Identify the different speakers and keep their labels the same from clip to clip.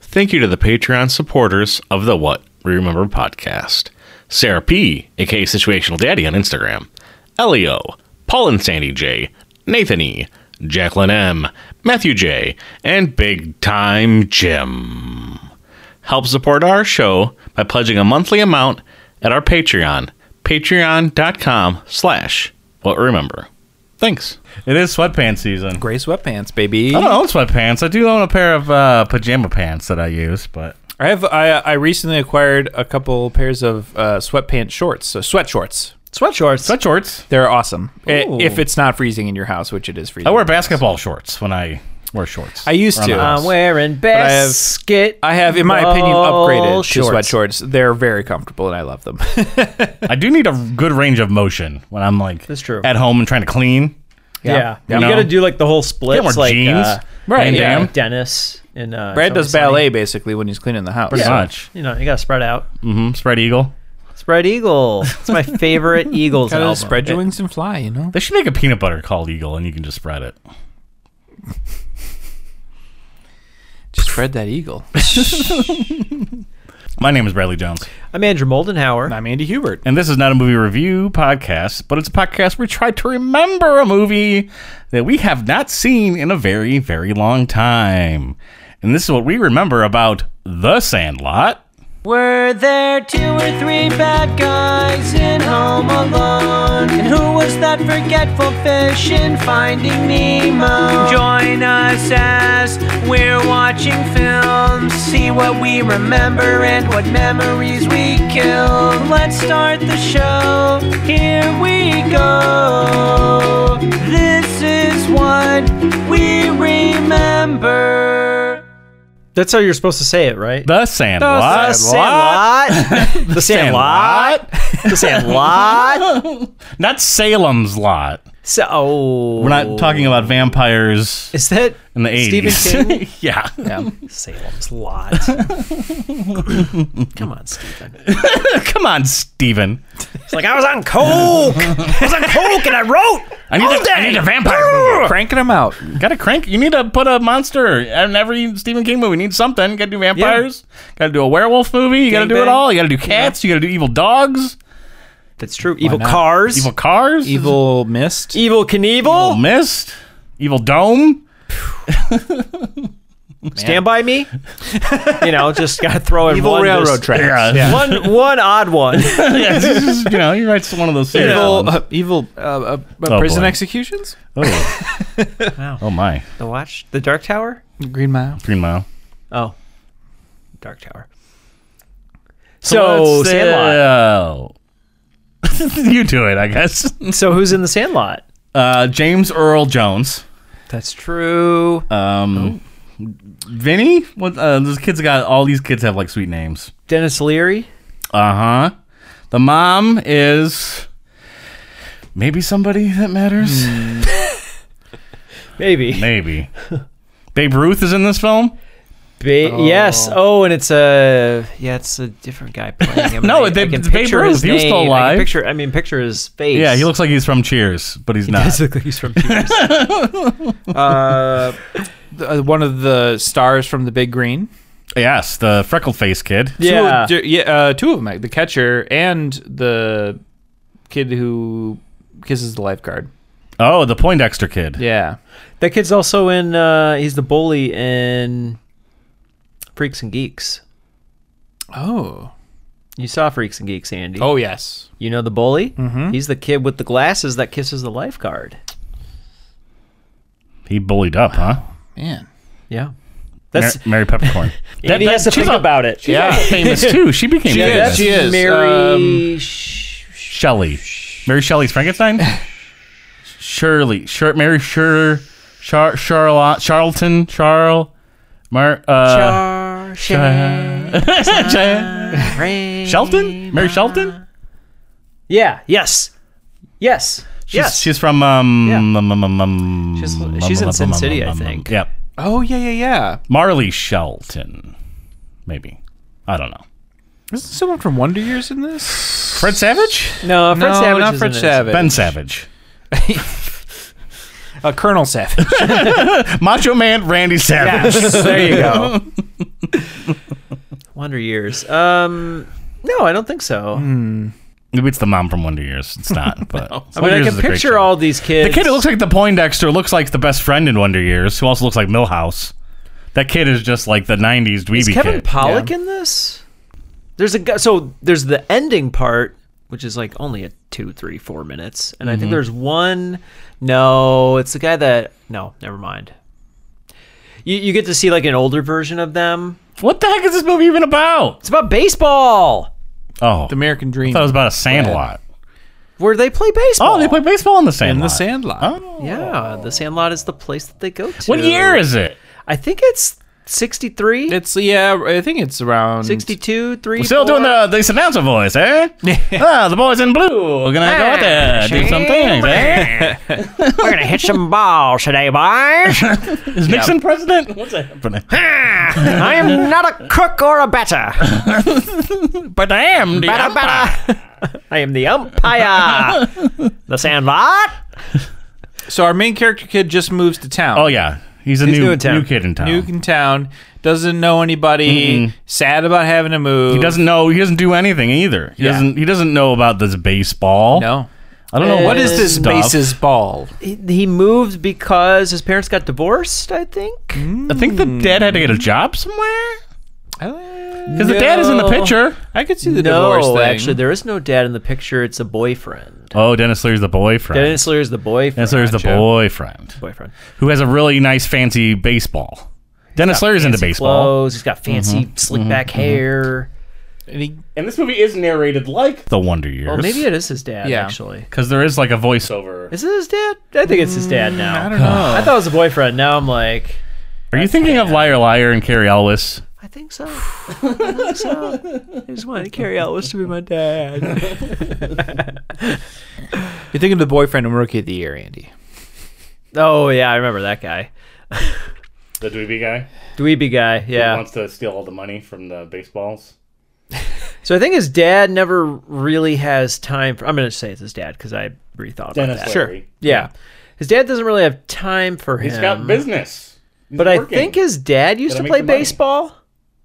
Speaker 1: Thank you to the Patreon supporters of the What We Remember podcast Sarah P., aka Situational Daddy on Instagram, Elio, Paul and Sandy J., Nathan E., Jacqueline M., Matthew J., and Big Time Jim. Help support our show by pledging a monthly amount at our Patreon, patreon.com slash what we remember. Thanks.
Speaker 2: It is sweatpants season.
Speaker 3: Gray sweatpants, baby.
Speaker 2: I don't own sweatpants. I do own a pair of uh, pajama pants that I use, but
Speaker 3: I have. I, I recently acquired a couple pairs of uh, sweatpants shorts, so sweat shorts. Sweat shorts.
Speaker 2: sweat shorts.
Speaker 3: They're awesome. I-
Speaker 2: Ooh.
Speaker 3: If it's not freezing in your house, which it is freezing.
Speaker 2: I wear
Speaker 3: in my house.
Speaker 2: basketball shorts when I wear shorts.
Speaker 3: I used
Speaker 2: Around
Speaker 3: to.
Speaker 2: the house.
Speaker 3: Um,
Speaker 4: I'm wearing
Speaker 3: I have-
Speaker 4: basket.
Speaker 3: I have, in my opinion,
Speaker 4: ball
Speaker 3: upgraded
Speaker 4: shorts.
Speaker 3: to sweat shorts. They're very comfortable, and I love them.
Speaker 2: I do need a good range of motion when I'm like
Speaker 4: That's true.
Speaker 2: at home and trying to clean.
Speaker 4: Yeah,
Speaker 2: You
Speaker 4: you,
Speaker 2: know?
Speaker 4: gotta do like the whole split.
Speaker 2: Can't wear
Speaker 4: like,
Speaker 2: jeans.
Speaker 4: Uh,
Speaker 2: Right,
Speaker 4: Van Damme,
Speaker 2: yeah.
Speaker 4: Dennis and uh,
Speaker 3: Brad
Speaker 4: Tony
Speaker 3: does
Speaker 4: Sunny.
Speaker 3: ballet basically when he's cleaning the house.
Speaker 2: Pretty
Speaker 3: So-
Speaker 2: much.
Speaker 4: You know, you gotta spread out.
Speaker 2: Mm, spread eagle.
Speaker 4: Spread eagle. It's my favorite Eagles
Speaker 3: Gotta
Speaker 4: album.
Speaker 3: spread your wings and fly, you know.
Speaker 2: They should make a peanut butter called eagle, and you can just spread it.
Speaker 3: Just spread that eagle.
Speaker 2: My name is Bradley Jones.
Speaker 4: I'm Andrew Moldenhauer.
Speaker 3: I'm Andy Hubert.
Speaker 2: And this is not a movie review podcast, but it's a podcast where we try to remember a movie that we have not seen in a very, very long time. And this is what we remember about The Sandlot.
Speaker 4: Were there two or three bad guys in Home Alone? And who was that forgetful fish in Finding Nemo? Join us as we're watching films. See what we remember and what memories we kill. Let's start the show. Here we go. This is what we remember. That's how you're supposed to say it, right?
Speaker 2: The Sandlot.
Speaker 4: The Sandlot. The Sandlot. The Sandlot.
Speaker 2: Not Salem's Lot.
Speaker 4: So, oh.
Speaker 2: We're not talking
Speaker 3: Oh.
Speaker 2: about vampires
Speaker 4: Is that
Speaker 2: in the 80s.
Speaker 4: Stephen King?
Speaker 2: yeah.
Speaker 4: Salem's Lot. Come on, Stephen.
Speaker 2: Come on, Stephen.
Speaker 4: It's like I was on coke. I was on coke and I wrote.
Speaker 2: I need, a, I need a vampire movie.
Speaker 3: Cranking them out.
Speaker 2: Gotta crank. You need to put a monster in every Stephen King movie. You need something. Gotta do vampires. Gotta do a werewolf movie. You gotta do it
Speaker 3: Gangbang.
Speaker 2: all. You gotta do cats. You gotta do evil dogs.
Speaker 4: That's true. Evil
Speaker 3: not?
Speaker 4: cars.
Speaker 2: Evil cars?
Speaker 3: Evil mist.
Speaker 4: Evil
Speaker 2: Evil
Speaker 4: Knievel.
Speaker 2: mist? Evil dome?
Speaker 4: Stand by me. You know, just gotta throw in
Speaker 3: Evil
Speaker 4: one
Speaker 3: railroad
Speaker 4: just-
Speaker 3: tracks.
Speaker 2: yeah.
Speaker 4: One one odd one.
Speaker 2: yeah this is- you know, you write one of those things.
Speaker 3: Evil. Uh, evil. Uh, uh, uh,
Speaker 2: Oh,
Speaker 3: prison
Speaker 2: boy.
Speaker 3: executions.
Speaker 2: Oh. oh my.
Speaker 4: The watch. The Dark Tower.
Speaker 3: Green Mile.
Speaker 2: Green Mile.
Speaker 4: Oh, Dark Tower. So
Speaker 2: Let's
Speaker 4: Sandlot.
Speaker 2: sell. you do it, I guess.
Speaker 4: So who's in the Sandlot?
Speaker 2: Uh, James Earl Jones.
Speaker 4: That's true.
Speaker 2: Um, Vinny? What, uh, those kids got, all these kids have like sweet names.
Speaker 4: Dennis Leary.
Speaker 2: Uh huh. The mom is maybe somebody that matters.
Speaker 4: Maybe.
Speaker 2: Maybe. Babe Ruth is in this film?
Speaker 4: Ba- Yes. Oh, and it's a yeah, it's a different guy playing him.
Speaker 2: No,
Speaker 4: I,
Speaker 2: they-
Speaker 4: I can
Speaker 2: Babe
Speaker 4: picture his
Speaker 2: Ruth, he was still
Speaker 4: name. I
Speaker 2: alive.
Speaker 4: can picture. I mean, picture his face.
Speaker 2: Yeah, he looks like he's from Cheers, but he's not.
Speaker 4: Basically, he's from Cheers.
Speaker 3: uh, the- uh, one of the stars from the Big Green.
Speaker 2: Yes, the freckle face kid.
Speaker 3: Two of-
Speaker 4: Yeah.
Speaker 3: ju- yeah. Uh, two of them: the catcher and the kid who kisses the lifeguard.
Speaker 2: Oh, the Poindexter kid.
Speaker 3: Yeah,
Speaker 4: that kid's also in. Uh, he's the bully in Freaks and Geeks.
Speaker 3: Oh.
Speaker 4: You saw Freaks and Geeks, Andy.
Speaker 3: Oh yes.
Speaker 4: You know the bully? Mm-hmm. He's the kid with the glasses that kisses the lifeguard.
Speaker 2: He bullied up, huh?
Speaker 3: Man.
Speaker 4: Yeah.
Speaker 2: That's
Speaker 4: That's
Speaker 2: Mary Peppercorn.
Speaker 4: Andy has to
Speaker 2: she's
Speaker 4: think
Speaker 2: a-
Speaker 4: about it.
Speaker 3: Yeah.
Speaker 2: famous too. She became
Speaker 3: She
Speaker 2: famous.
Speaker 3: is. She is. Um,
Speaker 4: Mary. Sh- Sh-
Speaker 2: Shelley. Mary Shelley's Frankenstein? Shirley. Shir- Mary Shir. Char- Charlotte. Charlton. Charl. Mar- uh,
Speaker 4: Char- Shar-
Speaker 2: Shelton? Mary Shelton?
Speaker 4: Yeah. Yes. Yes.
Speaker 2: She's,
Speaker 4: yes.
Speaker 2: She's from. Um,
Speaker 4: Yeah.
Speaker 2: um, um, um, um,
Speaker 4: She's-
Speaker 2: um,
Speaker 4: she's in
Speaker 2: um,
Speaker 4: Sin
Speaker 2: um,
Speaker 4: City,
Speaker 2: um,
Speaker 4: I
Speaker 2: um,
Speaker 4: think.
Speaker 2: Yep.
Speaker 3: Oh yeah yeah yeah.
Speaker 2: Marley Shelton. Maybe. I don't know.
Speaker 3: Isn't someone from Wonder Years in this?
Speaker 2: Fred Savage?
Speaker 4: no, Fred
Speaker 3: no,
Speaker 4: Savage.
Speaker 3: not
Speaker 4: isn't
Speaker 3: Fred
Speaker 4: in it.
Speaker 3: Savage.
Speaker 2: Ben Savage.
Speaker 3: Uh, Colonel Savage.
Speaker 2: Macho Man Randy Savage.
Speaker 3: there you go.
Speaker 4: Wonder Years. Um, no, I don't think so.
Speaker 3: Hmm.
Speaker 2: Maybe it's the mom from Wonder Years. It's not, but
Speaker 4: I mean, I can picture all these kids.
Speaker 2: The kid who looks like the Poindexter looks like the best friend in Wonder Years, who also looks like Millhouse. That kid is just like the '90s dweeby
Speaker 4: Is Kevin
Speaker 2: kid.
Speaker 4: Pollock in this? There's a gu- so there's the ending part, which is like only a two, three, four minutes, and I
Speaker 2: Mm-hmm.
Speaker 4: think there's one. No, it's the guy that. No, never mind. You you get to see like an older version of them.
Speaker 2: what the heck is this movie even about?
Speaker 4: It's about baseball,
Speaker 2: Oh,
Speaker 3: The American Dream.
Speaker 2: I thought it was about a sandlot.
Speaker 4: where they play baseball.
Speaker 2: Oh, they play baseball in the sandlot.
Speaker 3: in the Sandlot.
Speaker 2: Oh.
Speaker 4: Yeah, the Sandlot is the place that they go to.
Speaker 2: What year is it?
Speaker 4: I think it's 63,
Speaker 3: It's yeah, I think it's around
Speaker 4: 62, 3.
Speaker 2: We're still doing the the announcer voice, eh? ah, the boys in blue. We're gonna go out there, do some things, eh?
Speaker 4: We're gonna hit some balls today, boys.
Speaker 2: Is Nixon president? What's happening?
Speaker 4: I am not a cook or a batter.
Speaker 2: but I am. the
Speaker 4: Bada, bada. I am the umpire. the Sandlot.
Speaker 3: So our main character kid just moves to town.
Speaker 2: Oh yeah, he's a
Speaker 4: He's
Speaker 2: new
Speaker 4: new in town.
Speaker 2: new kid in town.
Speaker 3: New in town, doesn't know anybody, sad about having to move.
Speaker 2: he doesn't know. He doesn't do anything either. He
Speaker 3: Yeah.
Speaker 2: doesn't. He doesn't know about this baseball.
Speaker 3: No.
Speaker 2: I don't know
Speaker 4: Uh,
Speaker 3: What is this
Speaker 2: stuff.
Speaker 3: bases ball?
Speaker 4: He, he moved because his parents got divorced, I think.
Speaker 2: I think the dad had to get a job somewhere because the dad is in the
Speaker 4: No.
Speaker 2: picture.
Speaker 3: I could see the divorce
Speaker 4: no,
Speaker 3: thing.
Speaker 4: actually, there is no dad in the picture. It's a boyfriend.
Speaker 2: Oh, Dennis Leary's the boyfriend.
Speaker 4: Dennis Leary's the boyfriend.
Speaker 2: Dennis Leary's the
Speaker 3: Gotcha.
Speaker 2: boyfriend
Speaker 4: boyfriend.
Speaker 2: who has a really nice fancy baseball. Dennis Leary's into
Speaker 4: Fancy
Speaker 2: baseball.
Speaker 4: Clothes. He's got fancy slick back hair.
Speaker 3: And he-
Speaker 2: And this movie is narrated like The Wonder Years.
Speaker 4: Well, maybe it is his dad,
Speaker 3: Yeah.
Speaker 4: actually.
Speaker 2: because there is like a voiceover.
Speaker 4: Is it his dad? I think it's his dad
Speaker 2: Oh,
Speaker 4: now.
Speaker 3: I don't know.
Speaker 4: Mm, I thought it was a boyfriend. Now I'm like,
Speaker 2: Are you thinking of Liar Liar and Carrie Elwes?
Speaker 4: I think so. I think so. I just wanted to carry out to be my dad.
Speaker 3: You're thinking of the boyfriend and rookie of the year, Andy.
Speaker 4: Oh yeah, I remember that guy.
Speaker 2: The dweeby guy
Speaker 4: Dweeby guy, yeah.
Speaker 2: to steal all the money from the baseballs.
Speaker 4: So I think his dad never really has time for. I'm going to say it's his dad because I rethought about that.
Speaker 2: Leary.
Speaker 4: Yeah, his dad doesn't really have time for him.
Speaker 2: business.
Speaker 4: but I think his dad used
Speaker 2: Gotta
Speaker 4: to
Speaker 2: make
Speaker 4: play
Speaker 2: the money.
Speaker 4: baseball,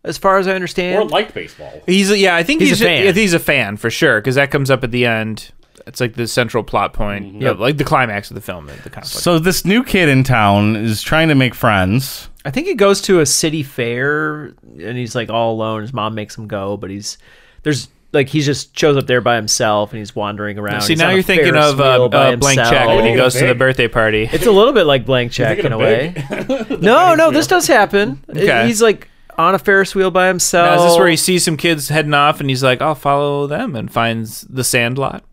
Speaker 4: as far as I understand.
Speaker 2: liked baseball.
Speaker 3: He's a, yeah, I think
Speaker 4: He's
Speaker 3: he's,
Speaker 4: a fan.
Speaker 3: yeah, he's a fan for sure because that comes up at the end. It's like the central plot point, of,
Speaker 4: Yep.
Speaker 3: like the climax of the film, the conflict.
Speaker 2: So this new kid in town is trying to make friends.
Speaker 4: I think he goes to a city fair and he's like all alone. His mom makes him go, but he's there's like he just shows up there by himself and he's wandering around.
Speaker 3: See,
Speaker 4: He's
Speaker 3: now
Speaker 4: on a
Speaker 3: you're thinking
Speaker 4: Ferris
Speaker 3: of uh,
Speaker 4: wheel by
Speaker 3: uh, blank check
Speaker 4: himself.
Speaker 3: when he
Speaker 2: Oh,
Speaker 3: goes to the
Speaker 2: big.
Speaker 3: birthday party.
Speaker 4: It's a little bit like blank check in a way. no, no, this does happen. It-
Speaker 3: Okay.
Speaker 4: He's like on a Ferris wheel by himself.
Speaker 3: Now, is this where he sees some kids heading off and he's like, I'll follow them and finds the sandlot?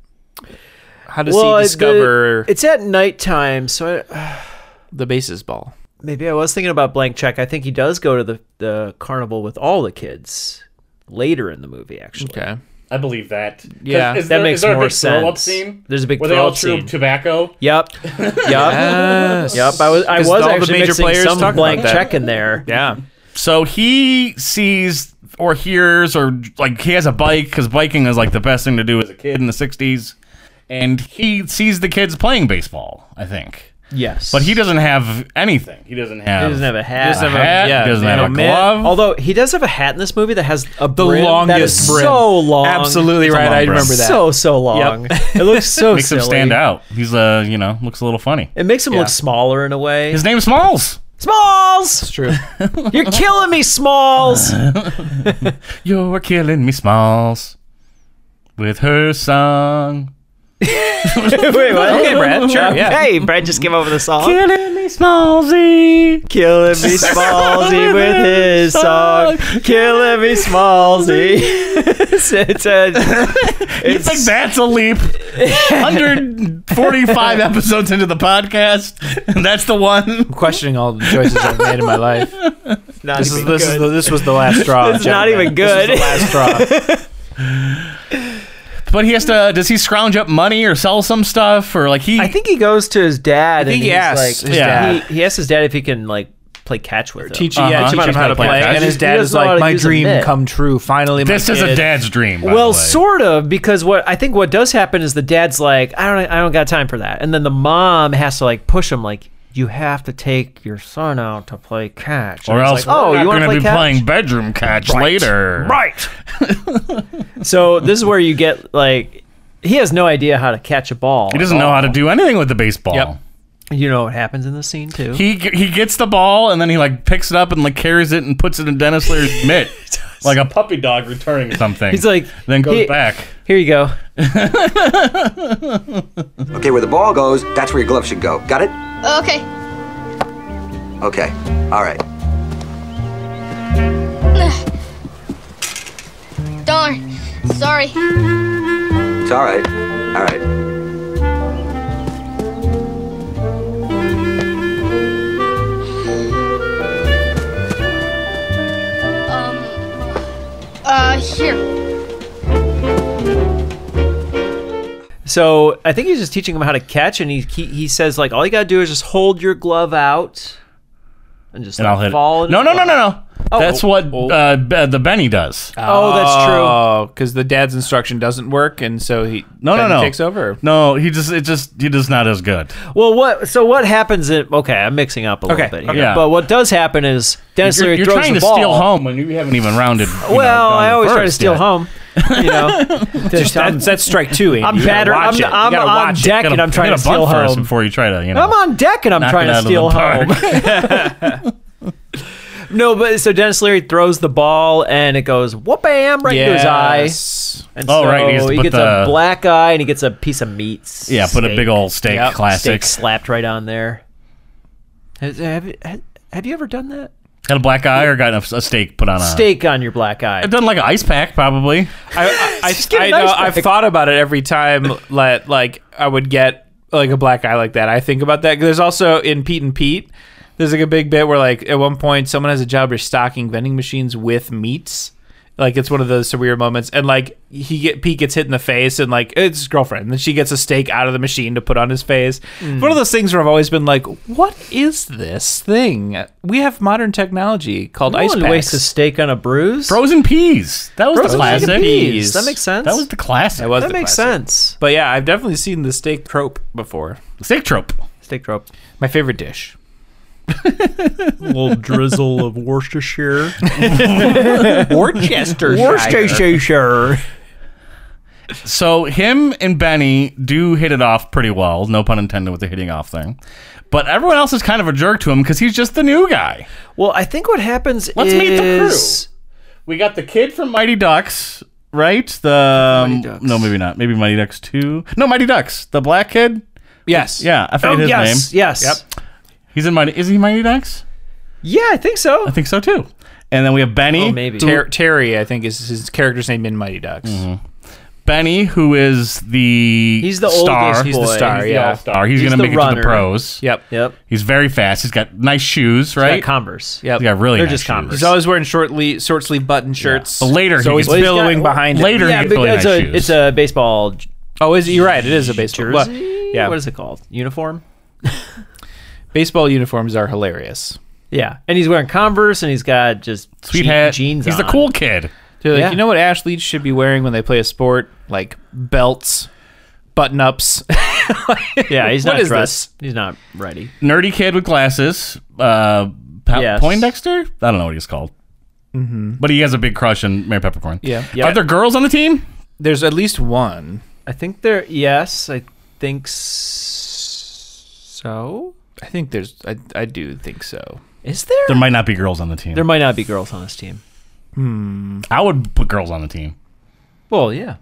Speaker 3: How does
Speaker 4: well,
Speaker 3: he
Speaker 4: it-
Speaker 3: discover
Speaker 4: it's at nighttime, so I,
Speaker 3: the bases ball?
Speaker 4: maybe I was thinking about blank check. I think he does go to the the carnival with all the kids later in the movie. Actually,
Speaker 3: Okay.
Speaker 2: I believe that.
Speaker 3: Yeah. is
Speaker 4: That there- makes is there a more big throw-up sense. scene? There's a big Where they all throw-up chew scene.
Speaker 2: tobacco.
Speaker 4: Yep. Yep. Uh, Yep. I was I
Speaker 3: 'Cause
Speaker 4: was
Speaker 3: all the
Speaker 4: actually
Speaker 3: major
Speaker 4: mixing
Speaker 3: players talk
Speaker 4: some
Speaker 3: about
Speaker 4: blank
Speaker 3: that.
Speaker 4: check in there.
Speaker 3: Yeah.
Speaker 2: So he sees or hears or like he has a bike because biking is like the best thing to do as a kid in the '60s, and he sees the kids playing baseball. I think,
Speaker 4: Yes.
Speaker 2: but he doesn't have anything. He doesn't have.
Speaker 4: He doesn't have a hat.
Speaker 2: a
Speaker 3: have a-
Speaker 2: hat.
Speaker 3: yeah,
Speaker 2: he doesn't
Speaker 3: and
Speaker 2: have a
Speaker 3: a mitt.
Speaker 2: glove.
Speaker 4: Although he does have a hat in this movie that has a
Speaker 3: The
Speaker 4: brim
Speaker 3: longest
Speaker 4: that is
Speaker 3: brim.
Speaker 4: so long.
Speaker 3: Absolutely
Speaker 2: It's a
Speaker 3: right.
Speaker 2: long
Speaker 3: I
Speaker 2: brim.
Speaker 3: remember that.
Speaker 4: So so long.
Speaker 3: Yep.
Speaker 4: It looks so
Speaker 2: makes
Speaker 4: silly.
Speaker 2: him stand out. He's uh, you know, looks a little funny.
Speaker 4: It makes him
Speaker 3: Yeah.
Speaker 4: look smaller in a way.
Speaker 2: His name's Smalls.
Speaker 4: Smalls,
Speaker 3: true.
Speaker 4: you're killing me, Smalls.
Speaker 2: You're killing me, Smalls, with her song.
Speaker 4: Wait, what?
Speaker 3: Okay, Brad, sure, yeah.
Speaker 4: Hey, Brad, just came over the song.
Speaker 2: Killing me, Smallsy.
Speaker 4: killing me, Smallsy, with his song. Killing me, Smallsy. it's, it's a.
Speaker 2: You think that's a leap? 145 episodes into the podcast, and that's the one.
Speaker 3: Questioning all the choices I've made in my life.
Speaker 4: not
Speaker 3: This is
Speaker 4: even
Speaker 3: this is
Speaker 4: good.
Speaker 3: the, this was the last straw.
Speaker 4: It's not
Speaker 3: gentlemen.
Speaker 4: even
Speaker 3: This was the last straw.
Speaker 2: But he has to. Does he scrounge up money or sell some stuff or like he?
Speaker 4: I think he goes to his dad.
Speaker 3: think
Speaker 4: and
Speaker 3: he
Speaker 4: he's
Speaker 3: asks
Speaker 4: like,
Speaker 3: his
Speaker 2: Yeah.
Speaker 4: He, he asks his dad if he can like play catch with him.
Speaker 3: Teach,
Speaker 2: Uh-huh.
Speaker 3: yeah, teach him how to play.
Speaker 2: catch.
Speaker 3: And his
Speaker 4: He
Speaker 3: dad
Speaker 4: doesn't
Speaker 3: is
Speaker 4: know how
Speaker 3: like,
Speaker 4: to
Speaker 3: my
Speaker 4: use a
Speaker 3: dream
Speaker 4: mitt."
Speaker 3: come true. Finally, my
Speaker 2: this is a
Speaker 3: kid."
Speaker 2: dad's dream. by
Speaker 4: Well,
Speaker 2: the way.
Speaker 4: sort of, because what I think what does happen is the dad's like, I don't, I don't got time for that, and then the mom has to like push him, like, you have to take your son out to play catch.
Speaker 2: Or
Speaker 4: And
Speaker 2: else
Speaker 4: it's like, oh,
Speaker 2: we're
Speaker 4: you
Speaker 2: not going
Speaker 4: want to
Speaker 2: to
Speaker 4: play
Speaker 2: be
Speaker 4: catch?
Speaker 2: playing bedroom catch later.
Speaker 4: Right. so this is where you get like he has no idea how to catch a ball.
Speaker 2: He doesn't know how to
Speaker 4: Oh.
Speaker 2: do anything with the baseball.
Speaker 3: Yep.
Speaker 4: You know what happens in the scene too.
Speaker 2: He he gets the ball and then he like picks it up and like carries it and puts it in Dennis Leary's mitt, like a puppy dog returning something.
Speaker 4: He's like,
Speaker 2: then goes
Speaker 4: he-
Speaker 2: back.
Speaker 4: Here you go.
Speaker 5: Okay, where the ball goes, that's where your glove should go. Got it?
Speaker 6: Okay.
Speaker 5: Okay. All right.
Speaker 6: Darn. Sorry.
Speaker 5: It's all right. All right.
Speaker 6: Um. Uh, here.
Speaker 4: So I think he's just teaching him how to catch, and he he, he says like all you gotta do is just hold your glove out, and just
Speaker 2: And
Speaker 4: let
Speaker 2: I'll hit it.
Speaker 4: fall.
Speaker 2: No, no, no, no, no. That's what uh, Be- the Benny does.
Speaker 4: Oh, that's true.
Speaker 3: Oh, because the dad's instruction doesn't work, and so he
Speaker 2: no, no,
Speaker 3: Ben
Speaker 2: no.
Speaker 3: takes over.
Speaker 2: No, he just it just he does not as good.
Speaker 4: Well, what? So what happens? At, okay, I'm mixing up a little
Speaker 3: Okay,
Speaker 4: bit.
Speaker 2: okay.
Speaker 4: Here.
Speaker 2: Yeah.
Speaker 4: But what does happen is Dennis
Speaker 2: You're,
Speaker 4: Leary
Speaker 2: you're
Speaker 4: throws
Speaker 2: trying
Speaker 4: the
Speaker 2: to
Speaker 4: ball.
Speaker 2: steal home when you haven't even rounded. you know,
Speaker 4: Well,
Speaker 2: gone
Speaker 4: I
Speaker 2: to
Speaker 4: always try to
Speaker 2: first
Speaker 4: steal
Speaker 2: yet.
Speaker 4: home. You know, Just- I'm,
Speaker 3: That's, that's strike two. Andy.
Speaker 4: I'm
Speaker 3: You gotta
Speaker 4: batter-
Speaker 3: watch
Speaker 4: I'm-
Speaker 3: it. You
Speaker 4: I'm
Speaker 3: gotta
Speaker 4: on
Speaker 3: watch it.
Speaker 4: deck.
Speaker 2: Gotta-
Speaker 4: and I'm
Speaker 2: you
Speaker 4: trying
Speaker 2: gotta
Speaker 4: to steal
Speaker 2: bunt first
Speaker 4: home.
Speaker 2: before you try to you know.
Speaker 4: I'm on deck and I'm
Speaker 2: knock it
Speaker 4: trying
Speaker 2: out
Speaker 4: to
Speaker 2: of the
Speaker 4: steal
Speaker 2: park.
Speaker 4: home. No, but so Dennis Leary throws the ball and it goes whoop bam right into his eye.
Speaker 3: Yes.
Speaker 4: And
Speaker 2: Oh,
Speaker 4: so
Speaker 2: right, he has to
Speaker 4: he
Speaker 2: put
Speaker 4: gets
Speaker 2: the-
Speaker 4: a black eye and he gets a piece of meat.
Speaker 2: Yeah, put a
Speaker 4: steak-
Speaker 2: big old steak
Speaker 3: Yep,
Speaker 4: steak
Speaker 2: classic.
Speaker 4: slapped right on there. Has- Have, you- ha- have you ever done that?
Speaker 2: Had a black eye or got a, a steak put on a
Speaker 4: Steak on your black eye.
Speaker 2: I've done like an ice pack probably.
Speaker 3: I, I,
Speaker 4: Just
Speaker 3: I,
Speaker 4: get a
Speaker 3: I
Speaker 4: nice
Speaker 3: know, I've
Speaker 4: bag.
Speaker 3: thought about it every time. Let like I would get like a black eye like that. I think about that. There's also in Pete and Pete. There's like a big bit where like at one point someone has a job restocking vending machines with meats. Like it's one of those surreal moments, and like he get Pete gets hit in the face, and like it's his girlfriend, and then she gets a steak out of the machine to put on his face.
Speaker 4: Hmm.
Speaker 3: One of those things where I've always been like, "What is this thing? We have modern technology called
Speaker 4: No
Speaker 3: ice
Speaker 4: one
Speaker 3: packs."
Speaker 4: wastes steak on a bruise.
Speaker 2: Frozen peas. That was the
Speaker 4: Frozen
Speaker 2: classic.
Speaker 4: chicken peas.
Speaker 3: peas.
Speaker 4: That makes sense.
Speaker 2: That was the classic.
Speaker 3: That was
Speaker 4: That
Speaker 3: the
Speaker 4: makes
Speaker 3: classic.
Speaker 4: sense.
Speaker 3: But yeah, I've definitely seen the steak trope before.
Speaker 2: steak trope.
Speaker 4: Steak trope.
Speaker 3: My favorite dish.
Speaker 4: little drizzle of Worcestershire.
Speaker 3: Worcestershire.
Speaker 4: Worcestershire.
Speaker 2: So him and Benny do hit it off pretty well. No pun intended with the hitting off thing. But everyone else is kind of a jerk to him because he's just the new guy.
Speaker 4: Well, I think what happens
Speaker 2: Let's
Speaker 4: is
Speaker 2: meet the crew. We got the kid from Mighty Ducks, right? The um,
Speaker 4: Mighty Ducks.
Speaker 2: no, maybe not. Maybe Mighty Ducks two. No, Mighty Ducks. The black kid.
Speaker 3: Yes.
Speaker 2: Yeah, I forget
Speaker 4: Oh,
Speaker 2: his
Speaker 4: yes,
Speaker 2: name.
Speaker 4: yes.
Speaker 2: He's in Mighty. Is he Mighty Ducks?
Speaker 4: Yeah, I think so.
Speaker 2: I think so too. And then we have Benny.
Speaker 4: Oh, maybe.
Speaker 2: who-
Speaker 3: Ter- Terry, I think, is his character's name in Mighty Ducks.
Speaker 2: Benny, who is the
Speaker 4: He's the
Speaker 2: star.
Speaker 4: oldest
Speaker 2: He's
Speaker 4: boy.
Speaker 2: the
Speaker 3: star,
Speaker 4: He's
Speaker 2: star.
Speaker 4: the
Speaker 3: yeah.
Speaker 4: all-star.
Speaker 2: He's,
Speaker 4: He's
Speaker 2: gonna
Speaker 4: the
Speaker 2: make it to the
Speaker 4: runner.
Speaker 2: pros.
Speaker 3: Yep.
Speaker 4: Yep.
Speaker 2: He's very fast. He's got nice shoes, right?
Speaker 4: Got Converse.
Speaker 3: Yep.
Speaker 2: He's got really
Speaker 4: They're
Speaker 2: nice
Speaker 4: just
Speaker 2: shoes.
Speaker 4: Converse.
Speaker 3: He's always wearing short, le- short sleeve button shirts.
Speaker 2: But later
Speaker 3: it's
Speaker 2: he
Speaker 3: always
Speaker 2: gets- Well,
Speaker 4: he's got-
Speaker 3: billowing behind him.
Speaker 2: Later,
Speaker 4: Yeah,
Speaker 2: he gets really
Speaker 4: because
Speaker 2: nice
Speaker 4: it's a,
Speaker 2: shoes.
Speaker 4: it's a baseball j-
Speaker 3: Oh, is you're right. It is a baseball.
Speaker 4: jersey.
Speaker 3: Well, yeah.
Speaker 4: What is it called? Uniform.
Speaker 3: Baseball uniforms are hilarious.
Speaker 4: Yeah, and he's wearing Converse, and he's got just
Speaker 2: Sweet
Speaker 4: je-
Speaker 2: hat.
Speaker 4: jeans.
Speaker 2: He's the
Speaker 4: on.
Speaker 2: cool kid.
Speaker 3: They're like,
Speaker 4: Yeah.
Speaker 3: you know what athletes should be wearing when they play a sport? Like belts, button ups.
Speaker 4: Yeah, he's
Speaker 3: What
Speaker 4: not
Speaker 3: is
Speaker 4: dressed. He's not ready.
Speaker 2: Nerdy kid with glasses. Uh, po-
Speaker 4: Yes.
Speaker 2: Poindexter? I don't know what he's called. But he has a big crush on Mary Peppercorn.
Speaker 3: Mm-hmm. Yeah.
Speaker 2: Are there girls on the team?
Speaker 3: There's at least one.
Speaker 4: I think there. Yes, I think so.
Speaker 3: I think there's. I, I do think so.
Speaker 4: Is there?
Speaker 2: There might not be girls on the team.
Speaker 4: There might not be girls on this team.
Speaker 2: I would put girls on the team,
Speaker 4: Well, yeah,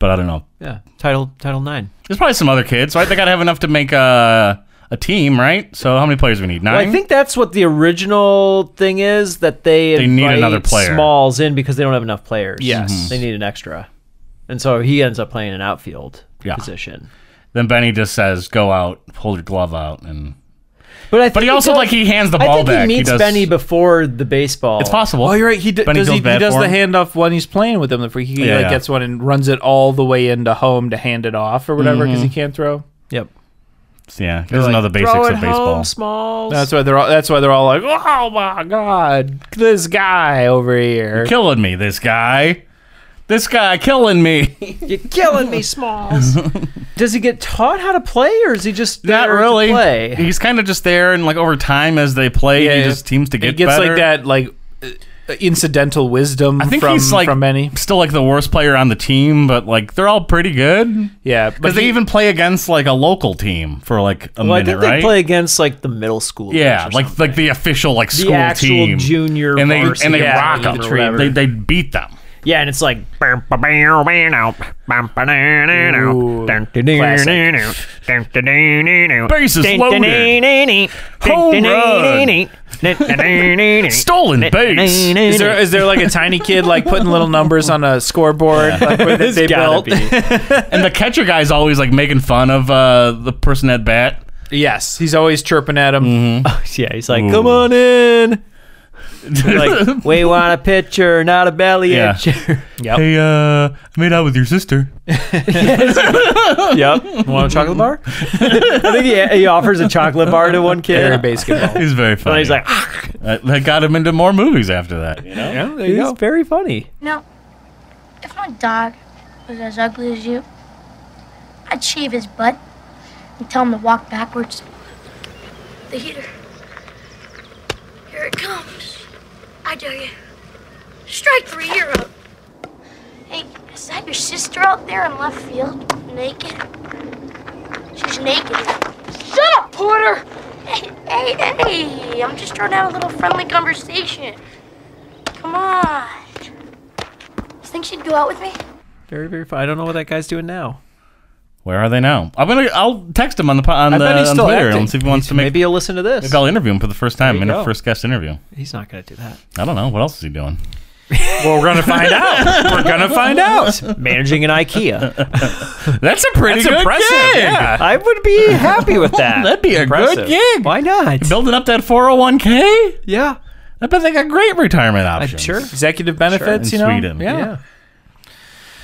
Speaker 2: but I don't know.
Speaker 4: yeah. Title Title Nine.
Speaker 2: There's probably some other kids, right? They got to have enough to make a, a team, right? So how many players do we need? Nine?
Speaker 4: Well, I think that's what the original thing is that they
Speaker 2: They need
Speaker 4: invite
Speaker 2: another player. Mm-hmm.
Speaker 4: Smalls in because they don't have enough players.
Speaker 3: Yes. Mhm.
Speaker 4: they need an extra, and so he ends up playing an outfield
Speaker 2: Yeah.
Speaker 4: position.
Speaker 2: Then Benny just says, "Go out, pull your glove out," and
Speaker 4: But I think
Speaker 2: but he also
Speaker 4: does-
Speaker 2: like he hands the
Speaker 4: I
Speaker 2: ball
Speaker 4: think
Speaker 2: back.
Speaker 4: he meets
Speaker 2: does-
Speaker 4: Benny before the baseball.
Speaker 2: It's possible.
Speaker 3: Oh, you're right. He d-
Speaker 2: Benny
Speaker 3: does. He,
Speaker 2: feels
Speaker 3: he
Speaker 2: bad
Speaker 3: does
Speaker 2: for
Speaker 3: the
Speaker 2: him.
Speaker 3: handoff when he's playing with him. The freak he
Speaker 2: Yeah,
Speaker 3: like
Speaker 2: yeah.
Speaker 3: gets one and runs it all the way into home to hand it off or whatever because
Speaker 2: Mm-hmm.
Speaker 3: he can't throw.
Speaker 4: Yep.
Speaker 2: Yeah, he doesn't know the basics
Speaker 4: Throw it
Speaker 2: of baseball.
Speaker 4: home, Smalls.
Speaker 3: That's why they're all. That's why they're all like, "Oh my god, this guy over here."
Speaker 2: Killing me, this guy. This guy killing me.
Speaker 4: You're killing me, Smalls. Does he get taught how to play, or is he just there
Speaker 2: Not
Speaker 4: to
Speaker 2: really.
Speaker 4: play?
Speaker 2: He's kind of just there, and like over time as they play, he
Speaker 3: Yeah.
Speaker 2: just seems to get
Speaker 3: It gets
Speaker 2: better.
Speaker 3: like that, like uh, incidental wisdom.
Speaker 2: I think
Speaker 3: from,
Speaker 2: he's like
Speaker 3: from many.
Speaker 2: still like the worst player on the team, but like they're all pretty good
Speaker 3: Yeah,
Speaker 2: because they even play against like a local team for like a
Speaker 4: well, I
Speaker 2: minute,
Speaker 4: think they
Speaker 2: right?
Speaker 4: play against like the middle school.
Speaker 2: yeah, like like the official like school
Speaker 4: actual
Speaker 2: team,
Speaker 4: junior
Speaker 2: and they
Speaker 4: varsity
Speaker 2: and they
Speaker 4: team
Speaker 2: rock
Speaker 4: or
Speaker 2: them.
Speaker 4: whatever.
Speaker 2: They they beat them.
Speaker 4: yeah, and it's like
Speaker 2: Bases loaded, home run, stolen base.
Speaker 3: Is there is there like a tiny kid like putting little numbers on a scoreboard like what they built?
Speaker 2: And the catcher guy's always like making fun of uh, the person at bat.
Speaker 3: Yes, he's always chirping at him.
Speaker 2: Mm-hmm.
Speaker 4: yeah, he's like, come on in. like, we want a pitcher, not a belly
Speaker 2: Yeah.
Speaker 4: itcher.
Speaker 2: Hey, uh, I made out with your sister.
Speaker 4: yep. Want a chocolate bar? I think he, he offers a chocolate bar to one kid.
Speaker 3: Very basketball.
Speaker 2: He's very funny.
Speaker 4: And he's like,
Speaker 2: that, that got him into more movies after that. You know?
Speaker 3: Yeah, there you
Speaker 4: he's
Speaker 3: go.
Speaker 4: very funny.
Speaker 7: Now, if my dog was as ugly as you, I'd shave his butt and tell him to walk backwards. The heater. Here it comes. I tell you. Strike three, you're out. Hey, is that your sister out there in left field? Naked? She's naked. Shut up, Porter! Hey, hey, hey! I'm just trying to have a little friendly conversation. Come on. You think she'd go out with me?
Speaker 4: Very, very funny. I don't know what that guy's doing now.
Speaker 2: Where are they now? I'm gonna. I'll text him on the po- on,
Speaker 4: I
Speaker 2: the,
Speaker 4: bet he's
Speaker 2: on
Speaker 4: still
Speaker 2: Twitter
Speaker 4: acting.
Speaker 2: and see if he wants to make.
Speaker 4: Maybe he'll listen to this.
Speaker 2: maybe I'll interview him for the first time
Speaker 4: you
Speaker 2: in a
Speaker 4: go.
Speaker 2: first guest interview.
Speaker 4: He's not going to do that.
Speaker 2: I don't know what else is he doing.
Speaker 3: Well, we're gonna find out. We're gonna find out.
Speaker 4: Managing an IKEA.
Speaker 2: That's a pretty
Speaker 3: That's
Speaker 2: good
Speaker 3: impressive,
Speaker 2: gig.
Speaker 3: yeah.
Speaker 4: I would be happy with that.
Speaker 2: That'd be a
Speaker 4: Impressive.
Speaker 2: good gig.
Speaker 4: Why not?
Speaker 2: Building up that 401k.
Speaker 4: Yeah.
Speaker 2: I bet they got great retirement options.
Speaker 4: Sure.
Speaker 3: Executive benefits,
Speaker 2: In
Speaker 3: you know.
Speaker 2: Sweden.
Speaker 3: Yeah.
Speaker 4: Yeah.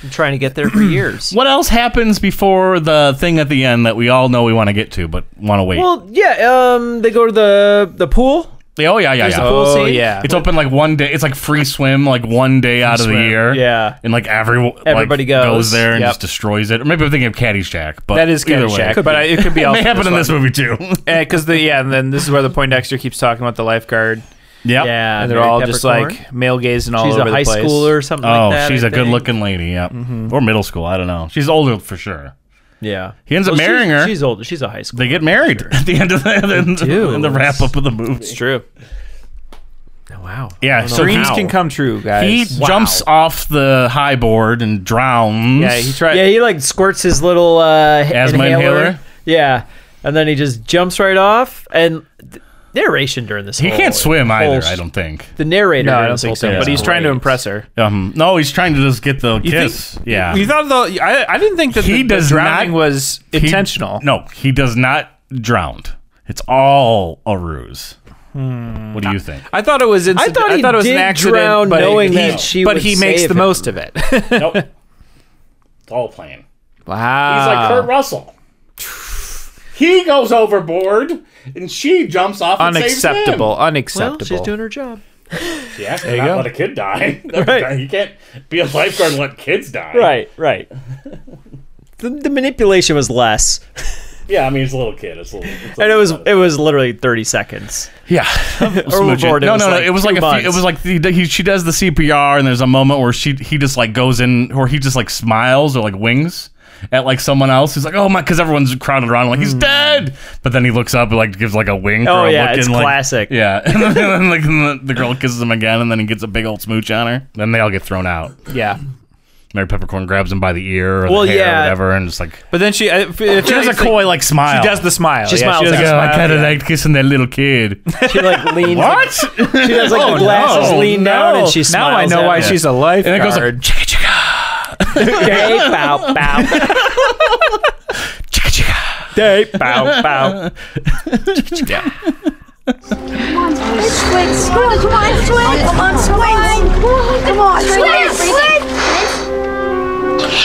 Speaker 4: I'm trying to get there for years.
Speaker 2: What else happens before the thing at the end that we all know we want to get to but want to wait?
Speaker 4: Well, yeah. Um, they go to the the pool.
Speaker 2: oh yeah, yeah, yeah.
Speaker 4: the pool
Speaker 3: Oh
Speaker 4: scene.
Speaker 3: yeah.
Speaker 2: It's open like one day. It's like free swim, like one day out of the
Speaker 3: swim,
Speaker 2: year.
Speaker 4: yeah.
Speaker 2: and like every
Speaker 4: Everybody
Speaker 2: like,
Speaker 4: goes.
Speaker 2: there and
Speaker 4: Yep.
Speaker 2: just destroys it. Or maybe I'm thinking of Caddyshack, but
Speaker 3: that is
Speaker 2: either
Speaker 3: kind
Speaker 2: way.
Speaker 3: check, but I, it could be
Speaker 2: It
Speaker 3: also
Speaker 2: may happen in this movie too.
Speaker 3: because the yeah, and then this is where the Poindexter keeps talking about the lifeguard,
Speaker 2: yep.
Speaker 4: Yeah.
Speaker 3: and they're
Speaker 4: Mary
Speaker 3: all just
Speaker 4: Peppercorn.
Speaker 3: like male gazing all
Speaker 4: she's
Speaker 3: over
Speaker 4: a high
Speaker 3: the place.
Speaker 4: schooler or something.
Speaker 2: Oh,
Speaker 4: like that,
Speaker 2: she's
Speaker 4: a
Speaker 2: a good-looking lady. Yep. Or middle school. I don't know. She's older for sure.
Speaker 4: Yeah.
Speaker 2: He ends up
Speaker 4: she's-
Speaker 2: marrying her.
Speaker 4: She's older. She's a high school.
Speaker 2: They get married at the end of the in, the,
Speaker 4: do.
Speaker 2: in the wrap up of the movie.
Speaker 3: True.
Speaker 2: Oh,
Speaker 4: wow.
Speaker 2: Yeah. So
Speaker 3: Dreams
Speaker 2: how?
Speaker 3: can come true,
Speaker 2: He
Speaker 3: guys.
Speaker 2: jumps off the high board and drowns.
Speaker 3: yeah, he tried.
Speaker 4: Yeah, he like squirts his little uh, h-
Speaker 2: Asthma
Speaker 4: inhaler.
Speaker 2: inhaler?
Speaker 4: Yeah, and then he just jumps right off. And th- narration during this.
Speaker 2: He
Speaker 4: whole-
Speaker 2: can't swim
Speaker 4: whole
Speaker 2: either.
Speaker 4: s-
Speaker 2: I don't think.
Speaker 4: The narrator.
Speaker 3: no, I
Speaker 4: during
Speaker 3: don't
Speaker 4: this
Speaker 3: think
Speaker 4: whole
Speaker 3: so.
Speaker 4: thing
Speaker 3: But
Speaker 4: is
Speaker 3: he's trying to
Speaker 4: great.
Speaker 3: impress her.
Speaker 2: Um, no, he's trying to just get the
Speaker 3: You think-
Speaker 2: kiss. yeah.
Speaker 3: You thought though? I, I didn't think that
Speaker 2: He
Speaker 3: the,
Speaker 2: does
Speaker 3: the drowning
Speaker 2: not-
Speaker 3: was
Speaker 2: He-
Speaker 3: intentional.
Speaker 2: no, he does not drown. It's all a ruse.
Speaker 3: Hmm.
Speaker 2: What do you think?
Speaker 3: I thought it was. Inc-
Speaker 4: I thought he
Speaker 3: it was an
Speaker 4: did
Speaker 3: accident,
Speaker 4: drown
Speaker 3: but
Speaker 4: knowing
Speaker 3: he,
Speaker 4: that she
Speaker 3: But
Speaker 4: would
Speaker 3: he makes
Speaker 4: save
Speaker 3: the
Speaker 4: him.
Speaker 3: most of it. wow.
Speaker 2: nope. It's all playing. He's like Kurt
Speaker 3: Like
Speaker 2: Russell. He goes overboard, and she jumps off. and saves him.
Speaker 3: unacceptable.
Speaker 4: Well,
Speaker 3: Unacceptable.
Speaker 4: she's doing her job.
Speaker 2: Yeah, there you not
Speaker 3: go.
Speaker 2: let a kid die.
Speaker 4: Right.
Speaker 2: You can't be a lifeguard and let kids die.
Speaker 4: Right, right. the, the manipulation was less,
Speaker 2: Yeah, I mean, it's a little kid. It's a little. it's a
Speaker 4: and it was
Speaker 2: little-
Speaker 4: it was literally thirty seconds.
Speaker 2: Yeah,
Speaker 4: Overboard, it
Speaker 2: No,
Speaker 4: was
Speaker 2: no, no.
Speaker 4: like
Speaker 2: it was
Speaker 4: two
Speaker 2: like a few,
Speaker 4: months.
Speaker 2: it was like he, he, she does the CPR, and there's a moment where she he just like goes in, or he just like smiles or like wings at like someone else. He's like, oh my, because everyone's crowded around, like he's dead. But then he looks up and like gives like a wink.
Speaker 4: Hmm. Oh,
Speaker 2: or a
Speaker 4: yeah,
Speaker 2: look
Speaker 4: it's
Speaker 2: in, like-
Speaker 4: classic.
Speaker 2: Yeah, and then, like the, the girl kisses him again, and then he gets a big old smooch on her. Then they all get thrown out.
Speaker 3: yeah.
Speaker 2: Mary Peppercorn grabs him by the ear or
Speaker 4: Well,
Speaker 2: the hair
Speaker 4: yeah.
Speaker 2: or whatever, and just like
Speaker 3: But then she. I- If, if
Speaker 2: she does a coy like smile.
Speaker 3: She does the smile.
Speaker 4: She
Speaker 3: yeah,
Speaker 4: smiles
Speaker 3: She does
Speaker 4: like
Speaker 3: the
Speaker 4: a
Speaker 2: Yeah,
Speaker 3: smile.
Speaker 2: I kind of like kissing that little kid.
Speaker 4: She like leans.
Speaker 2: what? Oh,
Speaker 4: She does like the glasses lean down, and she smiles.
Speaker 3: Oh, Now I know
Speaker 4: at
Speaker 3: why
Speaker 4: him.
Speaker 3: she's a lifeguard.
Speaker 2: and it goes like chicka chicka.
Speaker 4: Day bow bow. Day bow bow.
Speaker 7: Swing, swing, come on, swing, come on, swing, come on, swing, swing.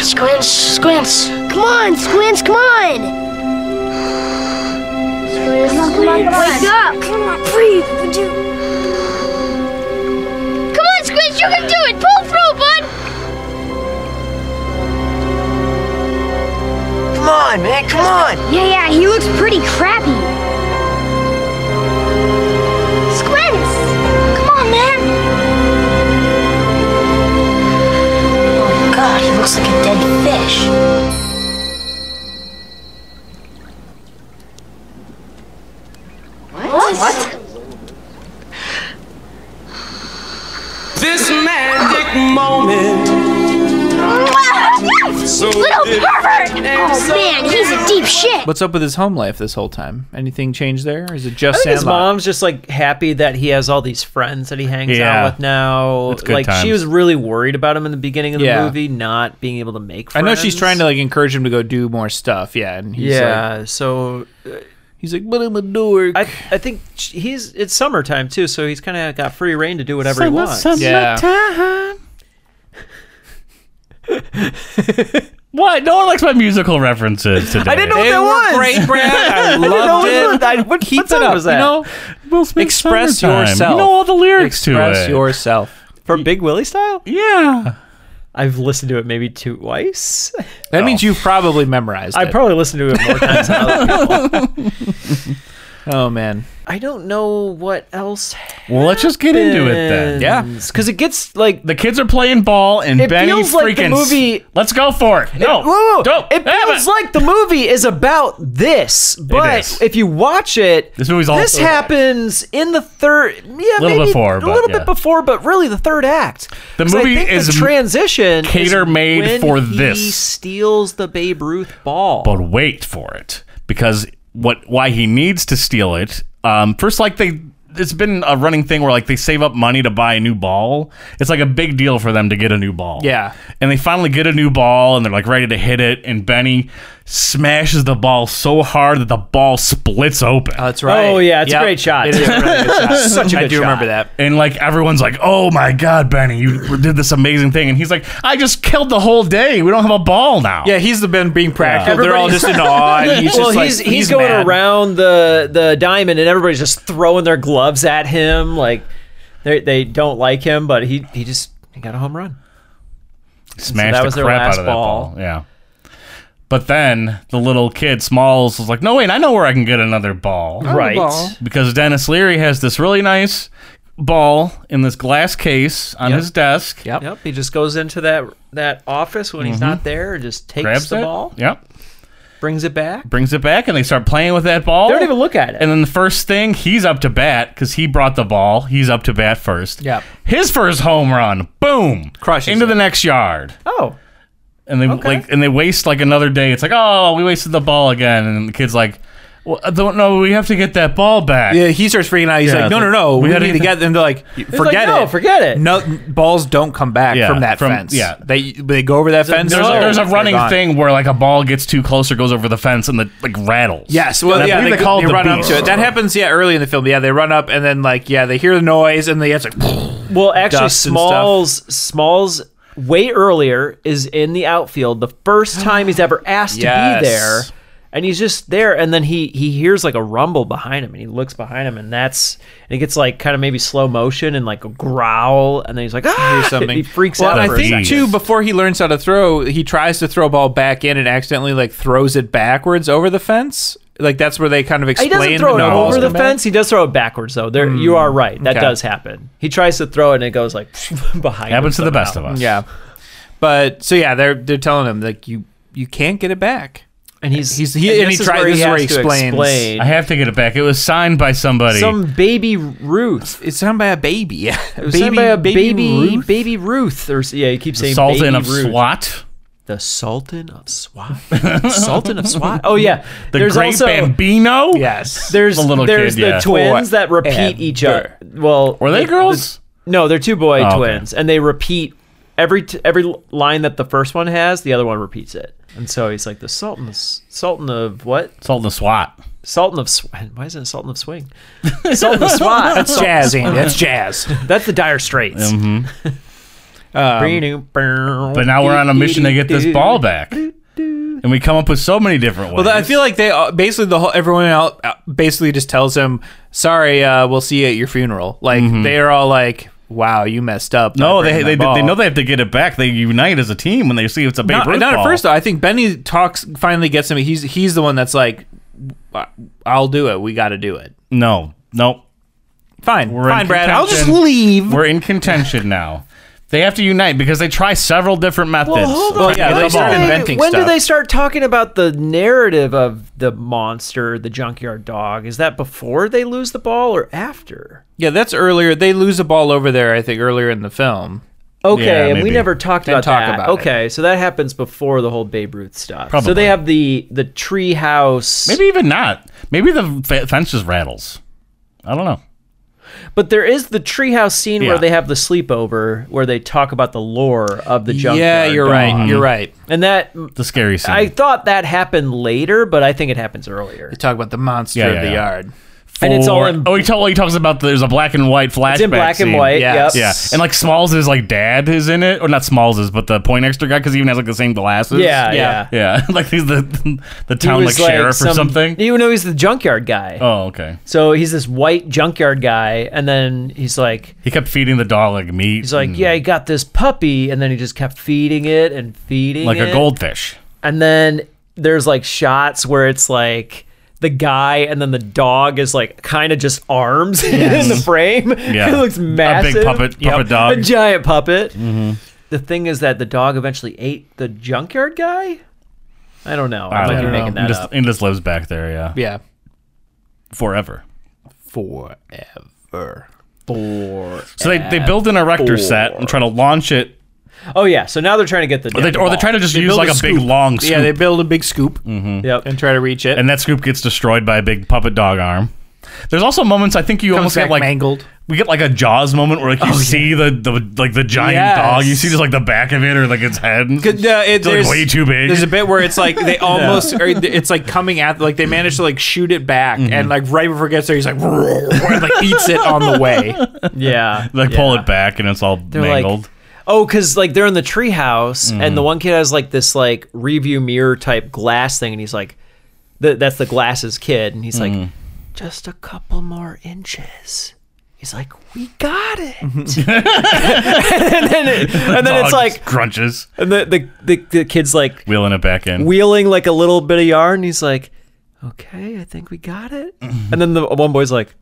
Speaker 7: Squints, squints. Come on, squints, come on. Come on, come on, wake up. Come on, breathe. Would you? Come on, squints, you can do it. Pull through, bud.
Speaker 4: on, man, come on.
Speaker 8: Yeah, yeah, he looks pretty crappy.
Speaker 7: Squints! Come on, man!
Speaker 8: Oh god, he looks like a dead fish. What? What?
Speaker 4: This magic moment. So
Speaker 7: Little pervert!
Speaker 8: Oh man, he's a deep shit.
Speaker 3: What's up with his home life this whole time? Anything changed there? Or is it just
Speaker 4: I think his
Speaker 3: Sandlot?
Speaker 4: mom's just like happy that he has all these friends that he hangs
Speaker 2: Yeah.
Speaker 4: out with now.
Speaker 2: It's good
Speaker 4: like
Speaker 2: times.
Speaker 4: she was really worried about him in the beginning of the
Speaker 3: Yeah.
Speaker 4: movie not being able to make
Speaker 3: I
Speaker 4: friends.
Speaker 3: know she's trying to like encourage him to go do more stuff. Yeah, and he's like,
Speaker 4: yeah, so
Speaker 3: he's like, but I'm a dork.
Speaker 4: I I think sh- he's it's summertime too, so he's kind of got free reign to do whatever he wants.
Speaker 3: yeah,
Speaker 2: What? No one likes my musical references today.
Speaker 4: I didn't know what
Speaker 3: They
Speaker 4: that
Speaker 3: were
Speaker 4: was.
Speaker 3: great, Brad. I
Speaker 4: didn't know
Speaker 3: loved
Speaker 4: what
Speaker 3: it.
Speaker 4: was- I- what-
Speaker 3: Keep
Speaker 4: what
Speaker 3: it
Speaker 4: song
Speaker 3: up.
Speaker 4: was
Speaker 3: You
Speaker 4: that?
Speaker 3: know,
Speaker 2: Will Smith
Speaker 3: express
Speaker 2: Summertime.
Speaker 3: yourself.
Speaker 2: You know all the lyrics to
Speaker 3: express
Speaker 2: it.
Speaker 3: yourself.
Speaker 4: from Big Willie style.
Speaker 2: yeah.
Speaker 4: I've listened to it maybe twice.
Speaker 3: That means you probably memorized.
Speaker 4: I
Speaker 3: it.
Speaker 4: probably listened to it more times than other people.
Speaker 3: Oh man,
Speaker 4: I don't know what else.
Speaker 2: Well, let's just get into it then.
Speaker 3: Yeah.
Speaker 4: because it gets like
Speaker 2: The kids are playing ball, and
Speaker 4: It
Speaker 2: Benny
Speaker 4: feels
Speaker 2: freaking.
Speaker 4: like the movie-
Speaker 2: Let's go for it. No,
Speaker 4: Whoa, whoa, whoa.
Speaker 2: don't.
Speaker 4: It
Speaker 2: Damn
Speaker 4: feels
Speaker 2: it.
Speaker 4: like the movie is about this, but
Speaker 2: is.
Speaker 4: if you watch it,
Speaker 2: This movie's all-
Speaker 4: this happens in the third, yeah,
Speaker 2: Little
Speaker 4: maybe
Speaker 2: before,
Speaker 4: a
Speaker 2: but
Speaker 4: little
Speaker 2: yeah.
Speaker 4: bit before, but really the third act.
Speaker 2: The
Speaker 4: 'Cause I
Speaker 2: movie
Speaker 4: think
Speaker 2: is
Speaker 4: the transition. is
Speaker 2: cater-made
Speaker 4: when
Speaker 2: for
Speaker 4: he
Speaker 2: this.
Speaker 4: steals the Babe Ruth ball.
Speaker 2: but wait for it because what why he needs to steal it um first like they it's been a running thing where like they save up money to buy a new ball it's like a big deal for them to get a new ball
Speaker 3: Yeah.
Speaker 2: and they finally get a new ball and they're like ready to hit it and benny smashes the ball so hard that the ball splits open
Speaker 3: that's right.
Speaker 4: Oh, yeah, it's a great shot.
Speaker 3: It is a really good shot. Such
Speaker 4: a
Speaker 3: I
Speaker 4: good
Speaker 3: do
Speaker 4: shot.
Speaker 3: remember that.
Speaker 2: and like everyone's like, "Oh my god, Benny, you did this amazing thing!" And he's like, "I just killed the whole day. We don't have a ball now."
Speaker 3: Yeah, he's the Ben being practical. They're all just in awe. And he's
Speaker 4: well,
Speaker 3: just like,
Speaker 4: he's, he's going
Speaker 3: mad.
Speaker 4: around the the diamond, and everybody's just throwing their gloves at him. Like they they don't like him, but he he just he got a home run.
Speaker 2: smashed
Speaker 4: that
Speaker 2: the
Speaker 4: was their
Speaker 2: crap
Speaker 4: last
Speaker 2: out of that ball.
Speaker 4: ball.
Speaker 2: Yeah. But then the little kid Smalls was like, "No wait, I know where I can get another ball."
Speaker 4: Right.
Speaker 2: Because Dennis Leary has this really nice ball in this glass case on his desk.
Speaker 4: Yep. Yep. He just goes into that that office when he's not there, and just takes
Speaker 2: Grabs
Speaker 4: the
Speaker 2: it.
Speaker 4: ball,
Speaker 2: Yep.
Speaker 4: brings it back.
Speaker 2: Brings it back and they start playing with that ball.
Speaker 4: They don't even look at it.
Speaker 2: And then the first thing, he's up to bat because he brought the ball. He's up to bat first.
Speaker 3: Yep.
Speaker 2: His first home run, boom,
Speaker 3: Crushes
Speaker 2: into
Speaker 3: it.
Speaker 2: the next yard,
Speaker 4: oh,
Speaker 2: and they like and they waste like another day. It's like, oh, we wasted the ball again, and the kid's like, well, I don't know, we have to get that ball back.
Speaker 3: Yeah, he starts freaking out. He's
Speaker 2: Yeah,
Speaker 3: like, no,
Speaker 2: it's
Speaker 3: no,
Speaker 2: like,
Speaker 3: no.
Speaker 2: we
Speaker 3: We,
Speaker 2: gotta
Speaker 3: need
Speaker 2: get
Speaker 3: to get them to like, forget
Speaker 4: like, no,
Speaker 3: it.
Speaker 4: forget it.
Speaker 3: No, balls don't come back
Speaker 2: Yeah,
Speaker 3: from that
Speaker 2: from-
Speaker 3: fence.
Speaker 2: yeah.
Speaker 3: They they go over that fence.
Speaker 2: There's,
Speaker 3: they're
Speaker 2: a,
Speaker 3: like,
Speaker 2: there's a
Speaker 3: they're
Speaker 2: running
Speaker 3: gone.
Speaker 2: thing where like a ball gets too close or goes over the fence and the like rattles.
Speaker 3: Yes, well,
Speaker 2: And I
Speaker 3: yeah,
Speaker 2: believe
Speaker 3: they,
Speaker 2: they call it
Speaker 3: they
Speaker 2: the
Speaker 3: run up
Speaker 2: beat.
Speaker 3: to it. That happens, yeah, early in the film. Yeah, they run up and then like, yeah, they hear the noise and they it's like,
Speaker 4: Well, actually,
Speaker 3: dust and
Speaker 4: Smalls Smalls way earlier is in the outfield the first time he's ever asked
Speaker 3: Yes.
Speaker 4: to be there, and he's just there. And then he he hears like a rumble behind him, and he looks behind him, and that's and it gets like kind of maybe slow motion and like a growl, and then he's like ah,
Speaker 3: or something.
Speaker 4: He freaks
Speaker 3: well,
Speaker 4: out.
Speaker 3: and I
Speaker 4: for a
Speaker 3: think
Speaker 4: second.
Speaker 3: too, before he learns how to throw, he tries to throw a ball back in and accidentally like throws it backwards over the fence. Like that's where they kind of
Speaker 4: He
Speaker 3: explain.
Speaker 4: doesn't throw it
Speaker 3: the balls
Speaker 4: over the
Speaker 3: come back.
Speaker 4: fence. He does throw it backwards, though. There, you
Speaker 2: Mm,
Speaker 4: are right. That
Speaker 3: Okay.
Speaker 4: does happen. He tries to throw it, and it goes like behind.
Speaker 2: happens to
Speaker 4: him
Speaker 2: the best
Speaker 4: somehow.
Speaker 2: of us.
Speaker 3: Yeah, but so yeah, they're they're telling him like you you can't get it back.
Speaker 4: And he's
Speaker 3: He's- he- and
Speaker 4: this
Speaker 3: he
Speaker 4: is
Speaker 3: tries-
Speaker 4: where
Speaker 3: this is where
Speaker 4: has
Speaker 3: he
Speaker 4: to
Speaker 3: explains.
Speaker 4: explain.
Speaker 2: I have to get it back. It was signed by somebody.
Speaker 4: some baby Ruth.
Speaker 3: It's done by a baby.
Speaker 4: It was signed by a baby, baby Ruth. or s- yeah, you keep saying
Speaker 2: Sultan
Speaker 4: baby
Speaker 2: of
Speaker 4: Ruth.
Speaker 2: SWAT,
Speaker 4: The Sultan of SWAT. Sultan of SWAT. Oh yeah,
Speaker 2: the
Speaker 4: there's
Speaker 2: great
Speaker 4: also
Speaker 2: Bambino.
Speaker 3: Yes.
Speaker 4: there's
Speaker 2: The little
Speaker 4: there's
Speaker 2: kid,
Speaker 4: the
Speaker 2: yeah.
Speaker 4: twins that repeat
Speaker 3: and
Speaker 4: each other. Well,
Speaker 2: Were they
Speaker 4: the-
Speaker 2: girls?
Speaker 4: the- no, they're two boy
Speaker 2: Oh, okay.
Speaker 4: twins, and they repeat every t- every l- line that the first one has, the other one repeats it, and so he's like the Sultan, of s- Sultan of what?
Speaker 2: Sultan of SWAT.
Speaker 4: Sultan of sw- why isn't it Sultan of Swing? Sultan of SWAT. That's
Speaker 3: jazz, Andy. That's jazz.
Speaker 4: That's the Dire Straits.
Speaker 2: But
Speaker 4: but
Speaker 2: Mm-hmm. Um, now we're on a mission to get this ball back. And we come up with so many different ways.
Speaker 3: Well, I feel like they uh, basically the whole everyone out uh, basically just tells him, "Sorry, uh, we'll see you at your funeral." Like they are all like, wow, you messed up.
Speaker 2: Mm-hmm.
Speaker 3: by
Speaker 2: No, they
Speaker 3: bringing
Speaker 2: they,
Speaker 3: that
Speaker 2: they,
Speaker 3: ball.
Speaker 2: know they have to get it back. They unite as a team when they see it's a Babe
Speaker 3: not,
Speaker 2: Ruth
Speaker 3: not at
Speaker 2: ball.
Speaker 3: first though. I think Benny talks finally gets him. He's he's the one that's like, I'll do it. We got to do it.
Speaker 2: No, no,
Speaker 3: Fine,
Speaker 2: We're in
Speaker 3: fine, Brad. I'll just
Speaker 2: contention.
Speaker 3: leave.
Speaker 2: we're in contention now. They have to unite because they try several different methods.
Speaker 3: Well, yeah,
Speaker 2: Get
Speaker 3: they
Speaker 2: the
Speaker 3: started
Speaker 2: ball.
Speaker 3: inventing
Speaker 4: when
Speaker 3: stuff.
Speaker 4: do they start talking about the narrative of the monster, the junkyard dog? Is that before they lose the ball or after?
Speaker 3: Yeah, that's earlier. They lose a ball over there. I think earlier in the film.
Speaker 4: Okay,
Speaker 2: Yeah,
Speaker 4: and we
Speaker 2: maybe.
Speaker 4: never talked
Speaker 3: Didn't
Speaker 4: about
Speaker 3: talk
Speaker 4: that.
Speaker 3: about it.
Speaker 4: okay, so that happens before the whole Babe Ruth stuff. So
Speaker 2: Probably.
Speaker 4: they have the the tree house.
Speaker 2: Maybe even not. Maybe the f- fence just rattles. I don't know.
Speaker 4: But there is the treehouse scene
Speaker 2: Yeah.
Speaker 4: where they have the sleepover, where they talk about the lore of the junkyard.
Speaker 3: yeah, you're
Speaker 4: dog.
Speaker 3: right.
Speaker 2: Mm-hmm.
Speaker 3: You're right.
Speaker 4: And that
Speaker 2: The scary scene.
Speaker 4: I thought that happened later, but I think it happens earlier.
Speaker 3: They talk about the monster
Speaker 2: Yeah,
Speaker 3: of
Speaker 2: yeah,
Speaker 3: the
Speaker 2: yeah.
Speaker 3: yard.
Speaker 4: and it's all
Speaker 2: Or-
Speaker 4: in-
Speaker 2: oh, he, tell, well, he talks about there's a black and white flashback.
Speaker 4: It's in black and
Speaker 2: scene.
Speaker 4: white.
Speaker 3: yes.
Speaker 2: Yeah,
Speaker 4: Yep.
Speaker 2: and like Smalls is like dad is in it, or not Smalls is, but the point extra guy because he even has like the same glasses.
Speaker 4: Yeah,
Speaker 3: Yeah.
Speaker 4: yeah.
Speaker 2: yeah, like he's the the
Speaker 4: He
Speaker 2: town like
Speaker 4: was,
Speaker 2: sheriff or
Speaker 4: some-
Speaker 2: something.
Speaker 4: You know, he's the junkyard guy.
Speaker 2: Oh, okay.
Speaker 4: So he's this white junkyard guy, and then he's like,
Speaker 2: He kept feeding the dog like meat.
Speaker 4: he's like,
Speaker 2: and-
Speaker 4: yeah, I got this puppy, and then he just kept feeding it and feeding
Speaker 2: like a
Speaker 4: it.
Speaker 2: goldfish.
Speaker 4: And then there's like shots where it's like the guy and then the dog is like kind of just arms in the frame.
Speaker 2: Yeah.
Speaker 4: it looks massive.
Speaker 2: A big puppet, puppet dog. Mm-hmm.
Speaker 4: a giant puppet. The thing is that the dog eventually ate the junkyard guy. I don't know. I,
Speaker 2: I
Speaker 4: might
Speaker 2: don't
Speaker 4: be
Speaker 2: know.
Speaker 4: making that
Speaker 2: he just,
Speaker 4: up.
Speaker 2: he just lives back there, yeah,
Speaker 3: Yeah,
Speaker 2: forever.
Speaker 3: forever.
Speaker 4: Four.
Speaker 2: So they, they build an erector set and try to launch it,
Speaker 4: Oh yeah. So now they're trying to get the.
Speaker 2: or they, or they try to just use
Speaker 3: build
Speaker 2: like a,
Speaker 3: a
Speaker 2: big
Speaker 3: scoop.
Speaker 2: long scoop,
Speaker 3: Yeah, they build a big scoop
Speaker 4: Yep.
Speaker 3: Mm-hmm. and try to reach it.
Speaker 2: and that scoop gets destroyed by a big puppet dog arm. There's also moments I think you almost get like
Speaker 3: mangled. Oh,
Speaker 2: we get like a Jaws moment where like you see the, the like the giant
Speaker 3: Yes.
Speaker 2: dog, you see just like the back of it or like its head. and-
Speaker 3: Good, uh, it-
Speaker 2: It's, like,
Speaker 3: there's-
Speaker 2: way too big.
Speaker 3: There's a bit where it's like they almost, or it's like coming at, like they manage to like shoot it back, and like right before it gets there, he's like, and, like eats it on the way.
Speaker 4: Yeah.
Speaker 2: They
Speaker 4: yeah.
Speaker 2: pull it back and it's all
Speaker 4: They're
Speaker 2: mangled.
Speaker 4: like, oh, because like they're in the treehouse, and the one kid has like this like review mirror type glass thing, and he's like, th- that's the glasses kid, and he's like, just a couple more inches. He's like, we got it. and then, it, and then it's
Speaker 2: Dog
Speaker 4: like,
Speaker 2: crunches,
Speaker 4: and the, the, the, the kid's like
Speaker 2: wheeling it back in.
Speaker 4: wheeling like a little bit of yarn, and he's like, okay, I think we got it. and then the one boy's like,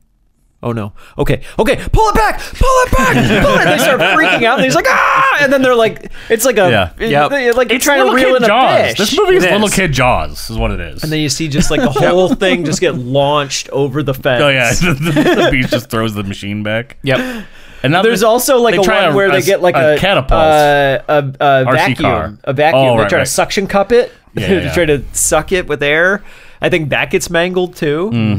Speaker 4: oh no, okay, okay, pull it back, pull it back, pull it. They start freaking out, and he's like, ah! And then they're like, it's like a,
Speaker 2: Yeah.
Speaker 4: it-
Speaker 3: Yep.
Speaker 4: they- like they're
Speaker 2: It's
Speaker 4: trying to
Speaker 2: Little
Speaker 4: reel
Speaker 2: Kid
Speaker 4: in a
Speaker 2: Jaws.
Speaker 4: fish.
Speaker 2: This movie is
Speaker 3: It
Speaker 2: Little
Speaker 3: is.
Speaker 2: Kid Jaws, is what it is.
Speaker 4: and then you see just like the whole thing just get launched over the fence.
Speaker 2: oh yeah, the, the, the beast just throws the machine back.
Speaker 3: Yep.
Speaker 2: And now
Speaker 4: There's
Speaker 2: they-
Speaker 4: also like
Speaker 2: they
Speaker 4: a
Speaker 2: try
Speaker 4: one where they get like a,
Speaker 2: catapult.
Speaker 4: uh, a, a
Speaker 2: RC
Speaker 4: vacuum,
Speaker 2: car.
Speaker 4: a vacuum.
Speaker 2: Oh,
Speaker 4: they
Speaker 2: right,
Speaker 4: try
Speaker 2: right.
Speaker 4: to suction cup it.
Speaker 2: Yeah,
Speaker 4: they
Speaker 2: yeah.
Speaker 4: try to suck it with air. I think that gets mangled too.
Speaker 2: Mm.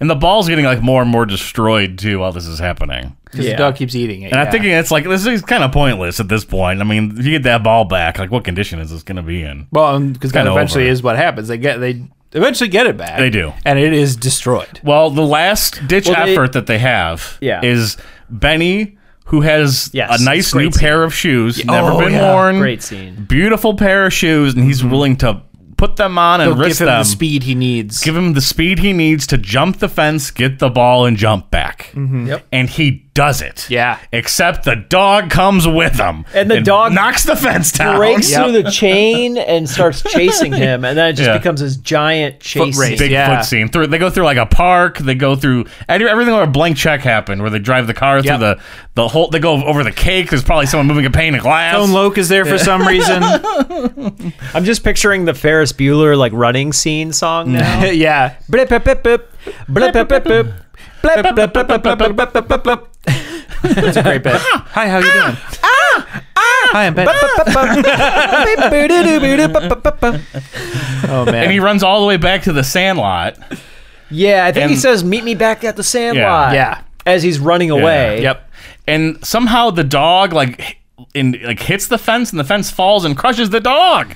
Speaker 2: and the ball's getting like more and more destroyed too while this is happening.
Speaker 3: Because
Speaker 4: Yeah.
Speaker 3: the dog keeps eating it.
Speaker 2: And
Speaker 3: yeah.
Speaker 2: I'm thinking it's like this is kind of pointless at this point. I mean, if you get that ball back, like what condition is this going to be in?
Speaker 3: well, because that
Speaker 2: kinda
Speaker 3: eventually
Speaker 2: over.
Speaker 3: is what happens. They get they eventually get it back.
Speaker 2: They do.
Speaker 3: and it is destroyed.
Speaker 2: Well, the last ditch
Speaker 4: Well, they-
Speaker 2: effort that they have
Speaker 4: Yeah.
Speaker 2: is Benny, who has
Speaker 4: Yes,
Speaker 2: a
Speaker 4: it's
Speaker 2: nice
Speaker 4: a great
Speaker 2: new pair of shoes, never
Speaker 3: Oh,
Speaker 2: been
Speaker 3: yeah.
Speaker 2: worn,
Speaker 4: Great scene.
Speaker 2: beautiful pair of shoes, and he's willing to put them on and
Speaker 3: They'll
Speaker 2: risk
Speaker 3: give him
Speaker 2: them.
Speaker 3: the speed he needs.
Speaker 2: Give him the speed he needs to jump the fence, get the ball, and jump back.
Speaker 4: Mm-hmm. Yep.
Speaker 2: And he does it.
Speaker 3: Yeah.
Speaker 2: Except the dog comes with him.
Speaker 4: And the dog
Speaker 2: knocks the fence down.
Speaker 4: breaks
Speaker 3: Yep.
Speaker 4: through the chain and starts chasing him, and then it just
Speaker 2: Yeah.
Speaker 4: becomes this giant chase.
Speaker 3: race.
Speaker 4: scene.
Speaker 2: Bigfoot
Speaker 3: Yeah.
Speaker 2: scene. Through, they go through like a park. They go through and everything where a blank check happened, where they drive the car
Speaker 3: Yep.
Speaker 2: through the the whole. They go over the cake. There's probably someone moving a pane of glass.
Speaker 3: Stone Loke is there for some reason.
Speaker 4: I'm just picturing the Ferris Bueller like running scene song
Speaker 3: Oh.
Speaker 4: now.
Speaker 3: yeah.
Speaker 4: Mm. Blip, blip, blip, blip. Blip, blip, blip, blip. Blip, blip, blip, blip, blip, blip, blip, blip, blip, blip, blip.
Speaker 3: That's a great bit. Hi, how you
Speaker 2: Ah!
Speaker 3: doing? Hi, I'm Ben. Oh man.
Speaker 2: and he runs all the way back to the sandlot.
Speaker 4: Yeah, I think he
Speaker 2: And-
Speaker 4: says, "Meet me back at the sandlot."
Speaker 3: Yeah.
Speaker 4: as he's running away.
Speaker 3: Yep.
Speaker 2: And somehow the dog like h- in like hits the fence, and the fence falls and crushes the dog.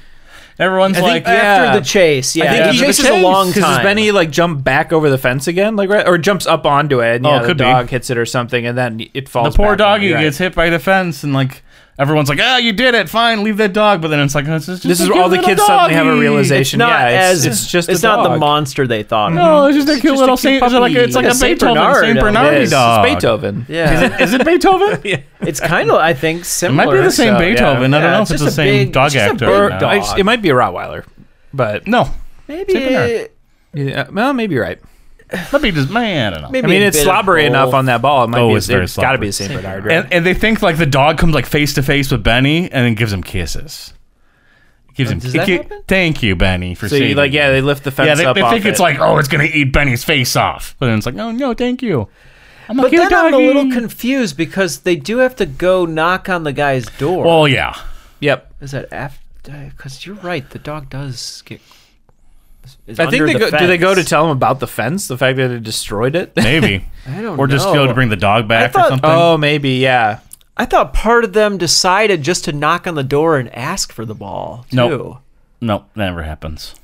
Speaker 2: Everyone's
Speaker 3: I
Speaker 2: like,
Speaker 3: think-
Speaker 2: yeah.
Speaker 4: After
Speaker 3: Yeah.
Speaker 4: the chase, yeah,
Speaker 3: I think
Speaker 4: after
Speaker 3: he
Speaker 4: the
Speaker 3: chases
Speaker 4: chase.
Speaker 3: a long time.
Speaker 4: time.
Speaker 3: Does Benny like jump back over the fence again, like right, or jumps up onto it? And,
Speaker 2: Oh,
Speaker 3: yeah,
Speaker 2: it
Speaker 3: the
Speaker 2: could be.
Speaker 3: dog hits it or something, and then it
Speaker 2: The
Speaker 3: falls.
Speaker 2: poor
Speaker 3: back on
Speaker 2: doggy
Speaker 3: you, right.
Speaker 2: gets hit by the fence, and like Everyone's like, "Ah, you did it! Fine, leave that dog." But then it's like, "Oh, "It's just
Speaker 3: This
Speaker 2: a
Speaker 3: is
Speaker 2: cute
Speaker 3: all the
Speaker 2: little
Speaker 3: kids suddenly have a
Speaker 2: doggy."
Speaker 3: realization.
Speaker 4: Not
Speaker 3: yeah, it's,
Speaker 4: as
Speaker 3: it's just a
Speaker 4: not the
Speaker 3: dog.
Speaker 4: monster they thought.
Speaker 2: No, Oh, it's just a cute
Speaker 4: just a
Speaker 2: little
Speaker 4: cute
Speaker 2: Saint. It's like
Speaker 4: puppy.
Speaker 2: a, it's like
Speaker 4: Yeah,
Speaker 2: a
Speaker 4: Saint
Speaker 2: Beethoven,
Speaker 4: Bernardo.
Speaker 2: Saint
Speaker 4: It
Speaker 2: Bernardi
Speaker 3: It is.
Speaker 2: dog.
Speaker 3: It's Beethoven.
Speaker 4: Yeah,
Speaker 2: Is it Beethoven?
Speaker 4: it's kind of I think
Speaker 2: It
Speaker 4: similar.
Speaker 2: might be the same
Speaker 4: so, yeah.
Speaker 2: Beethoven. I
Speaker 4: Yeah,
Speaker 2: don't know if it's
Speaker 4: just
Speaker 2: the
Speaker 4: a
Speaker 2: same
Speaker 4: big-
Speaker 2: dog
Speaker 4: it's just a
Speaker 2: actor.
Speaker 4: bird
Speaker 2: no.
Speaker 4: dog.
Speaker 3: I- It might be a Rottweiler, but
Speaker 2: No,
Speaker 4: Maybe
Speaker 2: Tip in her.
Speaker 4: it-
Speaker 3: yeah, well, maybe you're right.
Speaker 2: let me just man. I don't know.
Speaker 4: Maybe
Speaker 3: I mean,
Speaker 4: a
Speaker 3: it's
Speaker 4: bit of
Speaker 3: slobbery enough
Speaker 4: both.
Speaker 3: on that ball. It might
Speaker 2: Oh,
Speaker 3: be.
Speaker 2: it's very
Speaker 3: it's got to
Speaker 2: slobbery.
Speaker 3: be the same Bernard. Right?
Speaker 2: And, and they think like the dog comes like face to face with Benny and then gives him kisses. Gives him.
Speaker 4: Oh, Does that
Speaker 2: ki-
Speaker 4: happen?
Speaker 2: Thank you, Benny, for
Speaker 3: so you
Speaker 2: saving
Speaker 3: like,
Speaker 2: me.
Speaker 3: yeah, they lift the fence
Speaker 2: yeah, they,
Speaker 3: up.
Speaker 2: they
Speaker 3: off
Speaker 2: think it's
Speaker 3: it.
Speaker 2: like, oh, it's gonna eat Benny's face off, but then it's like, oh no, thank you. I'm a
Speaker 4: But
Speaker 2: cute
Speaker 4: then I'm a
Speaker 2: doggy.
Speaker 4: little confused because they do have to go knock on the guy's door.
Speaker 2: Well, yeah,
Speaker 3: yep.
Speaker 4: is that after? Because you're right, the dog does get. is
Speaker 3: I think
Speaker 4: under
Speaker 3: they
Speaker 4: the
Speaker 3: go, do. They go to
Speaker 4: fence.
Speaker 3: tell him about the fence, the fact that it destroyed it.
Speaker 2: maybe.
Speaker 4: I don't
Speaker 2: or just
Speaker 4: know.
Speaker 2: go to bring the dog back
Speaker 4: thought-
Speaker 2: or something.
Speaker 3: oh, maybe yeah.
Speaker 4: I thought part of them decided just to knock on the door and ask for the ball. Too.
Speaker 2: Nope. Nope, that never happens.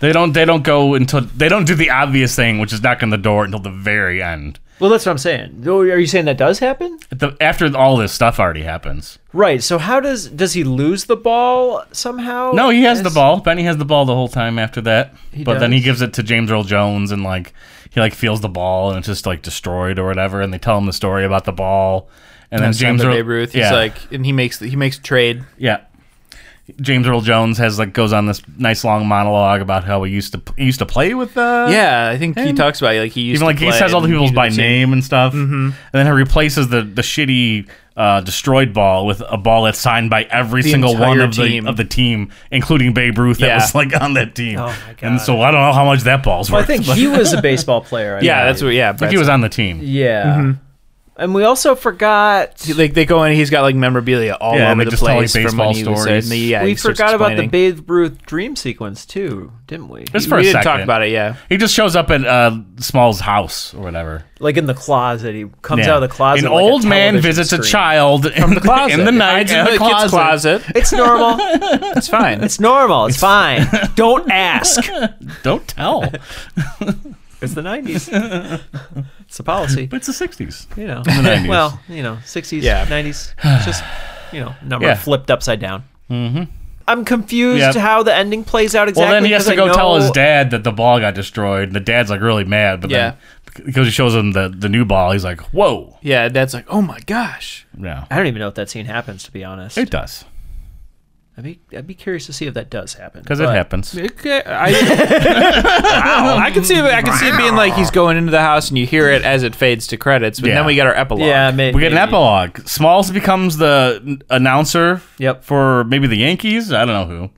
Speaker 2: They don't. They don't go until they don't do the obvious thing, which is knock on the door until the very end.
Speaker 4: Well, that's what I'm saying. Though, Are you saying that does happen?
Speaker 2: At the- after all this stuff already happens.
Speaker 4: Right. So how does does he lose the ball somehow?
Speaker 2: No, he has
Speaker 4: Yes.
Speaker 2: the ball. Benny has the ball the whole time after that. but then he
Speaker 4: does?
Speaker 2: gives it to James Earl Jones and like he like feels the ball and it's just like destroyed or whatever. And they tell him the story about the ball. And then
Speaker 3: Next time
Speaker 2: James
Speaker 3: to
Speaker 2: Earl
Speaker 3: Babe Ruth. He's
Speaker 2: yeah,
Speaker 3: like, and he makes he makes trade.
Speaker 2: yeah. James Earl Jones has like goes on this nice long monologue about how he used to he used to play with uh
Speaker 3: Yeah, I think he
Speaker 2: And-
Speaker 3: talks about like he used
Speaker 2: even like
Speaker 3: to
Speaker 2: he
Speaker 3: play
Speaker 2: says all the
Speaker 3: and
Speaker 2: people's
Speaker 3: he
Speaker 2: by
Speaker 3: didn't see-
Speaker 2: name and stuff,
Speaker 3: Mm-hmm.
Speaker 2: and then he replaces the the shitty uh, destroyed ball with a ball that's signed by every
Speaker 3: The
Speaker 2: single one
Speaker 3: entire
Speaker 2: of
Speaker 3: team.
Speaker 2: the of the team, including Babe Ruth that
Speaker 3: Yeah.
Speaker 2: was like on that team.
Speaker 4: Oh, my God.
Speaker 2: And so I don't know how much that ball's
Speaker 4: Well, I
Speaker 2: worth.
Speaker 4: think
Speaker 2: but-
Speaker 4: he was a baseball player. I
Speaker 3: Yeah,
Speaker 4: believe.
Speaker 3: that's what. Yeah,
Speaker 2: I think he Mm-hmm. was on the team.
Speaker 4: Yeah. And we also forgot.
Speaker 3: like they go in. He's got like memorabilia all
Speaker 2: Yeah, and
Speaker 3: over
Speaker 2: they
Speaker 3: the
Speaker 2: just tell, like,
Speaker 3: place from
Speaker 2: baseball
Speaker 3: when he was there.
Speaker 2: stories.
Speaker 3: And the- yeah,
Speaker 4: we
Speaker 3: he starts
Speaker 4: forgot about the
Speaker 3: explaining.
Speaker 4: Babe Ruth dream sequence too, didn't we?
Speaker 2: Just for a
Speaker 3: we didn't
Speaker 2: second.
Speaker 3: talk about it. Yeah,
Speaker 2: He just shows up at uh, Small's house or whatever.
Speaker 4: Like in the closet, he comes
Speaker 2: Yeah.
Speaker 4: out of the closet.
Speaker 2: An
Speaker 4: like a
Speaker 2: old man
Speaker 4: television
Speaker 2: visits a
Speaker 4: screen.
Speaker 2: child from
Speaker 3: the closet
Speaker 2: in the night
Speaker 3: Hides in the
Speaker 2: a
Speaker 3: kid's closet.
Speaker 4: It's normal.
Speaker 3: It's fine.
Speaker 4: it's normal. It's fine. Don't ask.
Speaker 2: Don't tell.
Speaker 4: It's the nineties. It's the policy.
Speaker 2: It's the sixties.
Speaker 4: You know.
Speaker 2: 90s.
Speaker 4: Well, you know, sixties,
Speaker 3: Yeah.
Speaker 4: nineties. Just you know, number
Speaker 2: Yeah.
Speaker 4: flipped upside down. Mm-hmm. I'm confused
Speaker 2: Yep.
Speaker 4: how the ending plays out exactly.
Speaker 2: Well, then he has to
Speaker 4: 'cause I
Speaker 2: go tell his
Speaker 4: know-
Speaker 2: dad that the ball got destroyed. The dad's like really mad, but then because he shows him the, the new ball, he's like, "Whoa,
Speaker 3: Yeah, Dad's like, oh my gosh.
Speaker 2: no,
Speaker 4: I don't even know if that scene happens, to be honest.
Speaker 2: it does
Speaker 4: I'd be, I'd be curious to see if that does happen.
Speaker 2: because it
Speaker 4: but-
Speaker 2: happens."
Speaker 3: Okay, I, Wow, I can see it. I can see it being like he's going into the house, and you hear it as it fades to credits. But
Speaker 2: Yeah.
Speaker 3: then we get our epilogue.
Speaker 4: Yeah, maybe.
Speaker 2: We get an epilogue. Smalls becomes the n- announcer.
Speaker 4: Yep.
Speaker 2: For maybe the Yankees. I don't know who.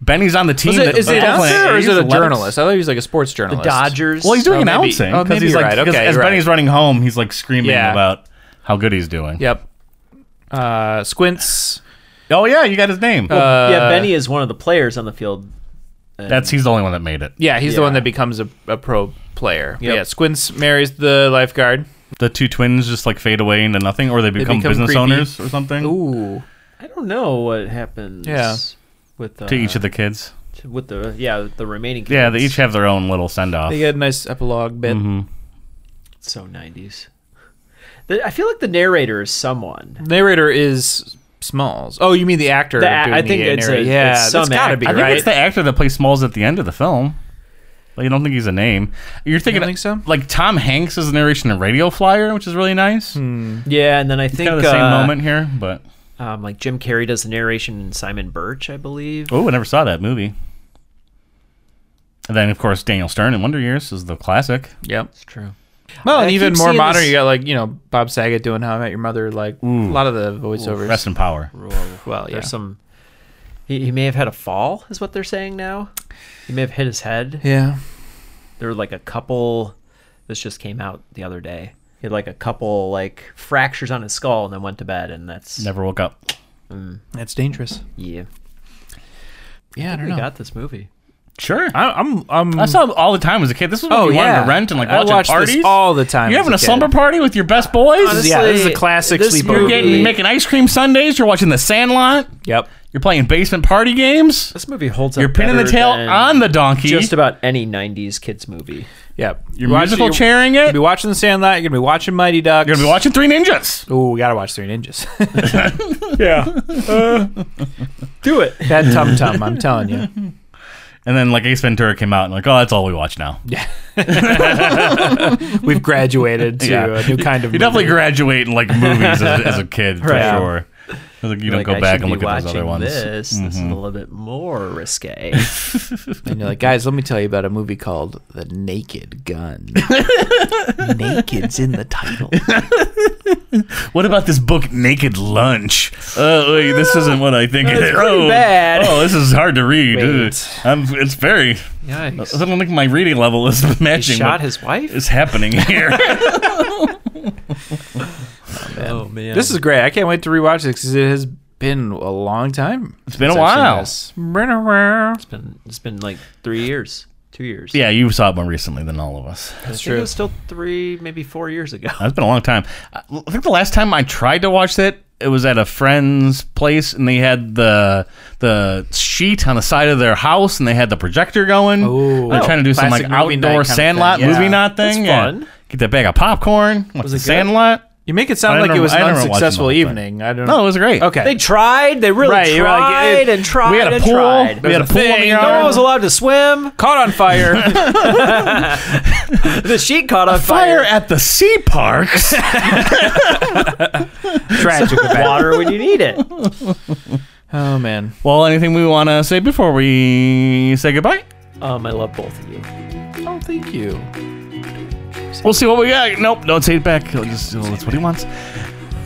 Speaker 2: Benny's on the team.
Speaker 3: Is it,
Speaker 2: that-
Speaker 3: is it
Speaker 2: that's
Speaker 3: an
Speaker 2: playing-
Speaker 3: announcer or is it
Speaker 2: he's
Speaker 3: a
Speaker 2: Athletics.
Speaker 3: journalist? I thought he was like a sports
Speaker 4: The
Speaker 3: journalist.
Speaker 4: Dodgers.
Speaker 2: Well, he's doing
Speaker 3: Oh, maybe-
Speaker 2: announcing
Speaker 3: oh,
Speaker 2: because
Speaker 3: maybe
Speaker 2: he's
Speaker 3: you're
Speaker 2: like
Speaker 3: right.
Speaker 2: 'cause
Speaker 3: Okay,
Speaker 2: as
Speaker 3: right.
Speaker 2: Benny's running home, he's like screaming
Speaker 3: Yeah.
Speaker 2: about how good he's doing.
Speaker 3: Yep. Uh, Squints.
Speaker 2: Oh yeah, you got his name.
Speaker 3: Uh,
Speaker 4: yeah, Benny is one of the players on the field.
Speaker 2: uh, That's he's the only one that made it.
Speaker 3: Yeah, he's the one
Speaker 4: Yeah.
Speaker 3: that becomes a, a pro player.
Speaker 4: Yep.
Speaker 3: Yeah, Squints marries the lifeguard.
Speaker 2: The two twins just like fade away into nothing, or they become,
Speaker 3: become
Speaker 2: business
Speaker 3: creepy.
Speaker 2: owners or something
Speaker 3: Ooh.
Speaker 4: I don't know what happens.
Speaker 3: Yeah.
Speaker 4: With uh,
Speaker 2: to each of the kids.
Speaker 4: with the yeah with the remaining.
Speaker 2: Yeah, they
Speaker 4: kids.
Speaker 2: each have their own little send off.
Speaker 3: They get a nice epilogue bit.
Speaker 4: so nineties. I feel like the narrator is someone.
Speaker 3: Narrator is Smalls. Oh, you mean the actor?
Speaker 4: The a-
Speaker 3: doing
Speaker 4: I think
Speaker 3: the
Speaker 4: it's a-
Speaker 3: narrator.
Speaker 4: it's
Speaker 3: yeah.
Speaker 4: some
Speaker 3: that's gotta
Speaker 4: act-
Speaker 3: be
Speaker 2: I think
Speaker 3: right.
Speaker 2: it's the actor that plays Smalls at the end of the film. Like, you don't think he's a name. You're thinking
Speaker 3: think so?
Speaker 2: like Tom Hanks is the narration in Radio Flyer, which is really nice.
Speaker 3: Hmm.
Speaker 4: Yeah, and then I think
Speaker 2: Kind of the same
Speaker 4: uh,
Speaker 2: moment here, but
Speaker 4: Um, like Jim Carrey does the narration in Simon Birch, I believe.
Speaker 2: oh, I never saw that movie. And then of course Daniel Stern in Wonder Years is the classic.
Speaker 3: Yep.
Speaker 4: It's true.
Speaker 3: Well, and
Speaker 4: I
Speaker 3: even
Speaker 4: keep
Speaker 3: more
Speaker 4: seeing
Speaker 3: modern,
Speaker 4: this-
Speaker 3: you got like you know Bob Saget doing How I Met Your Mother, like a lot of the voiceovers.
Speaker 2: Rest in power.
Speaker 3: well, yeah,
Speaker 4: There's some. He, he may have had a fall, is what they're saying now. He may have hit his head.
Speaker 3: yeah.
Speaker 4: there were like a couple this just came out the other day he had like a couple like fractures on his skull and then went to bed and that's
Speaker 2: Never woke up.
Speaker 3: That's dangerous.
Speaker 4: yeah
Speaker 3: Yeah, I don't
Speaker 4: we
Speaker 3: know.
Speaker 4: got this movie
Speaker 2: Sure. I,
Speaker 3: I, I'm I'm
Speaker 2: I saw it all the time as a kid. This was when
Speaker 3: Oh,
Speaker 2: you wanted
Speaker 3: yeah.
Speaker 2: to rent and like
Speaker 3: I
Speaker 2: watch
Speaker 3: watched
Speaker 2: at
Speaker 3: this
Speaker 2: parties
Speaker 3: all the time
Speaker 2: You're
Speaker 3: as
Speaker 2: having
Speaker 3: a
Speaker 2: a
Speaker 3: kid.
Speaker 2: slumber party with your best boys.
Speaker 3: Honestly, Yeah, this is a classic
Speaker 4: this
Speaker 3: sleepover
Speaker 2: you're
Speaker 4: movie-
Speaker 2: getting making ice cream sundaes. You're watching The Sandlot.
Speaker 3: Yep.
Speaker 2: You're playing basement party games.
Speaker 4: This movie holds up.
Speaker 2: You're pinning the
Speaker 4: better
Speaker 2: tail
Speaker 4: than
Speaker 2: on the donkey.
Speaker 4: just about any '90s kids movie.
Speaker 3: Yep.
Speaker 2: you're musical
Speaker 3: You're
Speaker 2: chairing
Speaker 3: gonna
Speaker 2: it.
Speaker 3: be
Speaker 2: You're
Speaker 3: watching The Sandlot. You're gonna be watching Mighty Ducks.
Speaker 2: gonna be watching Three Ninjas.
Speaker 3: Ooh, we gotta watch Three Ninjas.
Speaker 4: Yeah, do it.
Speaker 3: that tum tum. I'm telling you.
Speaker 2: And then like Ace Ventura came out and like, oh, that's all we watch now.
Speaker 3: We've graduated to
Speaker 2: Yeah.
Speaker 3: a new kind of.
Speaker 2: You definitely
Speaker 3: movie.
Speaker 2: graduate in like movies as, as a kid for
Speaker 4: Right.
Speaker 2: sure. I think you don't
Speaker 4: Like,
Speaker 2: go
Speaker 4: I
Speaker 2: back
Speaker 4: should
Speaker 2: and look
Speaker 4: be
Speaker 2: at those other
Speaker 4: watching
Speaker 2: ones. Mm-hmm.
Speaker 4: This, this is a little bit more risque.
Speaker 3: And you're like, guys, let me tell you about a movie called The Naked Gun. Naked's in the title.
Speaker 2: What about this book, Naked Lunch? Oh, wait, this isn't what I think it is. Oh,
Speaker 4: Ah, bad.
Speaker 2: oh, this is hard to read.
Speaker 4: Wait.
Speaker 2: Uh, I'm, it's very.
Speaker 4: Yikes!
Speaker 2: I don't think my reading level is
Speaker 4: He
Speaker 2: matching.
Speaker 4: shot
Speaker 2: what
Speaker 4: his wife.
Speaker 2: is happening here?
Speaker 4: Oh man,
Speaker 3: This is great. I can't wait to rewatch this because it has been a long time.
Speaker 2: it's been a while.
Speaker 4: It's
Speaker 3: Been a while.
Speaker 4: been it's been like three years, two years.
Speaker 2: Yeah, you saw it more recently than all of us.
Speaker 4: I think it was still three, maybe four years ago.
Speaker 2: It's been a long time. I I think the last time I tried to watch that, it was at a friend's place, and they had the the sheet on the side of their house, and they had the projector going.
Speaker 3: Ooh.
Speaker 2: They're trying to do some like
Speaker 3: Oh, Classic movie night
Speaker 2: outdoor
Speaker 3: kind of
Speaker 2: Sandlot
Speaker 3: thing. Yeah.
Speaker 2: movie night
Speaker 4: That's
Speaker 2: thing. Yeah.
Speaker 4: fun.
Speaker 2: Get that bag of popcorn. Watch
Speaker 4: Was
Speaker 2: the
Speaker 4: it good?
Speaker 2: Sandlot.
Speaker 3: You make it
Speaker 2: I
Speaker 3: sound like
Speaker 2: never-
Speaker 3: it was
Speaker 2: I
Speaker 3: an
Speaker 2: never watched them all
Speaker 3: unsuccessful
Speaker 2: the time.
Speaker 3: evening. I don't
Speaker 2: No, it was great.
Speaker 3: Okay.
Speaker 4: They tried. They really
Speaker 3: Right,
Speaker 4: tried
Speaker 3: you're like, it-
Speaker 4: and tried.
Speaker 2: We had a
Speaker 4: and
Speaker 2: pool.
Speaker 4: Tried.
Speaker 2: We had a
Speaker 3: There's a
Speaker 2: pool in the
Speaker 3: thing.
Speaker 2: yard.
Speaker 4: no one was allowed to swim.
Speaker 3: Caught on fire.
Speaker 4: The sheet caught on
Speaker 2: Fire at the sea parks.
Speaker 3: Tragic event.
Speaker 4: Water when you need it.
Speaker 3: Oh, man.
Speaker 2: well, anything we want to say before we say goodbye?
Speaker 4: Um, I love both of you.
Speaker 3: Oh, thank you.
Speaker 2: We'll see what we got. Nope, don't take it back. He'll just, he'll- that's what he wants.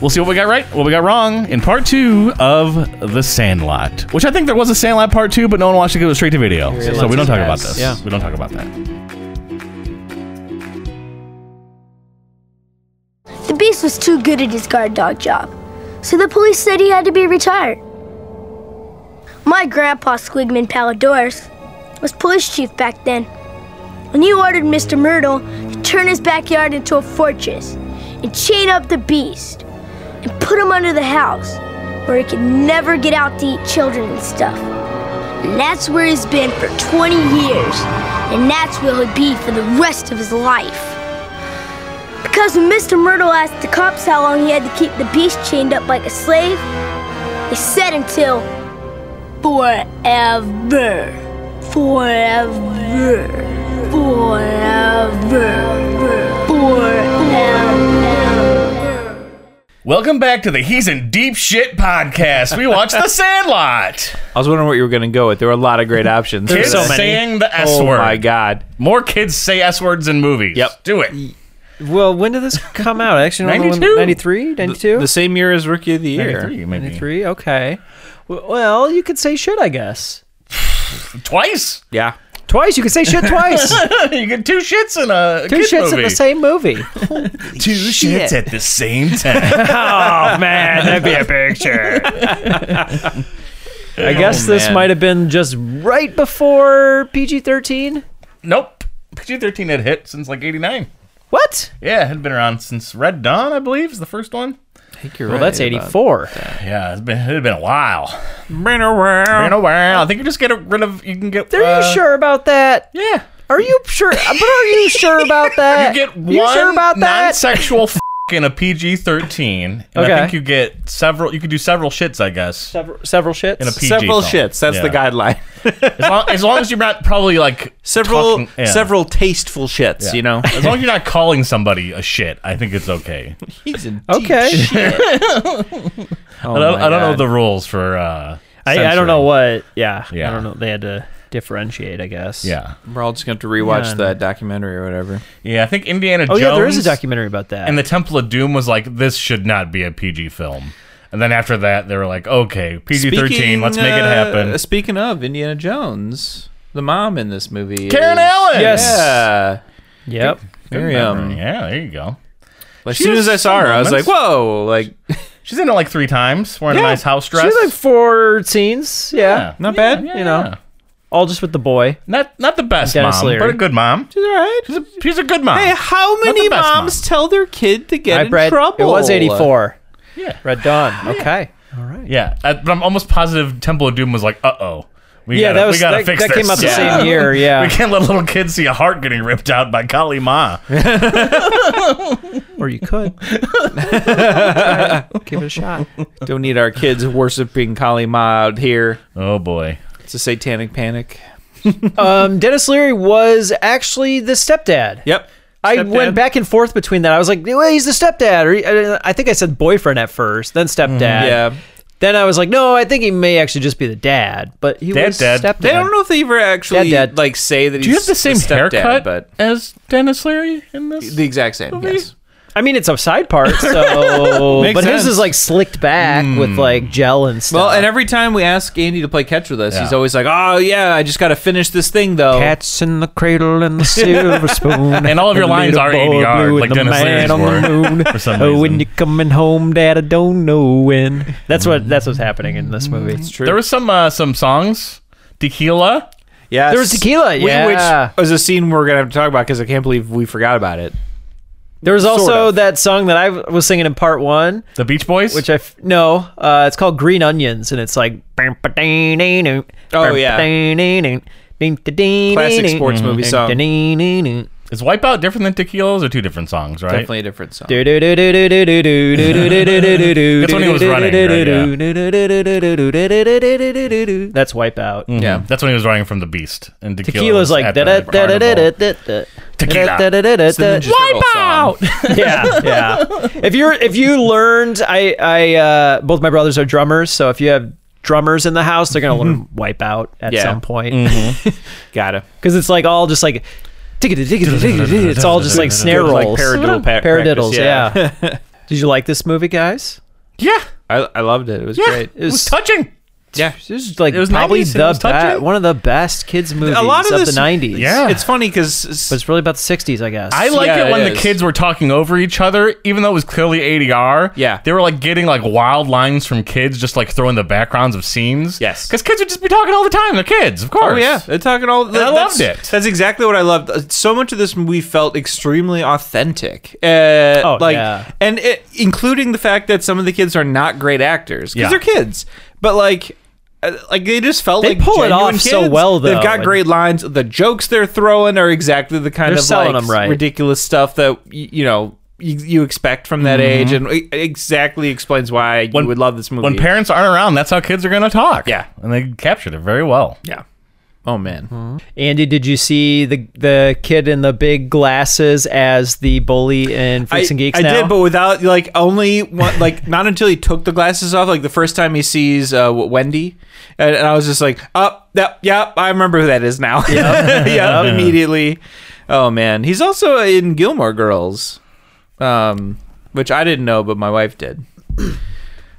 Speaker 2: We'll see what we got right, what we got wrong in part two of The Sandlot, which I think there was a Sandlot part two, but no one watched it. 'cause It was straight to video. so we don't talk about this.
Speaker 4: Yeah.
Speaker 2: We don't talk about that.
Speaker 9: The beast was too good at his guard dog job, so the police said he had to be retired. My grandpa Squigman Palidors was police chief back then, and he ordered Mr. Myrtle to turn his backyard into a fortress and chain up the beast and put him under the house where he could never get out to eat children and stuff. And that's where he's been for 20 years, and that's where he'll be for the rest of his life. Because when Mr. Myrtle asked the cops how long he had to keep the beast chained up like a slave, they said until forever. Forever. Forever. Forever.
Speaker 2: Welcome back to the He's in Deep Shit podcast. We watched The Sandlot.
Speaker 3: I was wondering what you were going to go with. There were a lot of great options.
Speaker 2: Kids
Speaker 3: There's
Speaker 2: saying the S
Speaker 3: oh,
Speaker 2: word.
Speaker 3: my God.
Speaker 2: More kids say S words in movies.
Speaker 3: Yep.
Speaker 2: Do it.
Speaker 4: Well, when did this come out? I Actually,
Speaker 2: 92.
Speaker 4: 93, 92,
Speaker 3: The same year as Rookie of the Year.
Speaker 2: 93, maybe.
Speaker 4: 93. Okay. W- Well, you could say shit, I guess.
Speaker 2: Twice.
Speaker 3: Yeah.
Speaker 4: Twice. You could say shit twice.
Speaker 2: you get two shits in a
Speaker 4: Two
Speaker 2: kid
Speaker 4: shits
Speaker 2: movie.
Speaker 4: in the same movie.
Speaker 2: two shits
Speaker 4: shit.
Speaker 2: at the same time.
Speaker 4: oh man, that'd be a picture. I guess
Speaker 2: Oh,
Speaker 4: this
Speaker 3: man.
Speaker 4: might have been just right before PG thirteen.
Speaker 2: nope. PG thirteen had hit since like eighty nine.
Speaker 4: What?
Speaker 2: Yeah, it had been around since Red Dawn, I believe, is the first one.
Speaker 4: Well, that's eighty four.
Speaker 2: Yeah, it's been it had been a while.
Speaker 3: Been a while.
Speaker 2: Been a while. I think you just get rid of. You can get.
Speaker 4: Are
Speaker 2: uh,
Speaker 4: Oh. you sure about that?
Speaker 2: Yeah.
Speaker 4: Are you sure? But are you sure about that?
Speaker 2: You get one
Speaker 4: You sure about that?
Speaker 2: non-sexual f- in a PG thirteen, and I
Speaker 4: Okay.
Speaker 2: think you get several. You could do several shits, I guess.
Speaker 4: several, several shits.
Speaker 2: In a PG
Speaker 3: Several
Speaker 2: film.
Speaker 3: shits. That's the
Speaker 2: Yeah.
Speaker 3: guideline.
Speaker 2: As long, as long as you're not probably like
Speaker 3: Several
Speaker 2: talking- yeah.
Speaker 3: several tasteful shits, you know?
Speaker 2: As long as you're not calling somebody a shit, I think it's okay.
Speaker 3: He's in
Speaker 4: okay.
Speaker 3: Oh
Speaker 2: I don't,
Speaker 3: my
Speaker 2: I don't know
Speaker 3: God.
Speaker 2: the rules for. uh
Speaker 4: I, I don't know what. Yeah,
Speaker 2: Yeah.
Speaker 4: I don't know. They had to differentiate, I guess.
Speaker 2: Yeah,
Speaker 3: We're all just going to have to rewatch
Speaker 4: Yeah.
Speaker 3: that documentary or whatever.
Speaker 2: yeah. I think Indiana
Speaker 4: Oh
Speaker 2: Jones.
Speaker 4: yeah, there is a documentary about that.
Speaker 2: And the Temple of Doom was like, this should not be a PG film. And then after that, they were like, okay, PG 13, let's make it happen.
Speaker 3: uh, speaking of Indiana Jones, the mom in this movie.
Speaker 2: Karen
Speaker 3: is,
Speaker 2: Allen!
Speaker 4: Yes.
Speaker 3: Yeah.
Speaker 4: yep.
Speaker 3: Miriam.
Speaker 2: yeah, there you go.
Speaker 3: As
Speaker 2: She
Speaker 3: soon
Speaker 2: has
Speaker 3: as I saw
Speaker 2: some
Speaker 3: her, I was like,
Speaker 2: moments.
Speaker 3: whoa. Like,
Speaker 2: She's in it like three times, wearing a nice house dress.
Speaker 4: She's like four scenes. Yeah.
Speaker 3: not bad,
Speaker 4: you know. All just with the boy.
Speaker 2: Not not the best
Speaker 4: Dennis
Speaker 2: mom,
Speaker 4: Leary.
Speaker 2: but a good mom.
Speaker 3: She's all right.
Speaker 2: She's a, she's a good mom.
Speaker 3: Hey, how many
Speaker 2: the best mom.
Speaker 3: moms tell their kid to get
Speaker 4: I
Speaker 3: in
Speaker 4: bred-
Speaker 3: trouble?
Speaker 4: It was 84.
Speaker 2: Yeah.
Speaker 4: Red Dawn. Okay.
Speaker 2: Yeah, I, but I'm almost positive Temple of Doom was like, uh oh. We
Speaker 4: Yeah,
Speaker 2: gotta,
Speaker 4: that was-
Speaker 2: we gotta
Speaker 4: that-
Speaker 2: fix
Speaker 4: that
Speaker 2: this.
Speaker 4: came out the same year, yeah.
Speaker 2: we can't let little kids see a heart getting ripped out by Kali Ma.
Speaker 4: Or you could. Give it a shot.
Speaker 3: Don't need our kids worshiping Kali Ma out here.
Speaker 2: Oh boy.
Speaker 3: It's a satanic panic.
Speaker 4: Um, Dennis Leary was actually the stepdad.
Speaker 3: Yep.
Speaker 4: I
Speaker 3: Stepdad.
Speaker 4: went back and forth between that. I was like, well, he's the stepdad. Or he, I- I think I said boyfriend at first, then stepdad.
Speaker 2: Mm-hmm.
Speaker 3: Yeah.
Speaker 4: Then I was like, no, I think he may actually just be the dad, but he
Speaker 2: Dad,
Speaker 4: was
Speaker 2: dad.
Speaker 4: stepdad.
Speaker 3: They don't know if they ever actually
Speaker 4: Dad, Dad.
Speaker 3: like say that.
Speaker 2: Do you have the same
Speaker 3: stepdad,
Speaker 2: haircut
Speaker 3: But
Speaker 2: as Dennis Leary in this?
Speaker 3: the exact same. Yes.
Speaker 4: I mean, it's a side part, so
Speaker 2: Makes
Speaker 4: but
Speaker 2: sense. Hmm.
Speaker 4: his is like slicked back with like gel and stuff.
Speaker 3: Well, and every time we ask Andy to play catch with us, he's
Speaker 2: Yeah.
Speaker 3: always like, "Oh yeah, I just got to finish this thing though."
Speaker 4: cats in the cradle and the silver spoon,
Speaker 2: And all of your
Speaker 4: the
Speaker 2: lines
Speaker 4: little
Speaker 2: are
Speaker 4: boy
Speaker 2: ADR,
Speaker 4: blue
Speaker 2: like
Speaker 4: and the
Speaker 2: Dennis Leary's
Speaker 4: man on the
Speaker 2: were,
Speaker 4: moon.
Speaker 2: for some
Speaker 4: oh,
Speaker 2: reason.
Speaker 4: when you're coming home, Dad, I don't know when. That's what that's what's happening in this movie. It's true.
Speaker 2: Mm. There was some uh, some songs. Tequila.
Speaker 3: Yes.
Speaker 4: There was tequila,
Speaker 3: We-
Speaker 4: yeah.
Speaker 3: Which was a scene we're gonna have to talk about because I can't believe we forgot about it.
Speaker 4: There was also
Speaker 3: Sort of.
Speaker 4: that song that I was singing in part one.
Speaker 2: The Beach Boys.
Speaker 4: Which I f- no, uh, it's called Green Onions, and it's like oh
Speaker 3: Oh, yeah.
Speaker 4: classic
Speaker 3: sports movie song.
Speaker 2: is Wipeout different than Tequila's or two different songs, right?
Speaker 3: Definitely a different song.
Speaker 4: That's
Speaker 2: when he was running,
Speaker 4: That's Wipeout.
Speaker 3: Yeah.
Speaker 2: That's when he was writing from the Beast. And Tequila
Speaker 4: Tequila's
Speaker 2: was
Speaker 4: like
Speaker 2: at the carnival.
Speaker 4: Tequila.
Speaker 3: out.
Speaker 4: yeah, yeah. If you're if you learned, I I uh, both my brothers are drummers, so if you have drummers in the house, they're gonna learn wipe out at
Speaker 3: Yeah.
Speaker 4: some point
Speaker 3: Gotta.
Speaker 4: because it's like all just like it's all just like snare
Speaker 3: Like
Speaker 4: rolls,
Speaker 3: paradiddle pa-
Speaker 4: paradiddles.
Speaker 3: practice,
Speaker 4: Yeah.
Speaker 3: yeah.
Speaker 4: Did you like this movie, guys?
Speaker 2: Yeah.
Speaker 3: I, I loved it. It was great.
Speaker 4: It was,
Speaker 2: Touching.
Speaker 3: yeah.
Speaker 4: it was like
Speaker 2: it was
Speaker 4: probably
Speaker 2: 90s, it
Speaker 4: the
Speaker 2: was
Speaker 4: be-
Speaker 2: touching.
Speaker 4: one of the best kids movies
Speaker 3: lot of
Speaker 4: of,
Speaker 3: this-
Speaker 4: the '90s.
Speaker 2: Yeah.
Speaker 3: It's funny
Speaker 4: but
Speaker 3: because
Speaker 4: it's really about the '60s, I guess.
Speaker 2: I like
Speaker 3: Yeah,
Speaker 2: it when
Speaker 3: it
Speaker 2: the
Speaker 3: is.
Speaker 2: kids were talking over each other, even though it was clearly ADR.
Speaker 3: Yeah.
Speaker 2: They were like getting like wild lines from kids, just like throwing the backgrounds of scenes.
Speaker 3: Yes.
Speaker 2: Because kids would just be talking all the time. They're kids, of course.
Speaker 3: Oh yeah, they're talking all.
Speaker 2: I
Speaker 3: that's-
Speaker 2: loved it.
Speaker 3: That's exactly what I loved. Uh, So much of this movie felt extremely authentic. Uh,
Speaker 4: Oh,
Speaker 3: like,
Speaker 4: yeah.
Speaker 3: and it, including the fact that some of the kids are not great actors because
Speaker 2: Yeah.
Speaker 3: they're kids, but like. uh, Like they just felt
Speaker 4: They
Speaker 3: like
Speaker 4: pull it
Speaker 3: genuine
Speaker 4: off so
Speaker 3: kids.
Speaker 4: well, though,
Speaker 3: They've got
Speaker 4: and-
Speaker 3: great lines. The jokes they're throwing are exactly the kind
Speaker 4: They're
Speaker 3: of
Speaker 4: selling
Speaker 3: like
Speaker 4: 'em right.
Speaker 3: ridiculous stuff that y- you know you, you expect from that
Speaker 4: Mm-hmm.
Speaker 3: age, and it exactly explains why
Speaker 2: When-
Speaker 3: you would love this movie.
Speaker 2: When parents aren't around, that's how kids are going to talk.
Speaker 3: Yeah.
Speaker 2: And they captured it very well.
Speaker 3: yeah, oh man,
Speaker 4: Andy, did you see the the kid in the big glasses as the bully in Freaks
Speaker 3: I,
Speaker 4: and Geeks?
Speaker 3: I
Speaker 4: now?
Speaker 3: did, but without like only one, like not until he took the glasses off. Like the first time he sees uh, w- Wendy, and, and I was just like, "Up, oh, that, yeah, I remember who that is now." Yeah, immediately. Oh man, he's also in Gilmore Girls, um, which I didn't know, but my wife did.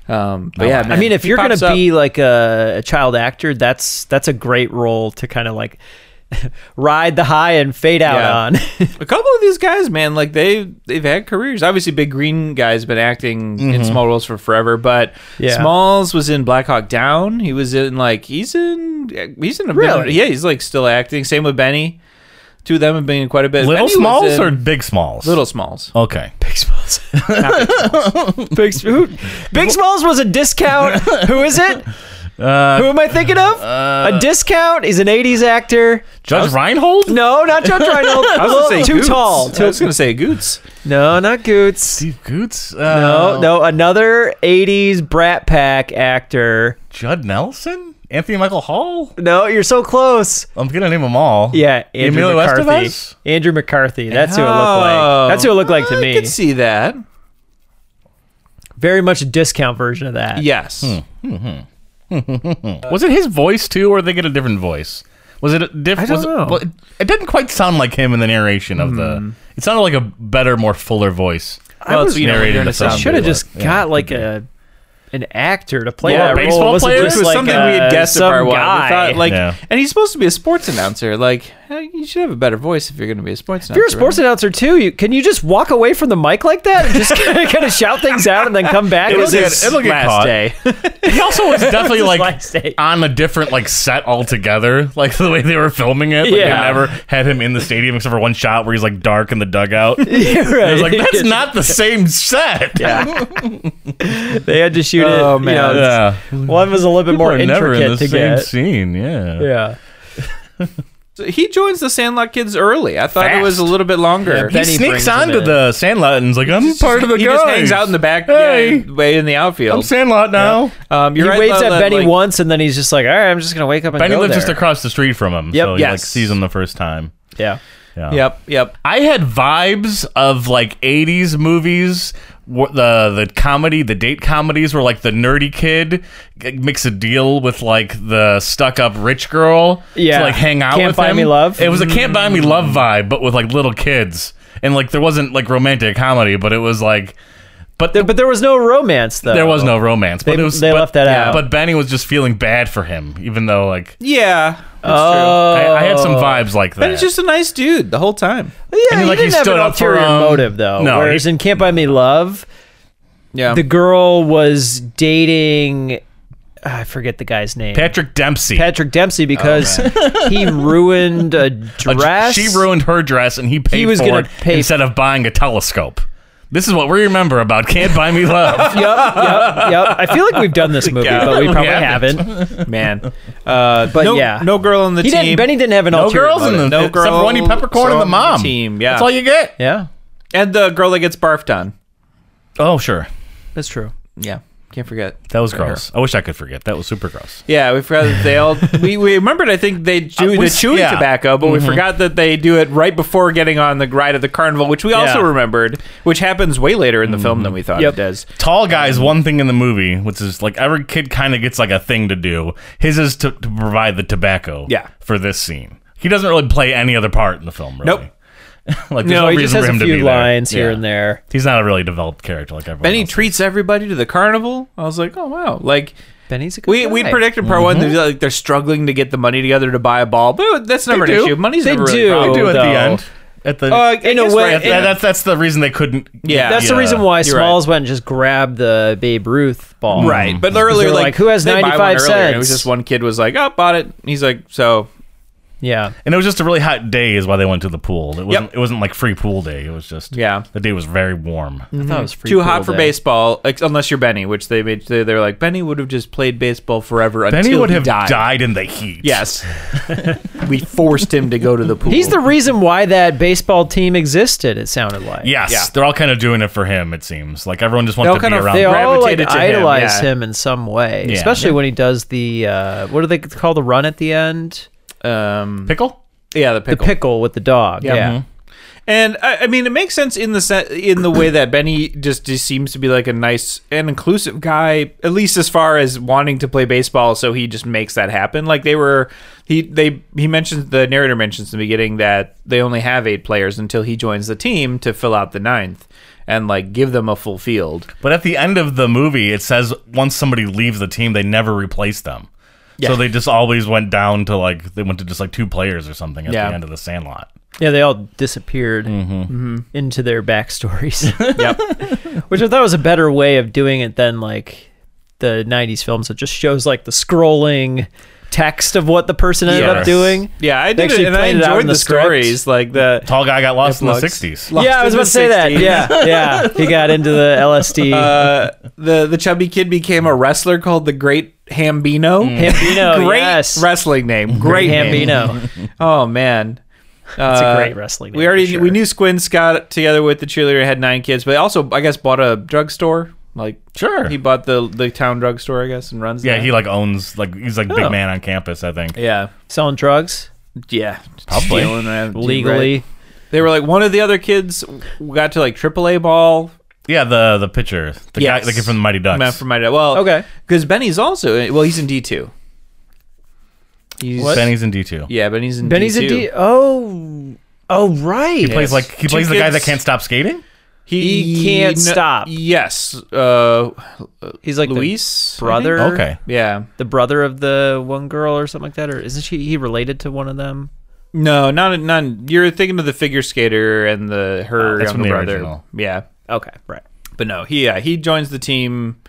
Speaker 3: Um, but yeah,
Speaker 4: Oh, I
Speaker 3: man,
Speaker 4: mean, if
Speaker 3: he
Speaker 4: you're gonna
Speaker 3: pops up-
Speaker 4: be like a, a child actor, that's that's a great role to kind of like ride the high and fade out
Speaker 3: Yeah.
Speaker 4: on.
Speaker 3: a couple of these guys, man, like they they've had careers. Obviously, Big Green guy's been acting in small roles for forever, but
Speaker 4: Mm-hmm. Yeah.
Speaker 3: Smalls was in Black Hawk Down. He was in like he's in he's in a bit-
Speaker 4: Really?
Speaker 3: yeah he's like still acting. Same with Benny. Two of them have been in quite a bit.
Speaker 2: Little
Speaker 3: Benny was
Speaker 2: smalls
Speaker 3: in-
Speaker 2: or big smalls?
Speaker 3: Little Smalls?
Speaker 2: Okay.
Speaker 4: Big Smalls. Big, who, Big Smalls was a discount. Who is it?
Speaker 3: Uh,
Speaker 4: who am I thinking of? a discount. He's an '80s actor.
Speaker 2: Judge Reinhold?
Speaker 4: No, not Judge Reinhold.
Speaker 3: I was gonna say
Speaker 4: too
Speaker 3: Goots.
Speaker 4: tall.
Speaker 3: I
Speaker 4: Too,
Speaker 3: was gonna say Goots.
Speaker 4: no, not Goots.
Speaker 2: Steve Goots? Uh,
Speaker 3: Oh.
Speaker 4: No, no, another '80s Brat Pack actor.
Speaker 2: Judd Nelson? Anthony Michael Hall?
Speaker 4: No, you're so close.
Speaker 2: I'm going to name them all.
Speaker 4: Yeah, Andrew
Speaker 2: Emilio
Speaker 4: McCarthy.
Speaker 2: Estevez?
Speaker 4: Andrew McCarthy. That's who it looked like. That's who it looked like to
Speaker 3: Oh, I
Speaker 4: me.
Speaker 3: could see that.
Speaker 4: Very much a discount version of that.
Speaker 3: Yes.
Speaker 2: Was it his voice too, or did they get a different voice? Was it a
Speaker 4: I
Speaker 2: different?
Speaker 4: don't
Speaker 2: was
Speaker 4: know. Hmm.
Speaker 2: It, well, it didn't quite sound like him in the narration of the. It sounded like a better, more fuller voice.
Speaker 3: Well, it's, you know,
Speaker 2: narrated
Speaker 3: you're gonna
Speaker 2: the
Speaker 3: say
Speaker 2: sound.
Speaker 4: Should have just
Speaker 2: Yeah,
Speaker 4: got like a an actor to play
Speaker 2: Yeah,
Speaker 4: that
Speaker 2: baseball
Speaker 4: role. It wasn't
Speaker 2: player?
Speaker 4: just
Speaker 2: It was
Speaker 4: like
Speaker 3: something we had
Speaker 4: uh,
Speaker 3: guessed
Speaker 4: some
Speaker 3: for a while. We
Speaker 4: guy.
Speaker 3: thought, like,
Speaker 2: Yeah.
Speaker 3: and he's supposed to be a sports announcer. Like, you should have a better voice if you're going to be a sports
Speaker 4: If you're a sports announcer too, you, can you just walk away from the mic like that and just kind of shout things out and then come back?
Speaker 2: It'll
Speaker 4: It's
Speaker 2: get-
Speaker 4: his
Speaker 2: it'll get
Speaker 4: last
Speaker 2: caught.
Speaker 4: day.
Speaker 2: He also was definitely
Speaker 4: His
Speaker 2: like
Speaker 4: last day.
Speaker 2: on a different like set altogether, like the way they were filming it. Like,
Speaker 4: Yeah.
Speaker 2: They never had him in the stadium except for one shot where he's like dark in the dugout.
Speaker 4: Yeah,
Speaker 2: I was
Speaker 4: right.
Speaker 2: like, that's not the same set.
Speaker 4: Yeah. they had to shoot it.
Speaker 3: Oh,
Speaker 4: you
Speaker 3: man.
Speaker 4: know,
Speaker 2: Yeah.
Speaker 4: One was a little bit more
Speaker 2: We're
Speaker 4: intricate
Speaker 2: never in the
Speaker 4: to
Speaker 2: same
Speaker 4: get.
Speaker 2: scene. Yeah.
Speaker 4: Yeah.
Speaker 3: So he joins the Sandlot kids early. I thought it was a
Speaker 2: Fast.
Speaker 3: little bit longer.
Speaker 4: Yeah,
Speaker 2: He sneaks onto the Sandlot and is like, I'm part of the
Speaker 3: he
Speaker 2: guys.
Speaker 3: just hangs out in the back,
Speaker 2: Hey.
Speaker 3: yeah, way in the
Speaker 2: I'm
Speaker 3: outfield.
Speaker 2: Sandlot now.
Speaker 3: um,
Speaker 4: He
Speaker 3: you're right,
Speaker 4: waves
Speaker 3: though,
Speaker 4: at
Speaker 3: that,
Speaker 4: Benny
Speaker 3: like,
Speaker 4: once, and then he's just like, "All right, I'm just gonna wake up and
Speaker 2: Benny
Speaker 4: go
Speaker 2: lives
Speaker 4: there."
Speaker 2: just across the street from him,
Speaker 4: Yep,
Speaker 2: so he like
Speaker 3: yes.
Speaker 2: sees him the first time.
Speaker 4: yeah.
Speaker 2: Yeah.
Speaker 3: Yep, yep.
Speaker 2: I had vibes of like '80s movies. wh- The the comedy, the date comedies, where like the nerdy kid g- makes a deal with like the stuck up rich girl
Speaker 4: Yeah.
Speaker 2: to like hang out
Speaker 4: Can't
Speaker 2: with
Speaker 4: Buy
Speaker 2: him.
Speaker 4: Me Love?
Speaker 2: It was a can't buy me love vibe, but with like little kids, and like there wasn't like romantic comedy, but it was like, but
Speaker 4: There- but there was no romance though.
Speaker 2: there was no romance. But
Speaker 4: They-
Speaker 2: it was
Speaker 4: they
Speaker 2: but-
Speaker 4: left that out.
Speaker 2: But Benny was just feeling bad for him, even though like
Speaker 3: Yeah, that's
Speaker 4: Oh,
Speaker 2: I, I had some vibes like
Speaker 3: true.
Speaker 2: that.
Speaker 3: Benny's Uh, just a nice dude the whole time.
Speaker 4: Yeah,
Speaker 2: and,
Speaker 4: he
Speaker 2: like, he
Speaker 4: didn't have
Speaker 2: stood
Speaker 4: an
Speaker 2: up for,
Speaker 4: ulterior
Speaker 2: um,
Speaker 4: motive though.
Speaker 2: no,
Speaker 4: Whereas
Speaker 2: he-
Speaker 4: in Can't Buy Me Love,
Speaker 3: Yeah,
Speaker 4: the girl was dating. ah, I forget the guy's name.
Speaker 2: Patrick Dempsey.
Speaker 4: Patrick Dempsey because he ruined a
Speaker 2: A dr-
Speaker 4: dress.
Speaker 2: She ruined her dress, and he paid
Speaker 4: He was
Speaker 2: for
Speaker 4: gonna
Speaker 2: it
Speaker 4: pay-
Speaker 2: instead of buying a telescope. This is what we remember about "Can't Buy Me Love."
Speaker 4: Yep, yep, yep. I feel like we've done this movie, but we probably haven't.
Speaker 3: man. Uh,
Speaker 4: But
Speaker 3: no,
Speaker 4: yeah,
Speaker 3: no girl on the
Speaker 4: he
Speaker 3: team.
Speaker 4: Didn't, Benny didn't have an
Speaker 2: no
Speaker 4: ulterior
Speaker 2: girls in the
Speaker 4: motive.
Speaker 3: No
Speaker 2: except for Wendy
Speaker 3: girls
Speaker 2: Peppercorn and the
Speaker 3: on
Speaker 2: mom
Speaker 3: the team, yeah.
Speaker 2: that's all you get.
Speaker 4: Yeah,
Speaker 3: and the girl that gets barfed on.
Speaker 2: Oh sure,
Speaker 4: that's true.
Speaker 3: Yeah, can't forget.
Speaker 2: that was gross. I wish I could forget. That was super gross.
Speaker 3: Yeah, we forgot that they all. We, we remembered, I think, they do
Speaker 2: Uh, we-
Speaker 3: the chewing
Speaker 2: yeah.
Speaker 3: tobacco, but
Speaker 4: Mm-hmm.
Speaker 3: we forgot that they do it right before getting on the ride at the carnival, which we also
Speaker 2: Yeah.
Speaker 3: remembered, which happens way later in the film than we thought
Speaker 4: Mm-hmm. Yep.
Speaker 3: it does.
Speaker 2: Tall guy's one thing in the movie, which is like every kid kind of gets like a thing to do. His is to, to provide the tobacco.
Speaker 3: Yeah.
Speaker 2: for this scene, he doesn't really play any other part in the film. Really.
Speaker 3: Nope.
Speaker 2: like there's no,
Speaker 4: No, he just
Speaker 2: reason
Speaker 4: has
Speaker 2: for him
Speaker 4: a
Speaker 2: to
Speaker 4: few
Speaker 2: be
Speaker 4: lines
Speaker 2: there.
Speaker 4: here
Speaker 2: Yeah.
Speaker 4: and there.
Speaker 2: He's not a really developed character like everyone.
Speaker 3: Benny
Speaker 2: else.
Speaker 3: treats everybody to the carnival. I was like, oh wow, like.
Speaker 4: Benny's a good
Speaker 3: We,
Speaker 4: guy. Mm-hmm.
Speaker 3: we predicted part one that like they're struggling to get the money together to buy a ball, but that's never
Speaker 2: They
Speaker 3: an
Speaker 2: do.
Speaker 3: issue. Money's
Speaker 4: They
Speaker 3: never really
Speaker 4: do.
Speaker 3: a problem.
Speaker 4: They
Speaker 2: do at the
Speaker 4: though.
Speaker 2: end. At the
Speaker 3: Uh,
Speaker 4: In a
Speaker 3: I guess
Speaker 4: way-
Speaker 3: right at
Speaker 4: in
Speaker 3: the
Speaker 2: Yeah,
Speaker 3: end.
Speaker 2: that's that's the reason they couldn't.
Speaker 3: Yeah.
Speaker 4: That's the
Speaker 2: yeah.
Speaker 4: reason why
Speaker 3: You're right.
Speaker 4: Smalls went and just grabbed the Babe Ruth ball.
Speaker 3: Right, but earlier,
Speaker 4: They're
Speaker 3: like,
Speaker 4: like, who has
Speaker 3: they buy
Speaker 4: 95
Speaker 3: one earlier, and It was
Speaker 4: cents?
Speaker 3: just one kid was like, "Oh, bought it." And he's like, "So
Speaker 4: Yeah.
Speaker 2: And it was just a really hot day is why they went to the pool. It wasn't
Speaker 3: Yep.
Speaker 2: it wasn't like free pool day. It was just
Speaker 3: Yeah.
Speaker 2: The day was very warm.
Speaker 4: I thought it was free
Speaker 3: too
Speaker 4: pool
Speaker 3: hot for
Speaker 4: day.
Speaker 3: baseball, ex- unless you're Benny, which they made. They, they were like, Benny would have just played baseball forever until
Speaker 2: Benny would
Speaker 3: he
Speaker 2: have
Speaker 3: died.
Speaker 2: died. in the heat.
Speaker 3: Yes, we forced him to go to the pool.
Speaker 4: He's the reason why that baseball team existed. It sounded like.
Speaker 2: Yes.
Speaker 3: Yeah.
Speaker 2: They're all kind of doing it for him. It seems like everyone just wants
Speaker 3: all
Speaker 2: to be
Speaker 3: kind of-
Speaker 2: around.
Speaker 4: They
Speaker 2: him.
Speaker 4: all like
Speaker 3: gravitated to him,
Speaker 4: idolize
Speaker 3: yeah.
Speaker 4: him, in some way,
Speaker 2: Yeah.
Speaker 4: especially when he does the uh, what do they call the run at the end?
Speaker 3: um,
Speaker 2: Pickle.
Speaker 3: yeah, the
Speaker 4: The
Speaker 3: pickle.
Speaker 4: pickle with the dog.
Speaker 3: Yeah. Mm-hmm.
Speaker 4: Yeah,
Speaker 3: and I, I mean, it makes sense in the se- in the way that Benny just, just seems to be like a nice and inclusive guy, at least as far as wanting to play baseball. So he just makes that happen. Like they were, he they he mentions the narrator mentions in the beginning that they only have eight players until he joins the team to fill out the ninth and like give them a full field.
Speaker 2: But at the end of the movie, it says once somebody leaves the team, they never replace them. So they just always went down to like they went to just like two players or something at
Speaker 3: Yeah.
Speaker 2: the end of the Sandlot.
Speaker 4: yeah. They all disappeared
Speaker 3: Mm-hmm.
Speaker 4: Mm-hmm. into their backstories. yep. Which I thought was a better way of doing it than like the '90s films. It just shows like the scrolling text of what the person ended up
Speaker 2: Yes.
Speaker 4: doing.
Speaker 3: Yeah, I
Speaker 4: They
Speaker 3: did,
Speaker 4: actually
Speaker 3: it, and I
Speaker 4: played it out
Speaker 3: enjoyed
Speaker 4: in
Speaker 3: the,
Speaker 4: the script.
Speaker 3: stories, like the.
Speaker 2: Tall guy got lost in the
Speaker 3: Epilogues.
Speaker 2: sixties.
Speaker 3: Lost
Speaker 4: yeah, I
Speaker 3: in
Speaker 4: was
Speaker 3: the
Speaker 4: about to say that.
Speaker 3: 60s.
Speaker 4: Yeah, yeah. He got into the LSD.
Speaker 3: Uh, the the chubby kid became a wrestler called the Great Hambino.
Speaker 4: Hambino,
Speaker 3: great
Speaker 4: Mm. Oh, yes.
Speaker 3: wrestling name. Great name.
Speaker 4: Hambino.
Speaker 3: Oh man,
Speaker 4: It's a
Speaker 3: Uh,
Speaker 4: great wrestling. name
Speaker 3: We already
Speaker 4: for sure.
Speaker 3: we knew Squins got together with the cheerleader had nine kids, but also I guess bought a drugstore. Like
Speaker 2: Sure.
Speaker 3: he bought the the town drugstore, I guess, and runs.
Speaker 2: Yeah,
Speaker 3: that.
Speaker 2: he like owns like he's like
Speaker 4: Oh.
Speaker 2: big man on campus. I think.
Speaker 3: yeah
Speaker 4: selling drugs
Speaker 3: yeah
Speaker 2: Probably.
Speaker 3: Stealing that,
Speaker 4: legally.
Speaker 3: right. They were like one of the other kids got to like AAA ball.
Speaker 2: Yeah, the the pitcher, the guy,
Speaker 3: Yes.
Speaker 2: the kid from the Mighty Ducks.
Speaker 3: Matt from my dad. Well,
Speaker 4: Okay.
Speaker 3: because Benny's also well, he's in D two. He's
Speaker 2: Benny's in D two.
Speaker 3: yeah, Benny's in
Speaker 4: Benny's
Speaker 3: D2.
Speaker 4: a D. Oh, oh right.
Speaker 2: He plays
Speaker 3: Yes.
Speaker 2: like he
Speaker 3: Two
Speaker 2: plays the guy that
Speaker 3: kids.
Speaker 2: can't stop skating.
Speaker 4: He
Speaker 3: kn-
Speaker 4: can't stop.
Speaker 3: Yes, uh,
Speaker 4: He's like
Speaker 3: Luis
Speaker 4: the brother.
Speaker 2: Okay.
Speaker 3: Yeah,
Speaker 4: the brother of the one girl or something like that, or isn't she? He related to one of them.
Speaker 3: No, not not. You're thinking of the figure skater and the her younger
Speaker 4: that's from the
Speaker 3: brother.
Speaker 4: original.
Speaker 3: Yeah.
Speaker 4: Okay. Right.
Speaker 3: But no, he yeah, he joins the team.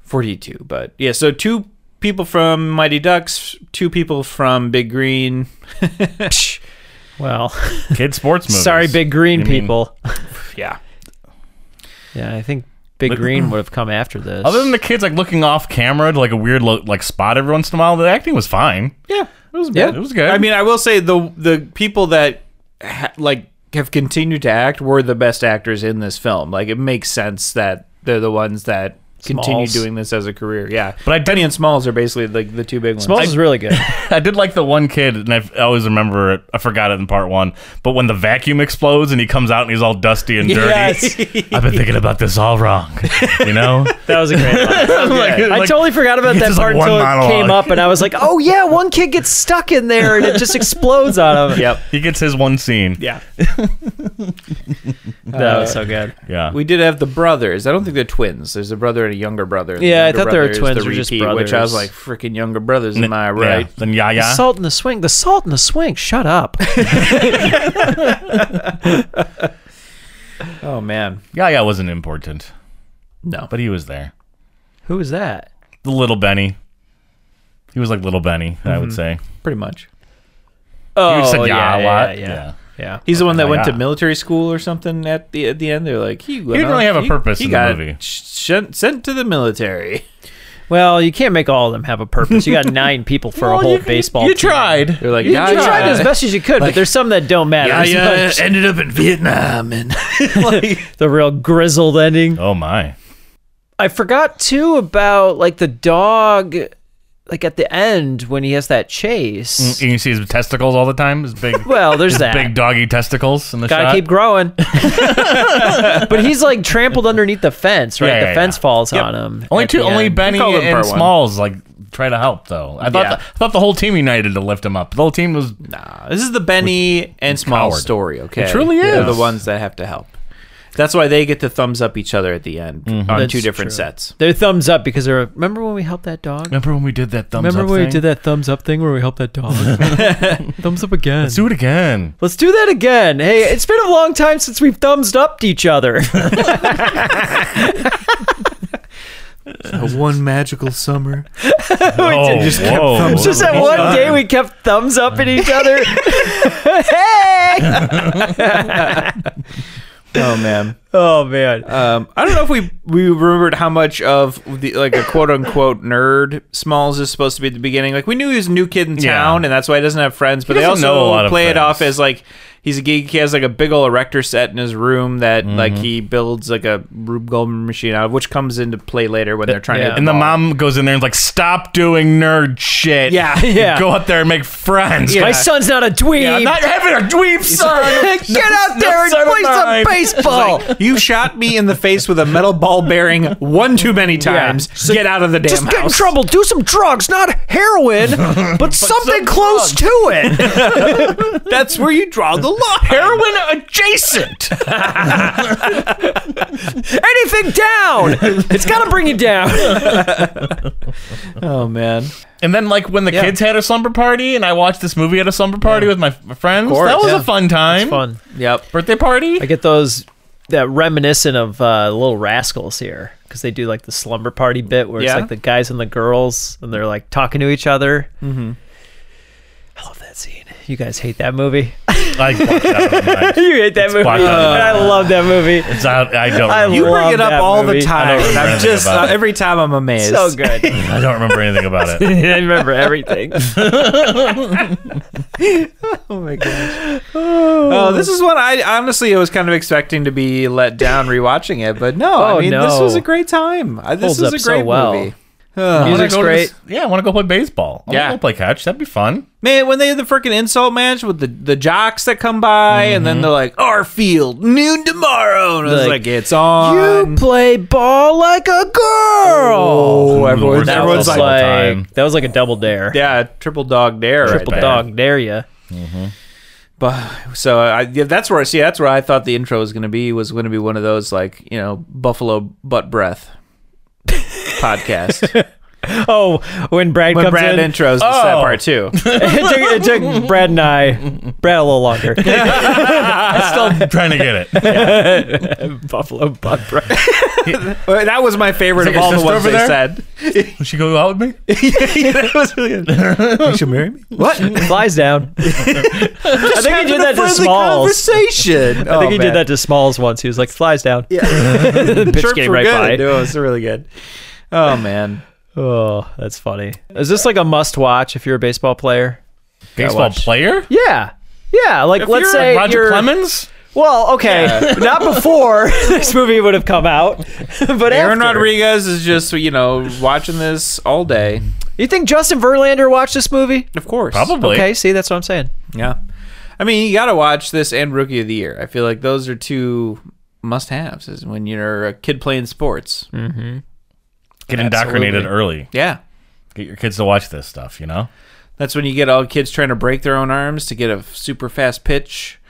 Speaker 3: Forty-two, but yeah. So two people from Mighty Ducks, two people from Big Green.
Speaker 4: well,
Speaker 2: kid sports movies.
Speaker 4: Sorry, Big Green
Speaker 2: You mean-
Speaker 4: people.
Speaker 3: yeah.
Speaker 4: Yeah, I think Big Green would have come after this.
Speaker 2: uh, Other than the kids like looking off camera to like a weird lo- like spot every once in a while, the acting was fine.
Speaker 3: Yeah,
Speaker 2: it was
Speaker 3: Yeah,
Speaker 2: It was good.
Speaker 3: I mean, I will say the the people that ha- like have continued to act were the best actors in this film. Like, it makes sense that they're the ones that continue
Speaker 2: Smalls.
Speaker 3: doing this as a career. Yeah,
Speaker 2: But I did-
Speaker 3: Benny and Smalls are basically like the two big ones.
Speaker 2: Smalls is
Speaker 4: really good.
Speaker 2: I did like the one kid, and I've- I always remember it. I forgot it in part one, but when the vacuum explodes and he comes out and he's all dusty and dirty,
Speaker 4: Yes.
Speaker 2: I've been thinking about this all wrong. You know,
Speaker 4: that was a great. I totally forgot about
Speaker 2: it's
Speaker 4: that
Speaker 2: just, like, one
Speaker 4: part until it
Speaker 2: monologue.
Speaker 4: came up, and I was like, "Oh yeah, one kid gets stuck in there, and it just explodes out of him."
Speaker 3: Yep,
Speaker 2: he gets his one scene.
Speaker 3: Yeah,
Speaker 4: That was so good.
Speaker 2: Yeah,
Speaker 3: we did have the brothers. I don't think they're twins. There's a brother and a younger brother. and the
Speaker 4: Yeah, I
Speaker 3: younger
Speaker 4: thought they were
Speaker 3: brother is the
Speaker 4: twins. They're just
Speaker 3: Which I was
Speaker 4: brothers.
Speaker 3: like, freaking younger brothers, am I right?
Speaker 2: Then Yaya.
Speaker 4: The salt in the swing. The salt in the swing. Shut up.
Speaker 3: Oh man,
Speaker 2: Yaya wasn't important.
Speaker 3: No,
Speaker 2: but he was there.
Speaker 4: Who was that?
Speaker 2: The little Benny. He was like little Benny, I would
Speaker 3: Mhm.
Speaker 2: say.
Speaker 3: pretty much.
Speaker 4: Oh,
Speaker 2: just said yeah a lot.
Speaker 4: Yeah.
Speaker 2: Yeah.
Speaker 4: yeah. yeah.
Speaker 3: He's the one that
Speaker 2: Oh,
Speaker 3: went
Speaker 2: yeah.
Speaker 3: to military school or something at the at the end. They're like, he,
Speaker 2: didn't really have a purpose
Speaker 3: He
Speaker 2: in the
Speaker 3: got
Speaker 2: movie.
Speaker 3: sh- sent, sent to the military.
Speaker 4: Well, you can't make all of them have a purpose. You got nine people for a
Speaker 3: Well,
Speaker 4: whole
Speaker 3: you-
Speaker 4: baseball.
Speaker 2: you
Speaker 4: team.
Speaker 2: tried.
Speaker 3: They're like,
Speaker 4: You,
Speaker 3: yeah,
Speaker 4: you tried as best as you could, but there's some that don't matter.
Speaker 3: Yeah,
Speaker 4: as
Speaker 3: yeah,
Speaker 4: much.
Speaker 3: ended up in Vietnam and like,
Speaker 4: the real grizzled ending.
Speaker 2: Oh my.
Speaker 4: I forgot too about like the dog, like at the end when he has that chase.
Speaker 2: And you see his testicles all the time. His big
Speaker 4: Well, there's
Speaker 2: his
Speaker 4: that.
Speaker 2: Mm, big doggy testicles in the
Speaker 4: Gotta
Speaker 2: shot.
Speaker 4: keep growing. but he's like trampled underneath the fence, right?
Speaker 2: Yeah,
Speaker 4: the
Speaker 2: yeah,
Speaker 4: fence
Speaker 2: yeah.
Speaker 4: falls
Speaker 2: Yep.
Speaker 4: on him.
Speaker 2: Only
Speaker 4: at
Speaker 2: two.
Speaker 4: the
Speaker 2: Only
Speaker 4: end.
Speaker 2: Benny
Speaker 3: call them
Speaker 2: and
Speaker 3: part one.
Speaker 2: Smalls like try to help though. I thought
Speaker 3: Yeah.
Speaker 2: the, I thought the whole team united to lift him up. The whole team was
Speaker 3: nah, uh, this is the Benny and Small
Speaker 2: coward.
Speaker 3: story. Okay,
Speaker 2: It truly
Speaker 3: They're
Speaker 2: is.
Speaker 3: the ones that have to help. That's why they get to thumbs up each other at the end on
Speaker 4: That's
Speaker 3: two different
Speaker 4: true.
Speaker 3: sets.
Speaker 4: They're thumbs up because they're. Remember when we helped that dog?
Speaker 2: Remember when we did that thumbs
Speaker 4: Remember
Speaker 2: up
Speaker 4: when
Speaker 2: thing?
Speaker 4: we did that thumbs up thing where we helped that dog? thumbs up again.
Speaker 2: Let's do it again.
Speaker 4: Let's do that again. Hey, it's been a long time since we've thumbs up each other.
Speaker 3: one magical summer.
Speaker 2: Oh,
Speaker 4: just
Speaker 3: kept
Speaker 2: whoa.
Speaker 3: thumbs
Speaker 4: Just that one day we kept thumbs up at each other. hey!
Speaker 3: Oh man.
Speaker 4: Oh man.
Speaker 2: Uh,
Speaker 3: Um, I don't know if we we remembered how much of the like a quote unquote nerd Smalls is supposed to be at the beginning. Like we knew he was a new kid in
Speaker 2: Yeah.
Speaker 3: town, and that's why he doesn't have friends. But
Speaker 2: He
Speaker 3: they
Speaker 2: doesn't
Speaker 3: also
Speaker 2: know a lot of
Speaker 3: play it
Speaker 2: things.
Speaker 3: off as like he's a geek. He has like a big old erector set in his room that
Speaker 2: Mm-hmm.
Speaker 3: like he builds like a Rube Goldman machine out of, which comes into play later when they're trying to.
Speaker 4: yeah.
Speaker 3: hit
Speaker 2: And the
Speaker 3: ball.
Speaker 2: mom goes in there and's like, "Stop doing nerd shit.
Speaker 3: Yeah.
Speaker 4: Yeah.
Speaker 2: Go out there and make friends.
Speaker 4: My son's not a dweeb.
Speaker 2: I'm not having a dweeb son.
Speaker 4: Get out there and
Speaker 2: son of
Speaker 4: play some
Speaker 2: mine.
Speaker 4: baseball.
Speaker 3: You shot me in the face with a metal ball bearing one too many times.
Speaker 4: So
Speaker 3: get out of the damn
Speaker 4: Just
Speaker 3: house.
Speaker 4: get in trouble. Do some drugs, not heroin, but, something close to it.
Speaker 3: That's where you draw the line.
Speaker 2: Heroin adjacent.
Speaker 4: Anything down. It's got to bring you down.
Speaker 3: Oh man.
Speaker 2: And then, like when the kids had a slumber party, and I watched this movie at a slumber party with my f- friends.
Speaker 3: course.
Speaker 2: that was
Speaker 3: Yeah.
Speaker 2: a fun time.
Speaker 4: Fun.
Speaker 3: Yep.
Speaker 2: Birthday party.
Speaker 4: I get those that reminiscent of uh, Little Rascals here because they do like the slumber party bit where
Speaker 3: Yeah.
Speaker 4: it's like the guys and the girls and they're like talking to each other. Mm-hmm. I love that scene. You guys hate that movie.
Speaker 2: I, I,
Speaker 4: you hate that movie,
Speaker 2: blocked out of my
Speaker 4: but I love that movie.
Speaker 2: I don't.
Speaker 4: I
Speaker 3: You
Speaker 2: remember-
Speaker 3: bring
Speaker 4: love
Speaker 3: it up
Speaker 4: that
Speaker 3: all
Speaker 4: movie.
Speaker 3: the time.
Speaker 2: I don't
Speaker 3: and I'm
Speaker 2: remember
Speaker 3: just
Speaker 2: anything about
Speaker 3: uh,
Speaker 2: it.
Speaker 3: every time I'm amazed.
Speaker 4: So good.
Speaker 2: I don't remember anything about it.
Speaker 4: I remember everything.
Speaker 3: Oh, this is what I honestly I was kind of expecting to be let down rewatching it, but no.
Speaker 4: Oh,
Speaker 3: I mean, this
Speaker 4: no.
Speaker 3: was a great time. I, this
Speaker 4: Holds
Speaker 3: is
Speaker 4: up
Speaker 3: a great
Speaker 4: so well.
Speaker 3: movie. Ugh.
Speaker 2: I wanna
Speaker 4: Music's
Speaker 2: go to
Speaker 4: great.
Speaker 2: this- yeah, I want to go play baseball. I
Speaker 3: Yeah.
Speaker 2: want to go play catch. That'd be fun.
Speaker 3: Man, when they had the freaking insult match with the, the jocks that come by, and then they're like, our field, noon tomorrow. And I was
Speaker 4: Mm-hmm. Like,
Speaker 3: like, it's on.
Speaker 4: You play ball like a girl.
Speaker 3: oh, everyone's,
Speaker 4: that
Speaker 3: everyone's
Speaker 4: was
Speaker 3: like,
Speaker 4: like,
Speaker 2: all time.
Speaker 4: that was like a double dare.
Speaker 3: yeah, triple dog dare.
Speaker 4: Triple
Speaker 3: right there.
Speaker 4: dog dare you.
Speaker 3: But so I yeah, that's where I see that's where I thought the intro was going to be was going to be one of those like you know buffalo butt breath podcast.
Speaker 4: oh, when Brad
Speaker 3: When
Speaker 4: comes
Speaker 3: Brad
Speaker 4: in,
Speaker 3: intros,
Speaker 4: oh.
Speaker 3: it's that part too.
Speaker 4: it, took, it took Brad and I, Brad a little longer. I'm
Speaker 2: still trying to get it.
Speaker 4: Buffalo Butt Brad.
Speaker 3: that was my favorite of all the ones they said.
Speaker 2: Would she go out with me?
Speaker 3: that was really good. She'll marry me. What?
Speaker 4: Flies down. I think he
Speaker 3: having
Speaker 4: did
Speaker 3: a
Speaker 4: that to
Speaker 3: friendly
Speaker 4: Smalls.
Speaker 3: conversation.
Speaker 4: I think
Speaker 3: Oh,
Speaker 4: he
Speaker 3: man.
Speaker 4: did that to Smalls once. He was like, flies down. Yeah. Bitch
Speaker 3: Chirps
Speaker 4: came
Speaker 3: were
Speaker 4: right
Speaker 3: good.
Speaker 4: by.
Speaker 3: It was really good. Oh man.
Speaker 4: Oh, that's funny. Is this like a must watch if you're a baseball player?
Speaker 2: Baseball
Speaker 4: watch.
Speaker 2: player?
Speaker 4: Yeah. Yeah. Like,
Speaker 2: If
Speaker 4: let's
Speaker 2: you're
Speaker 4: say
Speaker 2: Roger
Speaker 4: you're-
Speaker 2: Clemens.
Speaker 4: Well, okay, not before this movie would have come out, but
Speaker 3: Aaron
Speaker 4: after.
Speaker 3: Rodriguez is just you know watching this all day.
Speaker 4: You think Justin Verlander watched this movie?
Speaker 3: Of course.
Speaker 2: Probably.
Speaker 4: Okay, see, that's what I'm saying.
Speaker 3: Yeah. I mean, you got to watch this and Rookie of the Year. I feel like those are two must-haves is when you're a kid playing sports.
Speaker 2: Get indoctrinated early.
Speaker 3: Yeah.
Speaker 2: Get your kids to watch this stuff. You know.
Speaker 3: That's when you get all kids trying to break their own arms to get a super fast pitch.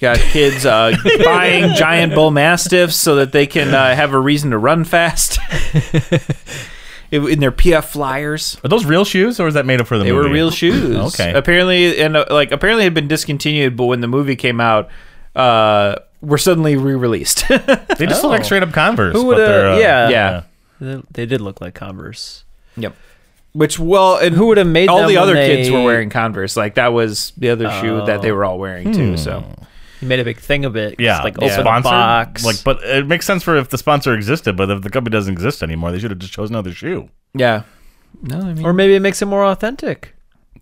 Speaker 3: Got kids uh, buying giant bull mastiffs so that they can uh, have a reason to run fast. In in their PF flyers,
Speaker 2: Are those real shoes, or is that made up for the
Speaker 3: they
Speaker 2: movie?
Speaker 3: were real shoes.
Speaker 2: Okay.
Speaker 3: Apparently, and uh, like apparently had been discontinued, but when the movie came out, uh, were suddenly re-released.
Speaker 2: They just look like straight up Converse.
Speaker 4: Who
Speaker 2: but
Speaker 4: would
Speaker 2: they're,
Speaker 4: have?
Speaker 2: uh,
Speaker 4: yeah,
Speaker 3: yeah.
Speaker 4: They- They did look like Converse.
Speaker 3: Yep. Which well, and
Speaker 4: Who would have made
Speaker 3: all
Speaker 4: them
Speaker 3: the
Speaker 4: when
Speaker 3: other
Speaker 4: they- Oh.
Speaker 3: kids were wearing Converse. Like that was the other shoe that they were all wearing too. So
Speaker 4: He made a big thing of it. 'cause,
Speaker 2: Yeah,
Speaker 4: like
Speaker 2: the
Speaker 4: open
Speaker 2: sponsor,
Speaker 4: box.
Speaker 2: Like, but it makes sense for if the sponsor existed, but if the company doesn't exist anymore, they should have just chosen another shoe.
Speaker 3: yeah, no, I mean,
Speaker 4: or maybe it makes it more authentic.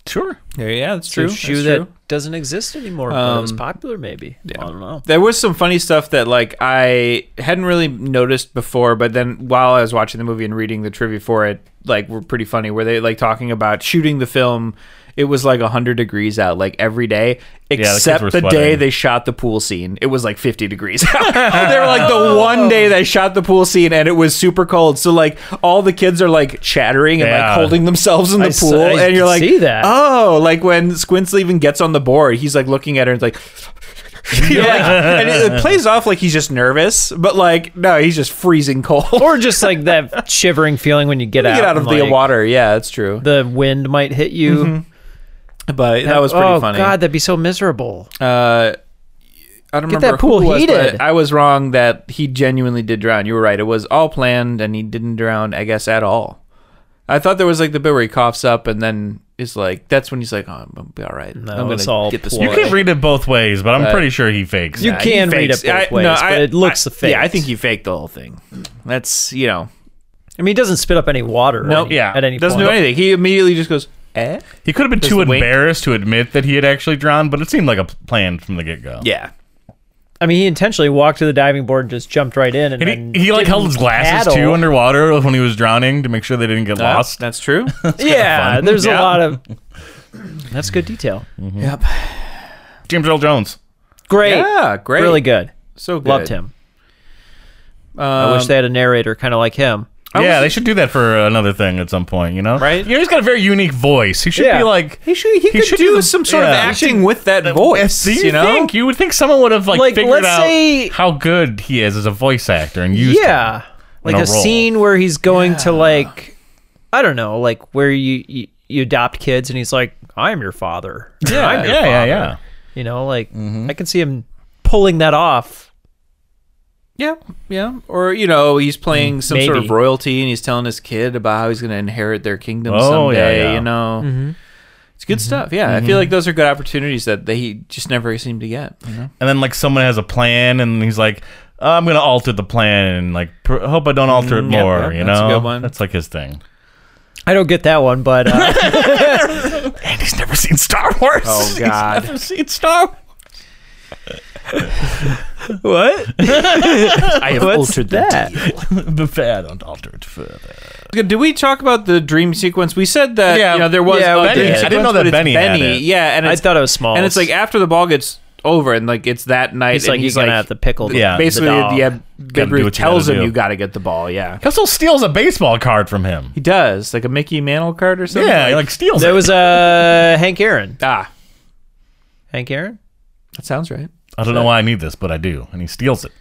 Speaker 2: Sure.
Speaker 3: yeah, yeah, that's
Speaker 4: It's
Speaker 3: true.
Speaker 4: a shoe
Speaker 3: that's
Speaker 4: that
Speaker 3: true.
Speaker 4: doesn't exist anymore, but it was
Speaker 3: Um,
Speaker 4: popular. Maybe I don't know.
Speaker 3: There was some funny stuff that like I hadn't really noticed before, but then while I was watching the movie and reading the trivia for it, like were pretty funny. Where they like talking about shooting the film, it was like hundred degrees out, like every day
Speaker 2: kids
Speaker 3: except
Speaker 2: were
Speaker 3: the day
Speaker 2: sweating.
Speaker 3: they shot the pool scene. It was like fifty degrees out. they were like the one day they shot the pool scene and it was super cold. So like all the kids are like chattering and
Speaker 2: Yeah.
Speaker 3: like holding themselves in the
Speaker 4: I s-
Speaker 3: pool,
Speaker 4: I
Speaker 3: and you're
Speaker 4: can
Speaker 3: like,
Speaker 4: see that.
Speaker 3: oh, like when Squints even gets on the board, he's like looking at her and like. yeah, and it, it plays off like he's just nervous, but like no, he's just freezing cold.
Speaker 4: Or just like that shivering feeling when you get out.
Speaker 3: get out of
Speaker 4: and,
Speaker 3: the
Speaker 4: like,
Speaker 3: water. Yeah, that's true.
Speaker 4: The wind might hit you.
Speaker 3: But that was pretty
Speaker 4: oh,
Speaker 3: funny.
Speaker 4: God, that'd be so miserable.
Speaker 3: Uh, I don't
Speaker 4: Get
Speaker 3: remember
Speaker 4: that pool
Speaker 3: who it was, but
Speaker 4: heated.
Speaker 3: I was wrong that he genuinely did drown. You were right. It was all planned, and he didn't drown. I guess at all. I thought there was like the bit where he coughs up, and then is like, that's when he's like, oh, I'm gonna be all right.
Speaker 4: No,
Speaker 3: I'm
Speaker 4: it's all
Speaker 3: get this.
Speaker 4: ploy.
Speaker 2: You could read it both ways, but I'm
Speaker 3: Uh,
Speaker 2: pretty sure he fakes.
Speaker 4: You
Speaker 2: it.
Speaker 3: Nah, he
Speaker 4: can read
Speaker 3: fakes-
Speaker 4: it both
Speaker 3: I-
Speaker 4: ways,
Speaker 3: no,
Speaker 4: but
Speaker 3: I-
Speaker 4: it looks
Speaker 3: I-
Speaker 4: fake.
Speaker 3: Yeah, I think he faked the whole thing. That's you know,
Speaker 4: I mean, he doesn't spit up any water.
Speaker 3: Nope,
Speaker 4: any-
Speaker 2: yeah.
Speaker 4: At any
Speaker 3: doesn't
Speaker 4: point.
Speaker 3: do anything. He immediately just goes, eh.
Speaker 2: He could have been
Speaker 3: Just
Speaker 2: too
Speaker 3: the wink.
Speaker 2: embarrassed to admit that he had actually drowned, but it seemed like a p- plan from the get go.
Speaker 3: Yeah,
Speaker 4: I mean, he intentionally walked to the diving board and just jumped right in. And,
Speaker 2: And
Speaker 4: then
Speaker 2: he, he like
Speaker 4: didn't
Speaker 2: held his glasses
Speaker 4: paddle.
Speaker 2: too underwater when he was drowning to make sure they didn't get
Speaker 3: Uh,
Speaker 2: lost.
Speaker 3: That's true.
Speaker 4: Yeah,
Speaker 2: fun.
Speaker 4: there's
Speaker 2: Yeah.
Speaker 4: a lot of. That's good detail.
Speaker 3: yep.
Speaker 2: James Earl Jones.
Speaker 4: Great.
Speaker 3: Yeah, great.
Speaker 4: Really good.
Speaker 3: So good.
Speaker 4: Loved him.
Speaker 3: Um,
Speaker 4: I wish they had a narrator kind of like him.
Speaker 2: yeah, they should do that for another thing at some point, you know?
Speaker 3: Right?
Speaker 2: You know, he's got a very unique voice. He should
Speaker 4: Yeah.
Speaker 2: be like.
Speaker 3: He should. He,
Speaker 2: He
Speaker 3: could
Speaker 2: should
Speaker 3: do
Speaker 2: do the-
Speaker 3: some sort
Speaker 2: yeah,
Speaker 3: of
Speaker 2: he
Speaker 3: acting with that voice.
Speaker 2: Do you,
Speaker 3: know.
Speaker 2: think? You would think someone would have like,
Speaker 4: Like,
Speaker 2: figured
Speaker 4: let's
Speaker 2: out
Speaker 4: say-
Speaker 2: how good he is as a voice actor and used him.
Speaker 4: Yeah. Like
Speaker 2: a
Speaker 4: a,
Speaker 2: role.
Speaker 4: scene where he's going to like, I don't know, like where you, you you adopt kids and he's like, I am your father.
Speaker 2: Yeah,
Speaker 4: I'm
Speaker 2: yeah,
Speaker 4: your
Speaker 2: yeah,
Speaker 4: father."
Speaker 2: yeah. Mm-hmm.
Speaker 4: You know, like I can see him pulling that off.
Speaker 3: Yeah, yeah. Or you know, he's playing some sort
Speaker 4: maybe.
Speaker 3: of royalty, and he's telling his kid about how he's going to inherit their kingdom
Speaker 2: Oh, yeah,
Speaker 3: someday.
Speaker 2: yeah.
Speaker 3: You know, it's good stuff. Yeah, I feel like those are good opportunities that they just never seem to get. You know?
Speaker 2: and then like someone has a plan and he's like i'm gonna alter the plan and like pr- hope i don't alter it
Speaker 3: yep,
Speaker 2: more
Speaker 3: yep,
Speaker 2: you
Speaker 3: Mm, that's a
Speaker 2: know
Speaker 3: good one.
Speaker 2: that's like his thing
Speaker 4: I don't get that one, but uh,
Speaker 2: and he's never seen star wars
Speaker 3: Oh God,
Speaker 2: seen star
Speaker 4: what?
Speaker 2: i have
Speaker 4: What's that?
Speaker 2: the fad don't alter it further
Speaker 3: did we talk about the dream sequence? We said that
Speaker 2: Yeah,
Speaker 3: you know there was
Speaker 2: yeah,
Speaker 3: a
Speaker 2: Benny
Speaker 3: dream
Speaker 2: had it. I didn't know
Speaker 3: sequence,
Speaker 2: that
Speaker 3: but it's
Speaker 2: Benny had it.
Speaker 3: Yeah, and
Speaker 4: I
Speaker 3: it's-
Speaker 4: thought it was small.
Speaker 3: and it's like after the ball gets over, and like it's that night.
Speaker 4: he's
Speaker 3: and
Speaker 4: like he's, gonna have to pickle. the-
Speaker 2: Yeah.
Speaker 4: the
Speaker 3: basically
Speaker 4: dog.
Speaker 3: yeah. Babe
Speaker 2: Uh, do
Speaker 3: Ruth
Speaker 2: what you gotta
Speaker 3: tells him
Speaker 2: do.
Speaker 3: you got to get the ball. Yeah,
Speaker 2: Kessel steals a baseball card from him
Speaker 3: he does like a Mickey Mantle card or something.
Speaker 2: yeah he like steals
Speaker 4: There
Speaker 2: it
Speaker 4: was uh, Hank Aaron.
Speaker 3: ah,
Speaker 4: Hank Aaron.
Speaker 3: that sounds right.
Speaker 2: i don't know why i need this but i do and he steals it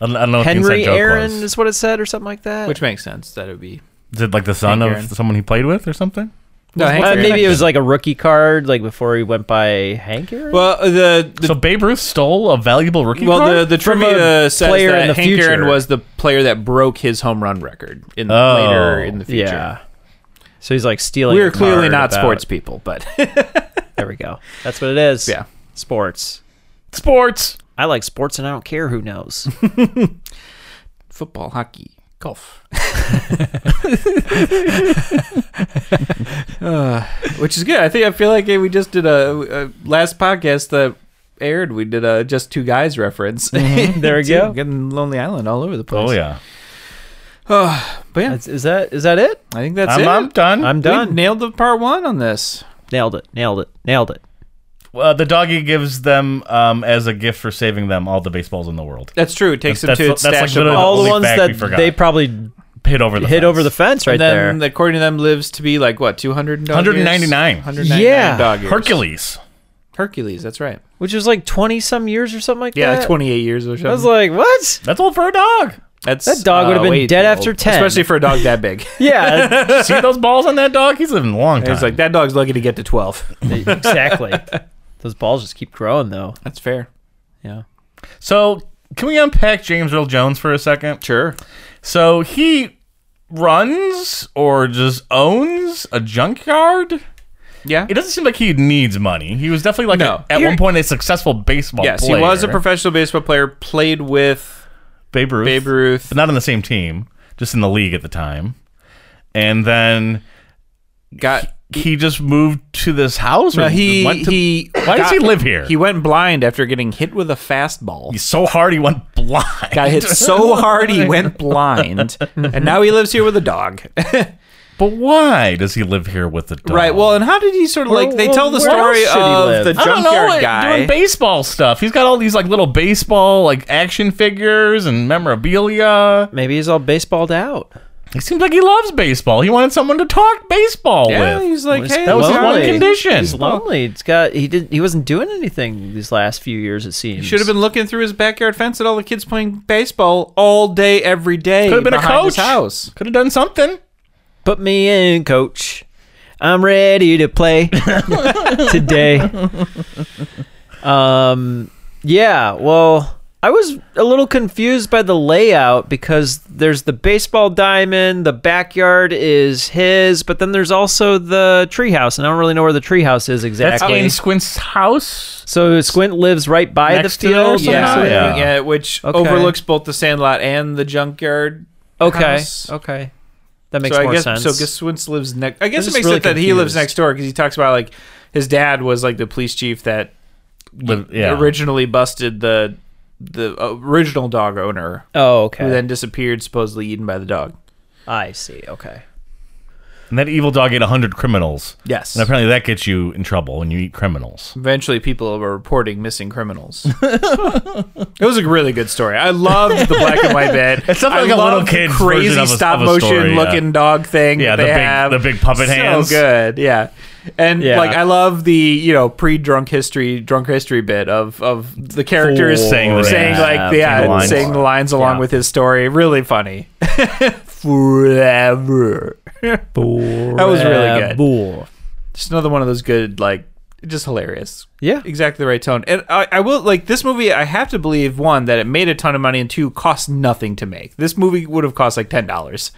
Speaker 2: i don't, I don't know what the
Speaker 4: Henry
Speaker 2: inside joke
Speaker 4: Aaron
Speaker 2: was.
Speaker 4: is what it said, or something like that.
Speaker 3: Which makes sense. That would be
Speaker 2: Is it like the son
Speaker 4: Hank
Speaker 2: of
Speaker 4: Aaron.
Speaker 2: someone he played with or something?
Speaker 4: No, uh, maybe it was like a rookie card, like before he went by Hank Aaron.
Speaker 3: Well, the,
Speaker 2: so Babe Ruth stole a valuable rookie
Speaker 3: well,
Speaker 2: card.
Speaker 3: the the
Speaker 4: From a
Speaker 3: trivia says
Speaker 4: player
Speaker 3: that
Speaker 4: in the
Speaker 3: Hank Aaron
Speaker 4: future.
Speaker 3: was the player that broke his home run record in
Speaker 4: Oh,
Speaker 3: later in the future.
Speaker 4: yeah. So he's like stealing.
Speaker 3: We
Speaker 4: a
Speaker 3: are clearly
Speaker 4: card
Speaker 3: not
Speaker 4: about-
Speaker 3: sports people, but
Speaker 4: there we go. That's what it is. Yeah, sports.
Speaker 2: Sports.
Speaker 4: I like sports, and I don't care who knows.
Speaker 3: Football, hockey, golf. Uh, which is good. I think I feel like eh, we just did a, a last podcast that aired. We did a just two guys reference.
Speaker 4: Mhm. There we
Speaker 3: Too.
Speaker 4: go.
Speaker 3: Getting Lonely Island all over the place.
Speaker 4: Oh, yeah.
Speaker 3: Oh, but yeah,
Speaker 4: is, is that is that it?
Speaker 3: I think that's
Speaker 4: I'm-
Speaker 3: it.
Speaker 4: I'm done. I'm
Speaker 3: We
Speaker 4: done.
Speaker 3: nailed the part one on this.
Speaker 4: Nailed it. Nailed it. Nailed it.
Speaker 2: uh, the doggy gives them um, as a gift for saving them all the baseballs in the world.
Speaker 3: That's true. It takes
Speaker 2: That's-
Speaker 3: them to
Speaker 2: that's-
Speaker 3: its
Speaker 2: that's
Speaker 3: stash
Speaker 2: like
Speaker 3: of
Speaker 2: literally
Speaker 3: all
Speaker 4: All
Speaker 2: Only
Speaker 4: the ones
Speaker 2: fact we
Speaker 4: that
Speaker 2: forgot.
Speaker 4: they probably
Speaker 2: hit over the
Speaker 4: hit over the fence right
Speaker 3: and then,
Speaker 4: there.
Speaker 3: according to them, lives to be like what, 200 dog
Speaker 2: 199.
Speaker 3: years? 199
Speaker 4: Yeah.
Speaker 3: dog years.
Speaker 2: Hercules.
Speaker 3: Hercules, that's right.
Speaker 4: which was like twenty some years or something like
Speaker 3: Yeah,
Speaker 4: that.
Speaker 3: like 28 years or something.
Speaker 4: I was like, what?
Speaker 2: That's old for a dog.
Speaker 3: That's
Speaker 4: That dog would have
Speaker 3: uh,
Speaker 4: been
Speaker 3: way
Speaker 4: dead
Speaker 3: too
Speaker 4: after
Speaker 3: old.
Speaker 4: 10.
Speaker 3: especially for a dog that big.
Speaker 4: Yeah.
Speaker 2: See those balls on that dog? He's living a long time.
Speaker 3: It's like that dog's lucky to get to 12.
Speaker 4: exactly. Those balls just keep growing though.
Speaker 3: That's fair.
Speaker 4: Yeah.
Speaker 2: So, can we unpack James Earl Jones for a second?
Speaker 3: Sure.
Speaker 2: So, he runs or just owns a junkyard?
Speaker 3: Yeah.
Speaker 2: It doesn't seem like he needs money. He was definitely like
Speaker 3: No.
Speaker 2: a- at
Speaker 3: Here-
Speaker 2: one point a successful baseball
Speaker 3: yes,
Speaker 2: player.
Speaker 3: he was a professional baseball player, played with
Speaker 2: Babe Ruth.
Speaker 3: Babe Ruth.
Speaker 2: But not on the same team, just in the league at the time. And then
Speaker 3: Got
Speaker 2: he just moved to this house?
Speaker 3: No,
Speaker 2: or
Speaker 3: he
Speaker 2: went to-
Speaker 3: he.
Speaker 2: Why does
Speaker 3: got-
Speaker 2: he live here?
Speaker 3: He went blind after getting hit with a fastball.
Speaker 2: He's so hard he went blind.
Speaker 3: Got hit so hard he went blind, and now he lives here with a dog.
Speaker 2: But why does he live here with the dog?
Speaker 3: right. Well, and how did he sort of like? They tell the
Speaker 2: Where
Speaker 3: story
Speaker 2: else should he
Speaker 3: of
Speaker 2: live?
Speaker 3: the
Speaker 2: I don't know,
Speaker 3: junkyard
Speaker 2: like,
Speaker 3: guy.
Speaker 2: doing baseball stuff. He's got all these like little baseball like action figures and memorabilia.
Speaker 4: Maybe he's all baseballed out.
Speaker 2: He seems like he loves baseball. He wanted someone to talk baseball
Speaker 3: yeah,
Speaker 2: with.
Speaker 3: he's like,
Speaker 4: He's
Speaker 3: hey,
Speaker 2: that was his
Speaker 3: look,
Speaker 2: one
Speaker 4: lonely.
Speaker 2: condition.
Speaker 4: He's lonely. It's got he did he wasn't doing anything these last few years. It seems
Speaker 3: He should have been looking through his backyard fence at all the kids playing baseball all day, every day.
Speaker 2: Could have been a
Speaker 3: behind his
Speaker 2: coach.
Speaker 3: house.
Speaker 2: Could have done something.
Speaker 4: Put me in, coach. I'm ready to play today. Um, yeah, well, I was a little confused by the layout because there's the baseball diamond, the backyard is his, but then there's also the treehouse, and I don't really know where the treehouse is
Speaker 2: That's
Speaker 4: exactly.
Speaker 2: in Squint's house.
Speaker 4: so Squint lives right by
Speaker 2: Next to
Speaker 4: the
Speaker 2: there
Speaker 4: field.
Speaker 2: somehow?
Speaker 4: yeah.
Speaker 2: Yeah.
Speaker 3: yeah, which
Speaker 4: Okay.
Speaker 3: overlooks both the sandlot and the junkyard.
Speaker 4: Okay.
Speaker 3: house.
Speaker 4: Okay. That makes
Speaker 3: so
Speaker 4: more
Speaker 3: I guess,
Speaker 4: sense.
Speaker 3: So Geswince lives next. I guess
Speaker 4: I'm
Speaker 3: it
Speaker 4: just
Speaker 3: makes
Speaker 4: really
Speaker 3: sense that he lives
Speaker 4: confused.
Speaker 3: next door because he talks about like his dad was like the police chief that
Speaker 2: Live- yeah.
Speaker 3: originally busted the the uh, original dog owner
Speaker 4: oh, okay.
Speaker 3: who then disappeared, supposedly eaten by the dog.
Speaker 4: I see. Okay.
Speaker 2: And that evil dog ate 100 criminals.
Speaker 3: Yes.
Speaker 2: And apparently that gets you in trouble when you eat criminals.
Speaker 3: Eventually, people were reporting missing criminals. it was a really good story. I loved the black and white bed.
Speaker 2: It's something
Speaker 3: I
Speaker 2: like a little
Speaker 3: love
Speaker 2: kid's version
Speaker 3: crazy
Speaker 2: of a-
Speaker 3: stop
Speaker 2: of a
Speaker 3: motion
Speaker 2: story, yeah.
Speaker 3: looking dog thing.
Speaker 2: Yeah,
Speaker 3: that
Speaker 2: the
Speaker 3: they
Speaker 2: big-
Speaker 3: have.
Speaker 2: the big puppet
Speaker 3: so
Speaker 2: hands.
Speaker 3: good. Yeah, and
Speaker 4: Yeah.
Speaker 3: like I love the you know pre drunk history drunk history bit of of the characters
Speaker 2: For- Saying the
Speaker 3: saying
Speaker 2: names.
Speaker 3: like
Speaker 2: Yeah,
Speaker 3: yeah
Speaker 2: saying the lines.
Speaker 3: saying the lines along
Speaker 4: Yeah.
Speaker 3: with his story. Really funny. Forever. that was
Speaker 4: Uh,
Speaker 3: really good.
Speaker 4: Bull.
Speaker 3: Just another one of those good, like, just hilarious.
Speaker 4: Yeah.
Speaker 3: Exactly the right tone. And I, I will, like, this movie, I have to believe, one, that it made a ton of money, and two, cost nothing to make. This movie would have cost, like, $10.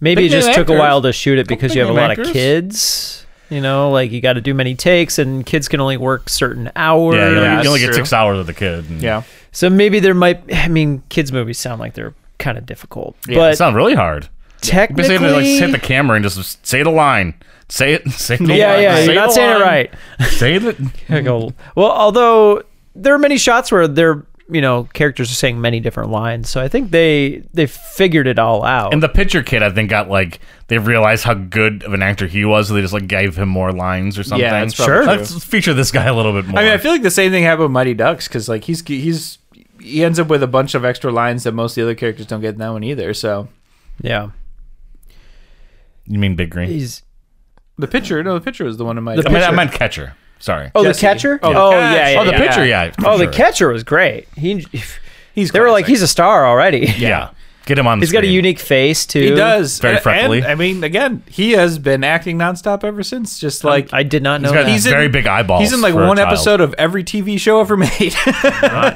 Speaker 4: Maybe it
Speaker 2: Big name
Speaker 4: just took a
Speaker 2: actors.
Speaker 4: while to shoot it because you have a
Speaker 2: big
Speaker 4: lot
Speaker 2: name
Speaker 4: of
Speaker 2: actors.
Speaker 4: kids. You know, like you got to do many takes, and kids can only work certain hours.
Speaker 2: Yeah, you, only-
Speaker 3: that's
Speaker 2: you only get
Speaker 3: true.
Speaker 2: six hours with the kid. and-
Speaker 3: Yeah.
Speaker 4: So maybe there might. I mean, kids' movies sound like they're kind of difficult,
Speaker 2: It
Speaker 4: but
Speaker 2: sounds really hard.
Speaker 4: technically,
Speaker 2: Basically, like, just hit the camera and just say the line. Say it. Say the
Speaker 4: yeah,
Speaker 2: line.
Speaker 4: yeah,
Speaker 2: say
Speaker 4: you're not
Speaker 2: the
Speaker 4: saying it
Speaker 2: line.
Speaker 4: right.
Speaker 2: Say the.
Speaker 4: I go, well, although there are many shots where they're you know characters are saying many different lines, so I think they they figured it all out.
Speaker 2: And the pitcher kid, I think, got like they realized how good of an actor he was, so they just like gave him more lines or something.
Speaker 3: that's probably Sure. true.
Speaker 2: Let's feature this guy a little bit more.
Speaker 3: I mean, I feel like the same thing happened with Mighty Ducks, because, like, he's, he's, he ends up with a bunch of extra lines that most of the other characters don't get in that one either. So
Speaker 4: yeah,
Speaker 2: you mean Big Green?
Speaker 4: he's
Speaker 3: the pitcher, no, the pitcher was the one in Mighty
Speaker 2: I mean, I
Speaker 4: pitcher.
Speaker 2: meant catcher. Sorry.
Speaker 4: oh
Speaker 3: Jesse.
Speaker 4: the catcher.
Speaker 3: Oh, the
Speaker 4: oh
Speaker 3: catch.
Speaker 4: yeah, yeah,
Speaker 2: Oh, the
Speaker 4: yeah.
Speaker 2: pitcher. Yeah. for
Speaker 4: Oh, the
Speaker 2: sure.
Speaker 4: catcher was great. He,
Speaker 3: He's
Speaker 4: they were like,
Speaker 3: classic.
Speaker 4: he's a star already.
Speaker 2: Yeah.
Speaker 10: Get him on the
Speaker 4: He's got a unique face too.
Speaker 3: He does
Speaker 10: Very
Speaker 3: And-
Speaker 10: freckly.
Speaker 3: and, I mean, again, he has been acting nonstop ever since. Just like
Speaker 4: I did not know
Speaker 10: He's got
Speaker 4: that.
Speaker 10: these very big eyeballs.
Speaker 3: He's in like
Speaker 10: for a
Speaker 3: one
Speaker 10: child.
Speaker 3: episode of every TV show ever made.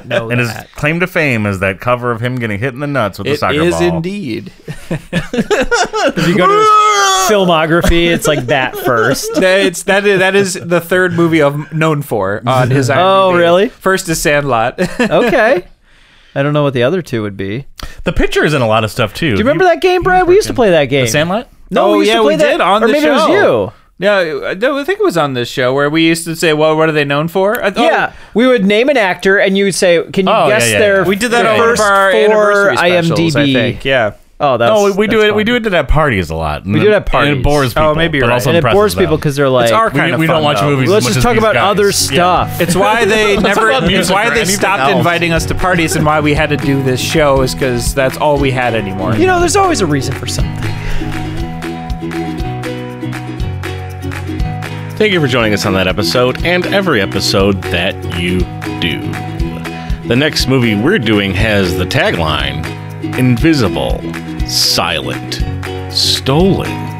Speaker 4: know
Speaker 10: And his
Speaker 4: that.
Speaker 10: claim to fame is that cover of him getting hit in the nuts with a
Speaker 3: it
Speaker 10: soccer
Speaker 3: is
Speaker 10: ball.
Speaker 3: indeed.
Speaker 4: If you go to his filmography, it's like that first.
Speaker 3: That- it's that is, that is the third movie I'm known for on his. IMDb.
Speaker 4: Oh, really?
Speaker 3: First is Sandlot.
Speaker 4: Okay. I don't know what the other two would be.
Speaker 10: The pitcher is in a lot of stuff too.
Speaker 4: Do you remember that game, Brad? We used to play that game.
Speaker 10: Sandlot?
Speaker 4: No,
Speaker 3: Oh,
Speaker 4: we used
Speaker 3: yeah,
Speaker 4: to play
Speaker 3: we
Speaker 4: that.
Speaker 3: did on
Speaker 4: or
Speaker 3: the
Speaker 4: maybe it was
Speaker 3: show.
Speaker 4: you.
Speaker 3: no, I don't- I think it was on this show where we used to say, "Well, what are they known for?" I thought-
Speaker 4: Yeah, we would name an actor, and you would say, "Can you
Speaker 10: Oh, yeah,
Speaker 4: guess
Speaker 10: yeah,
Speaker 4: their
Speaker 10: yeah.
Speaker 3: we did that on one of
Speaker 4: first
Speaker 3: our
Speaker 4: four
Speaker 3: anniversary
Speaker 4: IMDb?"
Speaker 3: specials, I think. Yeah.
Speaker 4: Oh, that's
Speaker 10: No, we, we do it.
Speaker 4: that's
Speaker 10: We
Speaker 4: fun.
Speaker 10: do it at parties a lot. We
Speaker 4: do it at
Speaker 10: And
Speaker 4: parties.
Speaker 10: it bores people.
Speaker 3: Oh, maybe you're
Speaker 10: but
Speaker 3: right.
Speaker 10: also
Speaker 4: and it
Speaker 10: impresses
Speaker 4: bores people
Speaker 10: them.
Speaker 4: because they're like,
Speaker 3: It's our
Speaker 10: We,
Speaker 3: kind of
Speaker 10: we don't
Speaker 3: fun,
Speaker 10: watch
Speaker 3: though.
Speaker 10: movies. as
Speaker 4: "Let's
Speaker 10: much
Speaker 4: just
Speaker 10: as
Speaker 4: talk
Speaker 10: these
Speaker 4: about
Speaker 10: guys.
Speaker 4: other
Speaker 10: Yeah.
Speaker 4: stuff."
Speaker 3: It's why they never.
Speaker 10: about music
Speaker 3: It's why
Speaker 10: or
Speaker 3: they
Speaker 10: anything
Speaker 3: stopped
Speaker 10: else.
Speaker 3: inviting us to parties and why we had to do this show is because that's all we had anymore.
Speaker 4: You know, there's always a reason for something.
Speaker 2: Thank you for joining us on that episode and every episode that you do. The next movie we're doing has the tagline Invisible, Silent, Stolen.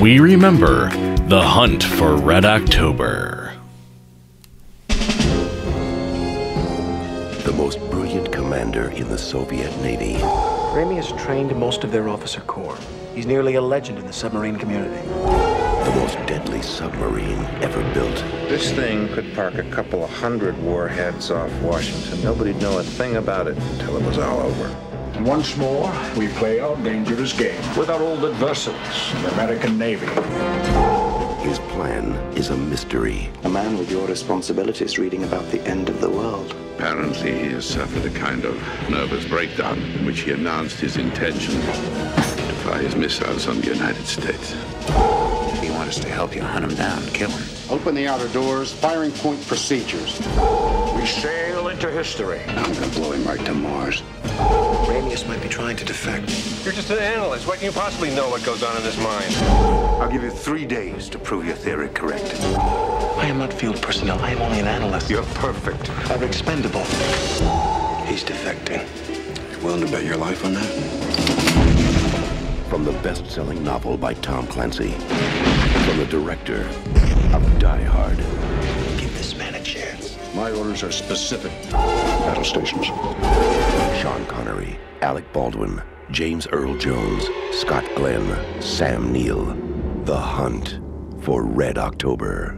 Speaker 2: We remember the hunt for Red October.
Speaker 11: the most brilliant commander in the Soviet Navy,
Speaker 7: Remy has trained most of their officer corps. He's nearly a legend in the submarine community.
Speaker 11: the most deadly submarine ever built,
Speaker 5: This thing could park a couple of hundred warheads off Washington. Nobody'd know a thing about it until it was all over.
Speaker 12: Once more, we play our dangerous game with our old adversaries, the American Navy.
Speaker 11: His plan is a mystery.
Speaker 7: A man with your responsibilities reading about the end of the world.
Speaker 5: Apparently, he has suffered a kind of nervous breakdown in which he announced his intention to fire his missiles on the United States.
Speaker 7: He wants us to help you hunt him down, kill him.
Speaker 12: Open the outer doors, firing point procedures. We sail into history.
Speaker 11: I'm gonna blow him right to Mars.
Speaker 7: Ramius might be trying to defect.
Speaker 5: You're just an analyst. What can you possibly know what goes on in this mind?
Speaker 11: I'll give you three days to prove your theory correct.
Speaker 7: I am not field personnel. I am only an analyst.
Speaker 5: You're perfect.
Speaker 7: I'm expendable.
Speaker 11: He's defecting. You're willing to bet your life on that? From the best-selling novel by Tom Clancy, from the director of Die Hard,
Speaker 7: Give this man a chance.
Speaker 12: My orders are specific. Battle stations.
Speaker 11: Sean Connery, Alec Baldwin, James Earl Jones, Scott Glenn, Sam Neill. The Hunt for Red October.